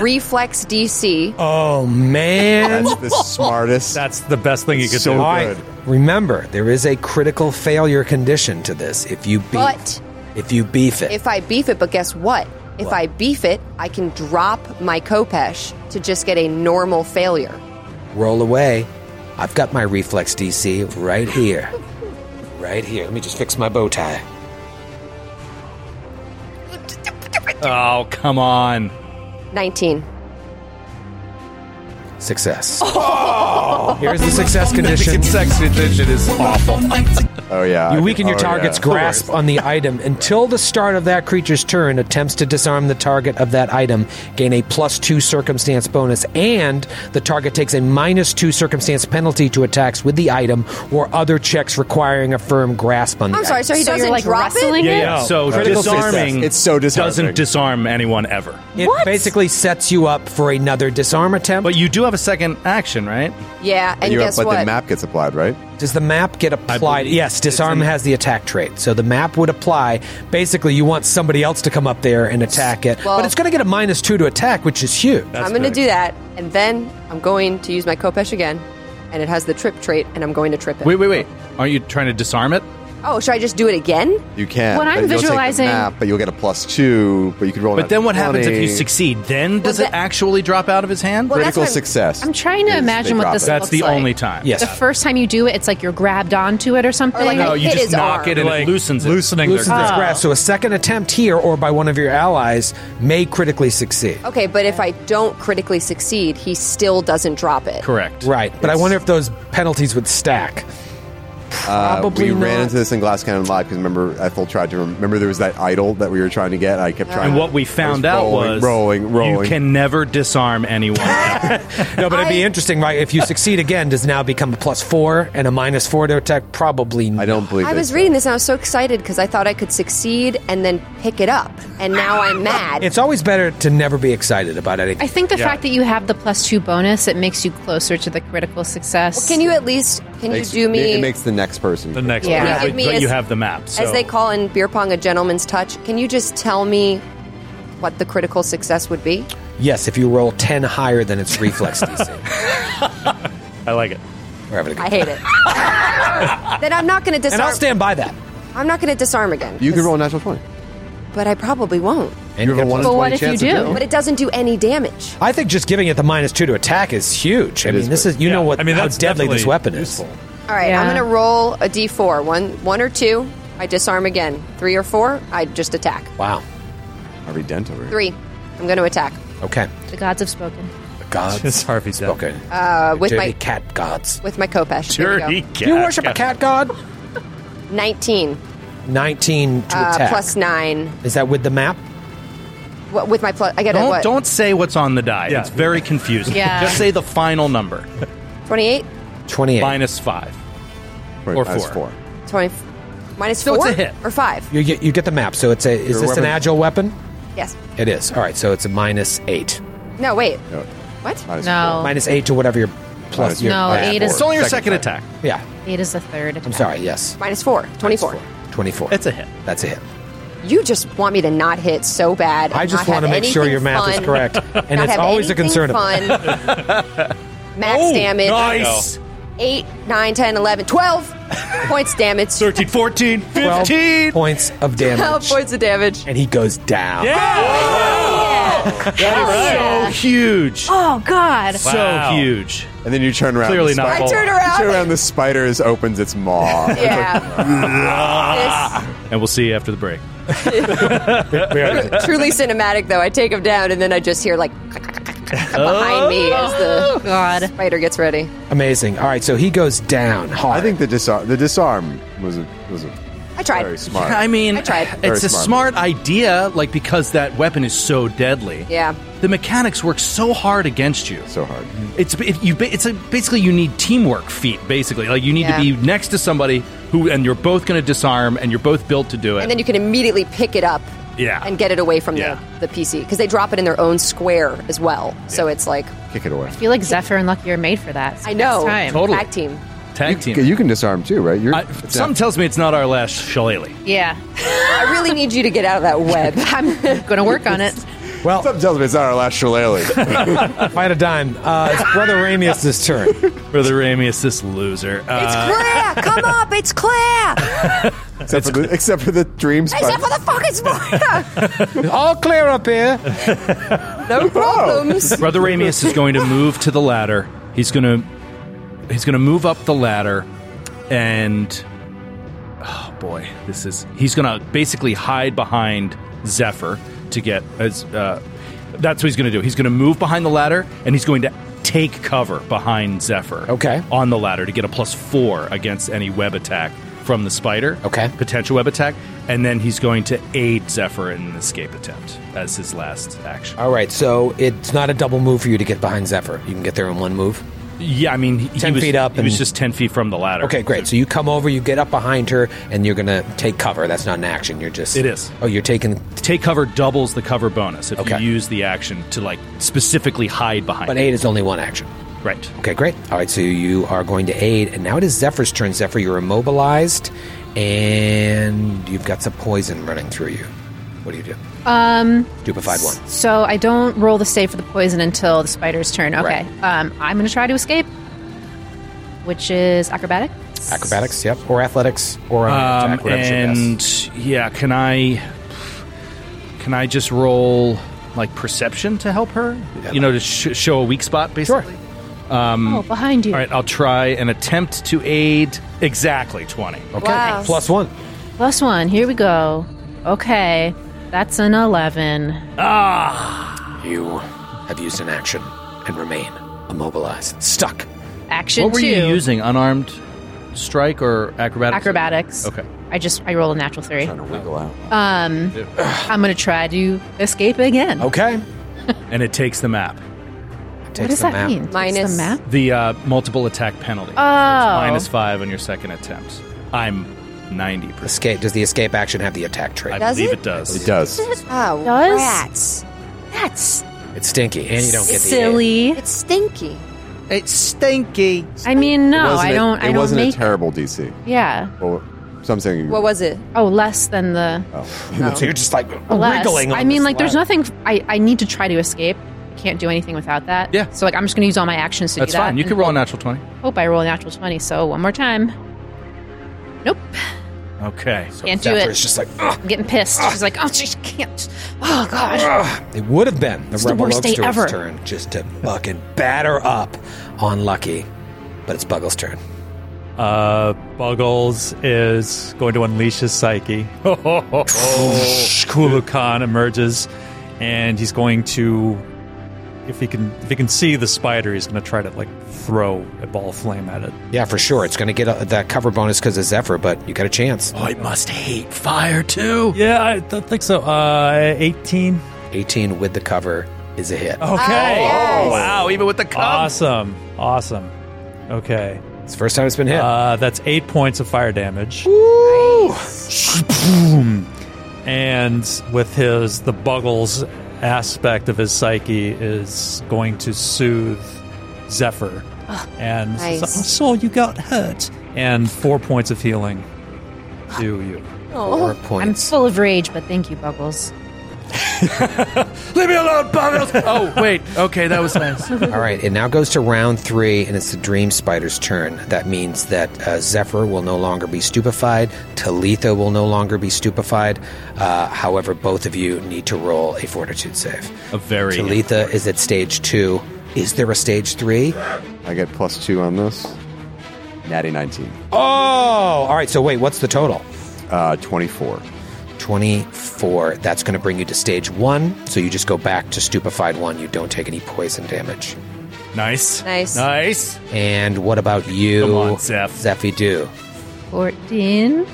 Speaker 9: reflex DC.
Speaker 2: Oh man,
Speaker 9: That's the
Speaker 3: smartest.
Speaker 2: That's the best thing
Speaker 12: you could do.
Speaker 2: All right. Remember, there is a critical failure condition to this. If you beef,
Speaker 9: But
Speaker 2: if you beef it,
Speaker 9: if I beef it, but guess what? If
Speaker 2: What?
Speaker 9: I beef it, I can drop my Kopesh to just get a normal failure.
Speaker 2: roll away. I've got my reflex DC right here, right here. Let me just fix my bow tie.
Speaker 4: Oh, come on.
Speaker 9: 19.
Speaker 2: Success.
Speaker 9: Oh.
Speaker 4: Oh.
Speaker 2: Here's the success condition.
Speaker 6: success condition is awful.
Speaker 3: Oh yeah.
Speaker 2: You weaken your target's grasp on the item until the start of that creature's turn. Attempts to disarm the target of that item gain a plus two circumstance bonus, and the target takes a minus two circumstance penalty to attacks with the item or other checks requiring a firm grasp on the
Speaker 9: I'm Oh, sorry, so he
Speaker 8: So you're,
Speaker 9: doesn't
Speaker 8: like,
Speaker 9: drop it?
Speaker 8: wrestling it?
Speaker 4: Yeah, so
Speaker 2: Critical
Speaker 4: disarming
Speaker 2: success.
Speaker 3: It's so
Speaker 4: doesn't disarm anyone ever.
Speaker 2: It basically sets you up for another disarm attempt.
Speaker 4: But you do have a second action, right?
Speaker 9: Yeah, and guess
Speaker 3: but
Speaker 9: what?
Speaker 3: the map gets applied, right?
Speaker 2: Does the map get applied? Yes, disarm has the attack trait, so the map would apply. Basically, you want somebody else to come up there and attack it,
Speaker 9: Well-
Speaker 2: but it's going to get a minus two to attack, which is huge.
Speaker 9: I'm going to do that, and then I'm going to use my Kopesh again, and it has the trip trait, and I'm going to trip it.
Speaker 4: Wait, wait, wait. Aren't you trying to disarm it?
Speaker 9: Oh, should I just do it again?
Speaker 3: You can.
Speaker 9: What
Speaker 3: but
Speaker 9: I'm
Speaker 3: you'll take the
Speaker 9: visualizing-
Speaker 3: map, but you'll get a plus two. But you can roll.
Speaker 4: But then what happens if you
Speaker 3: succeed?
Speaker 4: succeed? Then does it
Speaker 8: that-
Speaker 4: actually drop out of his hand?
Speaker 8: Well, that's Critical what I'm- success I'm trying to is they imagine what drop this it.
Speaker 4: That's
Speaker 8: looks
Speaker 4: the
Speaker 8: like.
Speaker 4: only time.
Speaker 8: The first time you do it, it's like you're grabbed onto it or something.
Speaker 4: no, you just knock it and
Speaker 12: Like,
Speaker 4: it loosens it.
Speaker 12: loosening
Speaker 2: Loosens
Speaker 8: grasp.
Speaker 2: its grasp. So a second attempt here or by one of your allies may critically succeed.
Speaker 9: Okay, but if I don't critically succeed, he still doesn't drop it.
Speaker 4: Correct.
Speaker 2: Right. But I wonder if those penalties would stack. Probably
Speaker 3: Uh, we ran
Speaker 2: not.
Speaker 3: into this in Glass Cannon Live because remember Ethel tried to remember there was that idol that we were trying to get. I kept trying.
Speaker 4: And what we found
Speaker 3: I
Speaker 4: out
Speaker 3: rolling,
Speaker 4: was
Speaker 3: rolling, rolling.
Speaker 4: you can never disarm anyone.
Speaker 2: No, but it'd be interesting, right? If you succeed again, does now become a plus four and a minus four to attack? Probably not. I
Speaker 3: don't believe
Speaker 9: I was reading this and I was so excited because I thought I could succeed and then pick it up, and now I'm mad.
Speaker 2: It's always better to never be excited about anything.
Speaker 8: I think the fact that you have the plus two bonus, it makes you closer to the critical success.
Speaker 9: Well, can you at least can
Speaker 3: Makes-
Speaker 9: you do me?
Speaker 3: It makes the next person. The
Speaker 4: next
Speaker 9: Yeah. person. Give me
Speaker 4: but
Speaker 9: a-
Speaker 4: you have the map. So.
Speaker 9: As they call in beer pong a gentleman's touch, can you just tell me what the critical success would be?
Speaker 2: Yes, if you roll 10 higher than its reflex DC.
Speaker 4: I like it.
Speaker 2: We're having a good
Speaker 9: I hate it. then I'm not going to
Speaker 2: And
Speaker 9: disarm.
Speaker 2: I'll stand by that.
Speaker 9: I'm not going to disarm again.
Speaker 3: You can roll a natural twenty.
Speaker 9: but I probably won't.
Speaker 2: And you have a one
Speaker 8: But what if you do?
Speaker 9: But it doesn't do any damage.
Speaker 2: I think just giving it the minus two to attack is huge. I mean, this is you know what I mean, how deadly this weapon is.
Speaker 9: All right, I'm
Speaker 8: Yeah.
Speaker 9: going to roll a d4. One, one or two, I disarm again. Three or four, I just attack.
Speaker 2: Wow.
Speaker 3: Harvey Dent over here.
Speaker 9: Three, I'm going to attack.
Speaker 2: Okay.
Speaker 8: The gods have spoken.
Speaker 2: The gods. It's Harvey spoken.
Speaker 9: Uh, with
Speaker 2: Dirty
Speaker 9: my
Speaker 2: cat gods.
Speaker 9: with my Kopesh. There we go.
Speaker 2: You worship a cat god?
Speaker 9: 19.
Speaker 2: 19 to
Speaker 9: Uh,
Speaker 2: attack.
Speaker 9: plus nine.
Speaker 2: Is that with the map?
Speaker 9: What, with my plus, I get a
Speaker 4: Don't,
Speaker 9: what?
Speaker 4: don't say what's on the die. It's very confusing.
Speaker 9: Yeah.
Speaker 4: Just say the final number.
Speaker 9: 28,
Speaker 2: 28.
Speaker 4: Minus five. or
Speaker 2: minus
Speaker 4: four.
Speaker 9: 20, minus
Speaker 4: So
Speaker 9: four
Speaker 4: it's a hit.
Speaker 9: or five.
Speaker 2: You get, you get the map. So it's a. Is
Speaker 9: Your
Speaker 2: this
Speaker 9: weapon-
Speaker 2: an agile weapon?
Speaker 9: Yes.
Speaker 2: It is. All right. So it's a minus eight.
Speaker 9: No, wait.
Speaker 2: No.
Speaker 9: What?
Speaker 2: Minus eight to whatever your plus.
Speaker 9: Minus your- No,
Speaker 2: minus
Speaker 9: eight
Speaker 2: four.
Speaker 9: is- It's only your second
Speaker 2: attack. Yeah.
Speaker 8: Eight is the third. Attack.
Speaker 2: I'm sorry. Yes.
Speaker 9: Minus four. 24.
Speaker 2: 24.
Speaker 4: That's a hit.
Speaker 2: That's a hit.
Speaker 9: You just want me to not hit so bad.
Speaker 2: I
Speaker 9: and
Speaker 2: just
Speaker 9: not
Speaker 2: want to
Speaker 9: have
Speaker 2: make sure
Speaker 9: anything
Speaker 2: your math
Speaker 9: fun,
Speaker 2: is correct. And
Speaker 9: not
Speaker 2: it's
Speaker 9: have
Speaker 2: always a
Speaker 9: anything
Speaker 2: concern of Oh,
Speaker 9: fun. Max damage.
Speaker 4: nice.
Speaker 9: 8, 9, 10, 11, 12 points damage.
Speaker 4: 13, 14,
Speaker 2: 15 points
Speaker 9: 12
Speaker 2: of damage.
Speaker 9: points of damage.
Speaker 2: And he goes down.
Speaker 9: Hell yeah.
Speaker 4: so huge.
Speaker 8: Oh God.
Speaker 4: So huge.
Speaker 3: And then you turn around.
Speaker 4: Clearly
Speaker 3: the
Speaker 4: not
Speaker 3: spider-
Speaker 4: I turn
Speaker 3: You turn around. The spider is- opens its maw. It's like,
Speaker 4: and we'll see you after the break.
Speaker 9: Truly cinematic, though. I take him down, and then I just hear like behind me as
Speaker 8: Oh,
Speaker 9: the spider gets ready.
Speaker 2: Amazing. All right, so he goes down hard.
Speaker 3: I think the disarm, the disarm was a, was a
Speaker 9: I tried.
Speaker 3: Very smart.
Speaker 4: I mean,
Speaker 9: I tried.
Speaker 3: Very
Speaker 4: it's a smart idea, like because that weapon is so deadly.
Speaker 9: Yeah.
Speaker 4: The mechanics work so hard against you.
Speaker 3: So hard.
Speaker 4: It's it, you. ba- It's a, basically you need teamwork feat. Basically, like you need
Speaker 9: Yeah.
Speaker 4: to be next to somebody who, and you're both going to disarm, and you're both built to do it.
Speaker 9: And then you can immediately pick it up
Speaker 4: yeah.
Speaker 9: and get it away from
Speaker 4: Yeah.
Speaker 9: the, the PC because they drop it in their own square as well. So it's like
Speaker 3: kick it away.
Speaker 8: I feel like Zephyr and Lucky are made for that.
Speaker 9: I know.
Speaker 8: Next time.
Speaker 4: Totally.
Speaker 9: tag team.
Speaker 4: Tag
Speaker 3: you,
Speaker 4: team.
Speaker 3: you can disarm too, right? You're, it's
Speaker 4: Something tells me it's not our last shillelagh.
Speaker 8: Yeah.
Speaker 9: I really need you to get out of that web. I'm going
Speaker 8: to work on it.
Speaker 2: Well,
Speaker 3: something tells me it's not our last shillelagh.
Speaker 2: if I had a dime, uh, it's Brother Ramius' turn.
Speaker 4: Brother Ramius, this loser. Uh,
Speaker 9: Claire, come up! It's Claire!
Speaker 3: except, for the, except for the dream spider.
Speaker 9: Except for the fucking spider!
Speaker 2: All clear up here.
Speaker 9: No problems.
Speaker 4: Brother Ramius is going to move to the ladder. He's going to he's going to move up the ladder and oh boy, this is he's going to basically hide behind Zephyr to get as uh, that's what he's going to do. He's going to move behind the ladder and he's going to take cover behind Zephyr. Okay. On the ladder to get a plus 4 against any web attack from the spider. Okay. Potential web attack and then he's going to aid Zephyr in an escape attempt as his last action.
Speaker 2: All right, so it's not a double move for you to get behind Zephyr. You can get there in one move.
Speaker 4: Yeah, I mean, he, he
Speaker 2: 10
Speaker 4: was,
Speaker 2: feet up
Speaker 4: He
Speaker 2: and-
Speaker 4: was just ten feet from the ladder.
Speaker 2: Okay, great. So you come over, you get up behind her, and you're going to take cover. That's not an action. You're just.
Speaker 4: It is.
Speaker 2: Oh, you're taking.
Speaker 4: Take cover doubles the cover bonus if
Speaker 2: Okay.
Speaker 4: you use the action to like specifically hide behind.
Speaker 2: But
Speaker 4: it.
Speaker 2: aid is only one action.
Speaker 4: Right.
Speaker 2: Okay, great. All right, so you are going to aid, and now it is Zephyr's turn. Zephyr, you're immobilized, and you've got some poison running through you. What do you do?
Speaker 8: Um.
Speaker 2: Stupefied one.
Speaker 8: So I don't roll the save for the poison until the spider's turn. Okay. Um. I'm going to try to escape, which is acrobatic.
Speaker 2: Acrobatics, yep, or athletics, or uh,
Speaker 4: Um,
Speaker 2: attack, whatever she does.
Speaker 4: and yeah, can I? Can I just roll like perception to help her? you know, to sh- show a weak spot, basically. Sure. Um,
Speaker 8: Oh, behind you.
Speaker 4: All right, I'll try an attempt to aid. Exactly twenty.
Speaker 8: Okay. Wow. Plus one. Plus one. Here we go. Okay. That's an eleven.
Speaker 2: Ah! You have used an action and remain immobilized, stuck.
Speaker 8: Action
Speaker 4: what were
Speaker 8: two.
Speaker 4: you using? Unarmed strike or acrobatics?
Speaker 8: Acrobatics.
Speaker 4: Okay.
Speaker 8: I just I rolled a natural three.
Speaker 4: Wiggle out.
Speaker 8: Um,
Speaker 4: Ew.
Speaker 8: I'm gonna try to escape again.
Speaker 2: Okay.
Speaker 4: and it takes the map.
Speaker 8: what does that mean? Takes
Speaker 9: Minus-
Speaker 8: the map.
Speaker 4: The uh, multiple attack penalty. So it's
Speaker 8: Oh.
Speaker 4: minus five on your second attempt. I'm 90%.
Speaker 2: Escape. Does the escape action have the attack trait?
Speaker 4: I
Speaker 9: Does
Speaker 4: believe
Speaker 9: it?
Speaker 4: it, does.
Speaker 2: It does.
Speaker 9: Oh,
Speaker 8: Does?
Speaker 9: rats.
Speaker 8: That's
Speaker 2: It's stinky, and you don't get the
Speaker 8: silly.
Speaker 9: It's stinky.
Speaker 4: It's stinky.
Speaker 8: I mean,
Speaker 3: It
Speaker 8: no,
Speaker 3: wasn't
Speaker 8: I
Speaker 3: a-
Speaker 8: don't. I
Speaker 3: it
Speaker 8: don't
Speaker 3: wasn't
Speaker 8: make.
Speaker 3: a terrible DC.
Speaker 8: yeah.
Speaker 3: Well, so I'm saying.
Speaker 9: What was it?
Speaker 8: Oh, less than the
Speaker 3: Oh.
Speaker 2: So you're just like
Speaker 8: less.
Speaker 2: wriggling. On
Speaker 8: I mean,
Speaker 2: this
Speaker 8: like, there's
Speaker 2: ladder.
Speaker 8: nothing. I I need to try to escape. Can't do anything without that.
Speaker 4: Yeah.
Speaker 8: So like, I'm just gonna use all my actions to
Speaker 4: That's
Speaker 8: do that.
Speaker 4: fine. You
Speaker 8: and
Speaker 4: can roll a natural 20.
Speaker 8: Hope I roll a natural twenty. So one more time. Nope.
Speaker 4: Okay.
Speaker 8: can't do it.
Speaker 2: Zephyr's just like,
Speaker 8: I'm getting pissed. She's like, oh, she can't. Oh gosh.
Speaker 2: Ah. It would have been the
Speaker 8: It's the
Speaker 2: Rebel
Speaker 8: worst day
Speaker 2: Oak's
Speaker 8: ever.
Speaker 2: turn just to fucking batter up on Lucky, but it's Buggle's turn.
Speaker 12: Uh, Buggles is going to unleash his psyche. Kulu Khan emerges, and he's going to
Speaker 6: if he can if he can see the spider, he's going to try to like throw a ball of flame at it.
Speaker 2: Yeah, for sure. It's going to get a, that cover bonus because of Zephyr, but you got a chance.
Speaker 4: Oh, it must hate fire too.
Speaker 6: Yeah, I don't think so. Uh, eighteen.
Speaker 2: 18 with the cover is a hit.
Speaker 6: Okay. yes.
Speaker 4: Wow, even with the cum.
Speaker 6: Awesome. Awesome. Okay.
Speaker 2: It's the first time it's been hit.
Speaker 6: Uh, that's eight points of fire damage. Boom. And with his the buggles aspect of his psyche is going to soothe Zephyr. And
Speaker 18: nice.
Speaker 6: says, I saw you got hurt. And four points of healing to you.
Speaker 7: Oh, I'm full of rage, but thank you, Buggles.
Speaker 4: Leave me alone, Buggles. oh, wait. Okay, that was nice.
Speaker 2: All right, it now goes to round three, and it's the Dream Spider's turn. That means that uh, Zephyr will no longer be stupefied, Talitha will no longer be stupefied. Uh, however, both of you need to roll a fortitude save.
Speaker 4: A very
Speaker 2: Talitha is at stage two. Is there a stage three?
Speaker 3: I get plus two on this. Natty 19.
Speaker 2: Oh, all right. So wait, what's the total?
Speaker 3: Uh, 24.
Speaker 2: 24. That's going to bring you to stage one. So you just go back to stupefied one. You don't take any poison damage.
Speaker 4: Nice.
Speaker 9: Nice.
Speaker 4: Nice.
Speaker 2: And what about you,
Speaker 4: Come on, Zeph.
Speaker 2: Zephy Do?
Speaker 7: 14.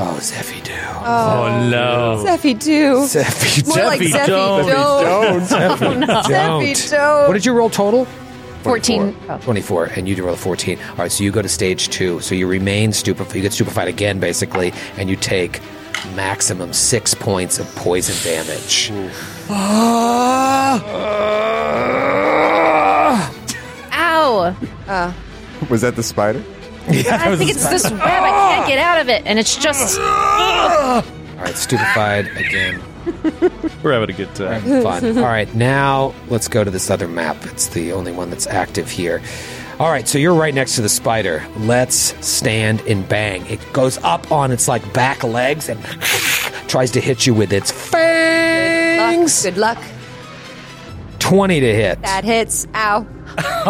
Speaker 2: Oh, Zephy Do.
Speaker 9: Oh,
Speaker 4: no.
Speaker 9: Zeffy do.
Speaker 2: Zephy
Speaker 9: More like Zeffy
Speaker 4: don't.
Speaker 9: don't. Zeffy don't.
Speaker 2: What did you roll total?
Speaker 7: 14. Oh.
Speaker 2: 24, and you roll a 14. All right, so you go to stage two. So you remain stupefied. You get stupefied again, basically, and you take maximum six points of poison damage.
Speaker 7: Ow!
Speaker 3: Was that the spider?
Speaker 7: I think it's this web. I can't get out of it. And it's just.
Speaker 2: All right, stupefied again.
Speaker 4: We're having a good time.
Speaker 2: Fun. All right, now let's go to this other map. It's the only one that's active here. All right, so you're right next to the spider. Let's stand and bang. It goes up on its like back legs and tries to hit you with its fangs.
Speaker 9: Good luck.
Speaker 2: Twenty to hit.
Speaker 9: That hits. Ow.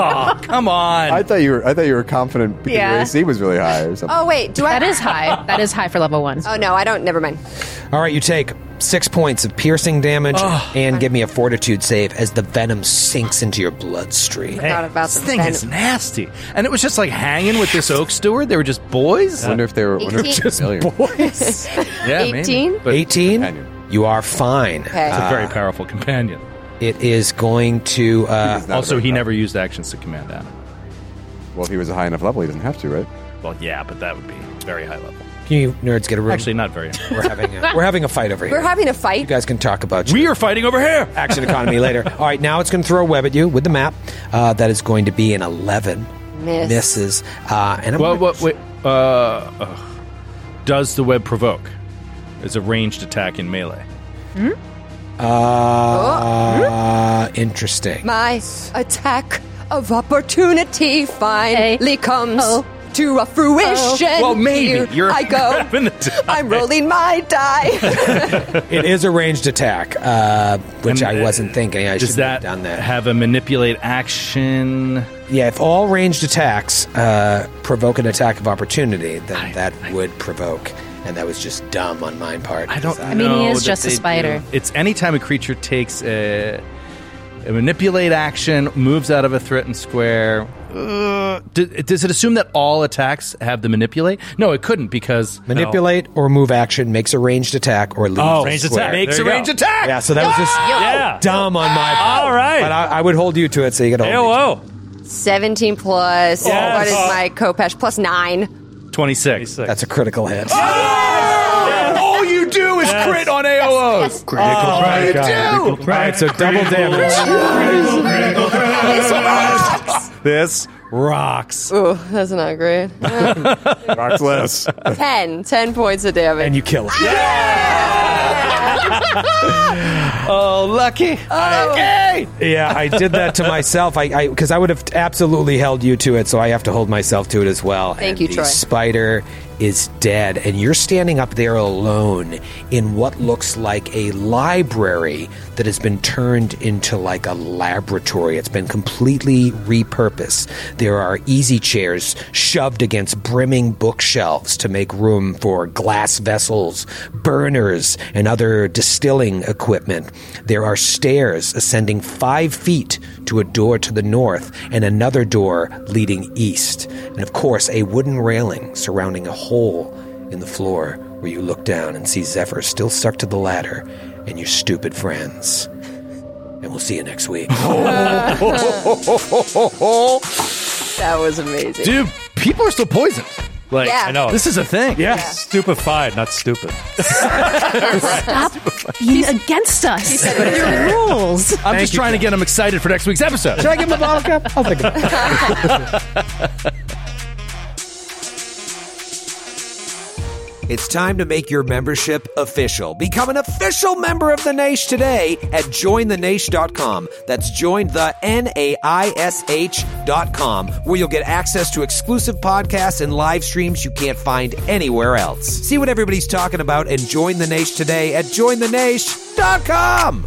Speaker 4: Oh, come on.
Speaker 3: I thought you were. I thought you were confident because
Speaker 9: Yeah.
Speaker 3: your AC was really high or something.
Speaker 9: Oh wait, do I?
Speaker 7: That is high. That is high for level one.
Speaker 9: Oh no, I don't. Never mind.
Speaker 2: All right, you take six points of piercing damage and give me a fortitude save as the venom sinks into your bloodstream.
Speaker 9: Forgot about the
Speaker 4: This thing
Speaker 9: venom.
Speaker 4: is nasty. And it was just like hanging with this oak steward. They were just boys.
Speaker 3: wonder if they were. Wonder if
Speaker 9: Eighteen.
Speaker 3: just familiar.
Speaker 4: Yeah,
Speaker 9: 18?
Speaker 4: But it's
Speaker 2: 18?
Speaker 3: Companion.
Speaker 2: You are fine.
Speaker 9: Okay.
Speaker 4: a
Speaker 2: Ah.
Speaker 4: very powerful companion.
Speaker 2: It is going to. Uh,
Speaker 3: Not
Speaker 4: also,
Speaker 3: very
Speaker 4: he never used actions to command that.
Speaker 8: Oh.
Speaker 3: Well, if he was a high enough level, he doesn't have to, right?
Speaker 4: Well, yeah, but that would be very high level.
Speaker 2: can you nerds get a room?
Speaker 4: Actually, not very.
Speaker 2: we're having a, we're having a fight over here.
Speaker 9: We're having a
Speaker 2: you
Speaker 9: fight.
Speaker 2: guys can talk about your
Speaker 4: we are fighting over here.
Speaker 2: action economy later. All right, now it's going to throw a web at you with the map. Uh, that is going to be an eleven.
Speaker 9: Miss.
Speaker 2: Misses. Uh, and I'm
Speaker 4: Well,
Speaker 2: gonna-
Speaker 4: what? Wait, uh, ugh. does the web provoke? It's a ranged attack in melee.
Speaker 2: Hmm? Uh, interesting.
Speaker 9: My attack of opportunity finally comes to a fruition.
Speaker 4: Oh. Well, maybe
Speaker 9: Here
Speaker 4: you're
Speaker 9: I go.
Speaker 4: having a time.
Speaker 9: I'm rolling my die.
Speaker 2: It is a ranged attack, uh, which
Speaker 4: And,
Speaker 2: I
Speaker 4: uh,
Speaker 2: wasn't thinking. I should
Speaker 4: Does
Speaker 2: have
Speaker 4: that
Speaker 2: done that.
Speaker 4: have a manipulate action?
Speaker 2: yeah, if all ranged attacks uh, provoke an attack of opportunity, then that would provoke. And that was just dumb on my part.
Speaker 4: I don't.
Speaker 2: Is that-
Speaker 7: I mean, he
Speaker 4: know
Speaker 7: is
Speaker 4: that
Speaker 7: just a
Speaker 4: they
Speaker 7: spider.
Speaker 4: do. It's anytime a creature takes a, a manipulate action, moves out of a threatened square. Uh, d- does it assume that all attacks have the manipulate? No, it couldn't because
Speaker 2: Manipulate or move action makes a ranged attack or leaves.
Speaker 6: Oh,
Speaker 2: the
Speaker 6: ranged
Speaker 2: square.
Speaker 6: attack.
Speaker 4: makes
Speaker 6: There
Speaker 4: a
Speaker 6: you go.
Speaker 4: range attack. Ah!
Speaker 2: Yeah, so that was just
Speaker 6: Yeah.
Speaker 2: dumb on my part.
Speaker 6: All right.
Speaker 2: But I, I would hold you to it, so you got to
Speaker 6: Hey,
Speaker 2: hold me
Speaker 6: whoa.
Speaker 9: 17 plus.
Speaker 6: Yes.
Speaker 9: What is my Kopesh? Plus nine.
Speaker 4: twenty six.
Speaker 2: to it. That's a critical hit.
Speaker 4: Oh, All you do is crit on AOs.
Speaker 9: Oh,
Speaker 2: All right, so double damage.
Speaker 4: This rocks.
Speaker 9: Ooh, that's not great.
Speaker 3: Rocks less.
Speaker 9: 10. 10 points of damage.
Speaker 2: And you kill it.
Speaker 4: Oh, lucky. Lucky.
Speaker 2: Yeah, I did that to myself. I because I, would have absolutely held you to it, so I have to hold myself to it as well.
Speaker 9: Thank
Speaker 2: And
Speaker 9: you,
Speaker 2: the
Speaker 9: Troy.
Speaker 2: Spider is dead, and you're standing up there alone in what looks like a library that has been turned into like a laboratory. It's been completely repurposed. There are easy chairs shoved against brimming bookshelves to make room for glass vessels, burners, and other distilleries distilling equipment. There are stairs ascending five feet to a door to the north and another door leading east. And of course, a wooden railing surrounding a hole in the floor where you look down and see Zephyr still stuck to the ladder and your stupid friends. And we'll see you next week.
Speaker 9: that was amazing.
Speaker 4: Dude, people are still poisoned.
Speaker 12: Like,
Speaker 9: Yeah.
Speaker 12: I know.
Speaker 4: This is a thing.
Speaker 12: Yeah. Stupefied, not stupid.
Speaker 8: Stop being against us.
Speaker 4: said-
Speaker 8: Your rules.
Speaker 4: I'm just trying to get them excited for next week's episode.
Speaker 8: Should I give 'em a bottle cap? I'll think about
Speaker 19: It's time to make your membership official. Become an official member of the Naish today at jointhenaish.com. That's join the N-A-I-S-H dot com, where you'll get access to exclusive podcasts and live streams you can't find anywhere else. See what everybody's talking about and join the Naish today at jointhenaish.com.